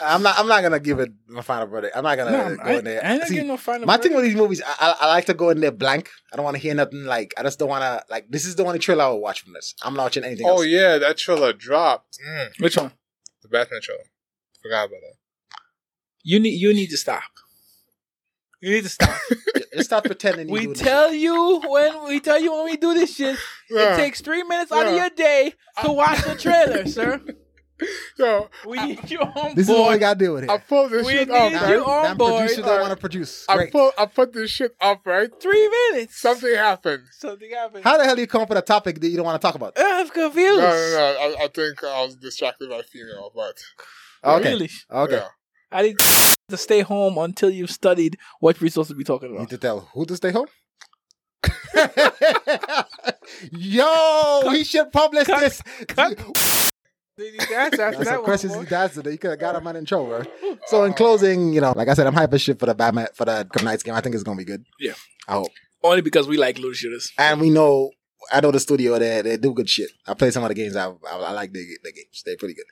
[SPEAKER 2] I'm not. I'm not gonna give it my final verdict. I'm not
[SPEAKER 4] No,
[SPEAKER 2] gonna
[SPEAKER 4] I'm-
[SPEAKER 2] go
[SPEAKER 4] I,
[SPEAKER 2] in there.
[SPEAKER 4] I ain't
[SPEAKER 2] See,
[SPEAKER 4] getting no final.
[SPEAKER 2] My thing
[SPEAKER 4] verdict.
[SPEAKER 2] with these movies, I, I, I like to go in there blank. I don't want to hear nothing. Like I just don't want to. Like this is the only trailer I will watch from this. I'm not watching anything.
[SPEAKER 3] Oh
[SPEAKER 2] else.
[SPEAKER 3] yeah, that trailer dropped. Mm,
[SPEAKER 4] which one?
[SPEAKER 3] the Batman trailer. Forgot about that.
[SPEAKER 4] You need you need to stop. You need to stop.
[SPEAKER 2] just stop pretending. You
[SPEAKER 4] we
[SPEAKER 2] do this.
[SPEAKER 4] tell you when we tell you when we do this shit. It
[SPEAKER 3] Yeah.
[SPEAKER 4] takes three minutes out of
[SPEAKER 3] Yeah.
[SPEAKER 4] your day to watch the trailer, sir.
[SPEAKER 3] Yo,
[SPEAKER 4] We need you on
[SPEAKER 2] This is what we
[SPEAKER 4] board.
[SPEAKER 2] got to do with it.
[SPEAKER 3] I pulled this
[SPEAKER 4] We
[SPEAKER 3] shit
[SPEAKER 4] need
[SPEAKER 3] up.
[SPEAKER 4] you
[SPEAKER 3] man.
[SPEAKER 4] on
[SPEAKER 2] damn
[SPEAKER 4] board.
[SPEAKER 2] producers that want to produce.
[SPEAKER 3] I
[SPEAKER 2] Great.
[SPEAKER 3] put I put this shit up right.
[SPEAKER 4] Three minutes.
[SPEAKER 3] Something happened.
[SPEAKER 4] Something happened. Uh,
[SPEAKER 2] How the hell do you come up with a topic that you don't want to talk about?
[SPEAKER 4] I'm confused.
[SPEAKER 3] No, no, no. I, I think I was distracted by female, but
[SPEAKER 2] Okay,
[SPEAKER 4] Really?
[SPEAKER 2] okay.
[SPEAKER 3] yeah.
[SPEAKER 4] I need to stay home until you've studied what we're supposed to be talking
[SPEAKER 2] You
[SPEAKER 4] about.
[SPEAKER 2] need to tell who to stay home. Yo, we should publish
[SPEAKER 4] cut,
[SPEAKER 2] this.
[SPEAKER 4] cut. They need to answer
[SPEAKER 2] That's
[SPEAKER 4] after that
[SPEAKER 2] some
[SPEAKER 4] one,
[SPEAKER 2] questions
[SPEAKER 4] boy.
[SPEAKER 2] he does today. You could have got him man in trouble. bro. So
[SPEAKER 4] Oh.
[SPEAKER 2] in closing, you know, like I said, I'm hype as shit for the Batman for the Gotham Knights game. I think it's gonna be good.
[SPEAKER 4] Yeah.
[SPEAKER 2] I hope.
[SPEAKER 4] Only because we like loot shooters.
[SPEAKER 2] And we know, I know the studio, they, they do good shit. I play some of the games. I, I, I like the, the games. They're pretty good.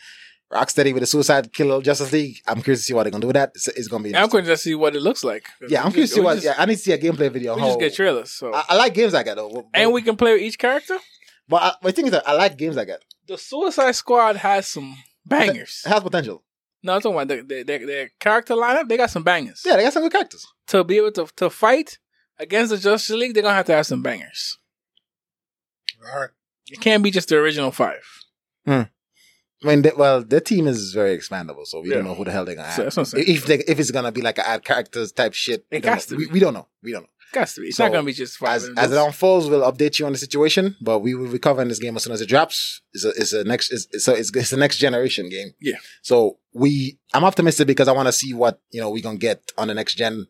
[SPEAKER 2] Rocksteady with a Suicide Killer Justice League. I'm curious to see what they're gonna do with that. It's, it's gonna be
[SPEAKER 4] I'm
[SPEAKER 2] interesting.
[SPEAKER 4] curious to see what it looks like.
[SPEAKER 2] yeah. I'm
[SPEAKER 4] We
[SPEAKER 2] curious
[SPEAKER 4] just-
[SPEAKER 2] to see
[SPEAKER 4] we
[SPEAKER 2] what.
[SPEAKER 4] just-
[SPEAKER 2] yeah, I need to see a gameplay video.
[SPEAKER 4] We
[SPEAKER 2] how-
[SPEAKER 4] just get trailers. So
[SPEAKER 2] I, I like games like that though. But,
[SPEAKER 4] and we can play with each character.
[SPEAKER 2] but I, my thing is that I like games like that.
[SPEAKER 4] The Suicide Squad has some bangers.
[SPEAKER 2] It has potential.
[SPEAKER 4] No, I'm talking about their, their, their, their character lineup. They got some bangers.
[SPEAKER 2] Yeah, they got some good characters.
[SPEAKER 4] To be able to, to fight against the Justice League, they're gonna have to have some bangers.
[SPEAKER 3] All right.
[SPEAKER 4] It can't be just the original five.
[SPEAKER 2] I mean, they, well, their team is very expandable, so we don't
[SPEAKER 4] Yeah.
[SPEAKER 2] know who the hell they're gonna
[SPEAKER 4] So
[SPEAKER 2] add.
[SPEAKER 4] that's what I'm saying.
[SPEAKER 2] if they, if it's gonna be like an add characters type shit,
[SPEAKER 4] It
[SPEAKER 2] we don't
[SPEAKER 4] has
[SPEAKER 2] know.
[SPEAKER 4] to be.
[SPEAKER 2] We, we don't know. We don't know.
[SPEAKER 4] Gots to be. It's
[SPEAKER 2] So,
[SPEAKER 4] not gonna be just five.
[SPEAKER 2] As,
[SPEAKER 4] of them.
[SPEAKER 2] as it unfolds, we'll update you on the situation. But we will be covering this game as soon as it drops. It's a, it's a next, it's, it's a, it's, it's a next generation game.
[SPEAKER 4] Yeah.
[SPEAKER 2] So we, I'm optimistic because I want to see what you know we gonna get on the next gen,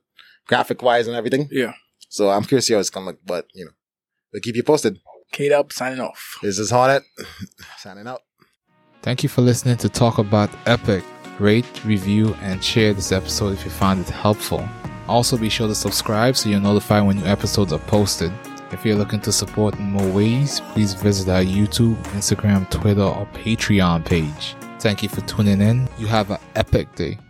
[SPEAKER 2] graphic wise and everything.
[SPEAKER 4] Yeah.
[SPEAKER 2] So I'm curious to see how it's gonna look, but you know, we'll keep you posted.
[SPEAKER 4] Kate up signing off.
[SPEAKER 2] This is Hornet signing out.
[SPEAKER 1] Thank you for listening to Talk About Epic. Rate, review, and share this episode if you found it helpful. Also, be sure to subscribe so you're notified when new episodes are posted. If you're looking to support in more ways, please visit our YouTube, Instagram, Twitter, or Patreon page. Thank you for tuning in. You have an epic day.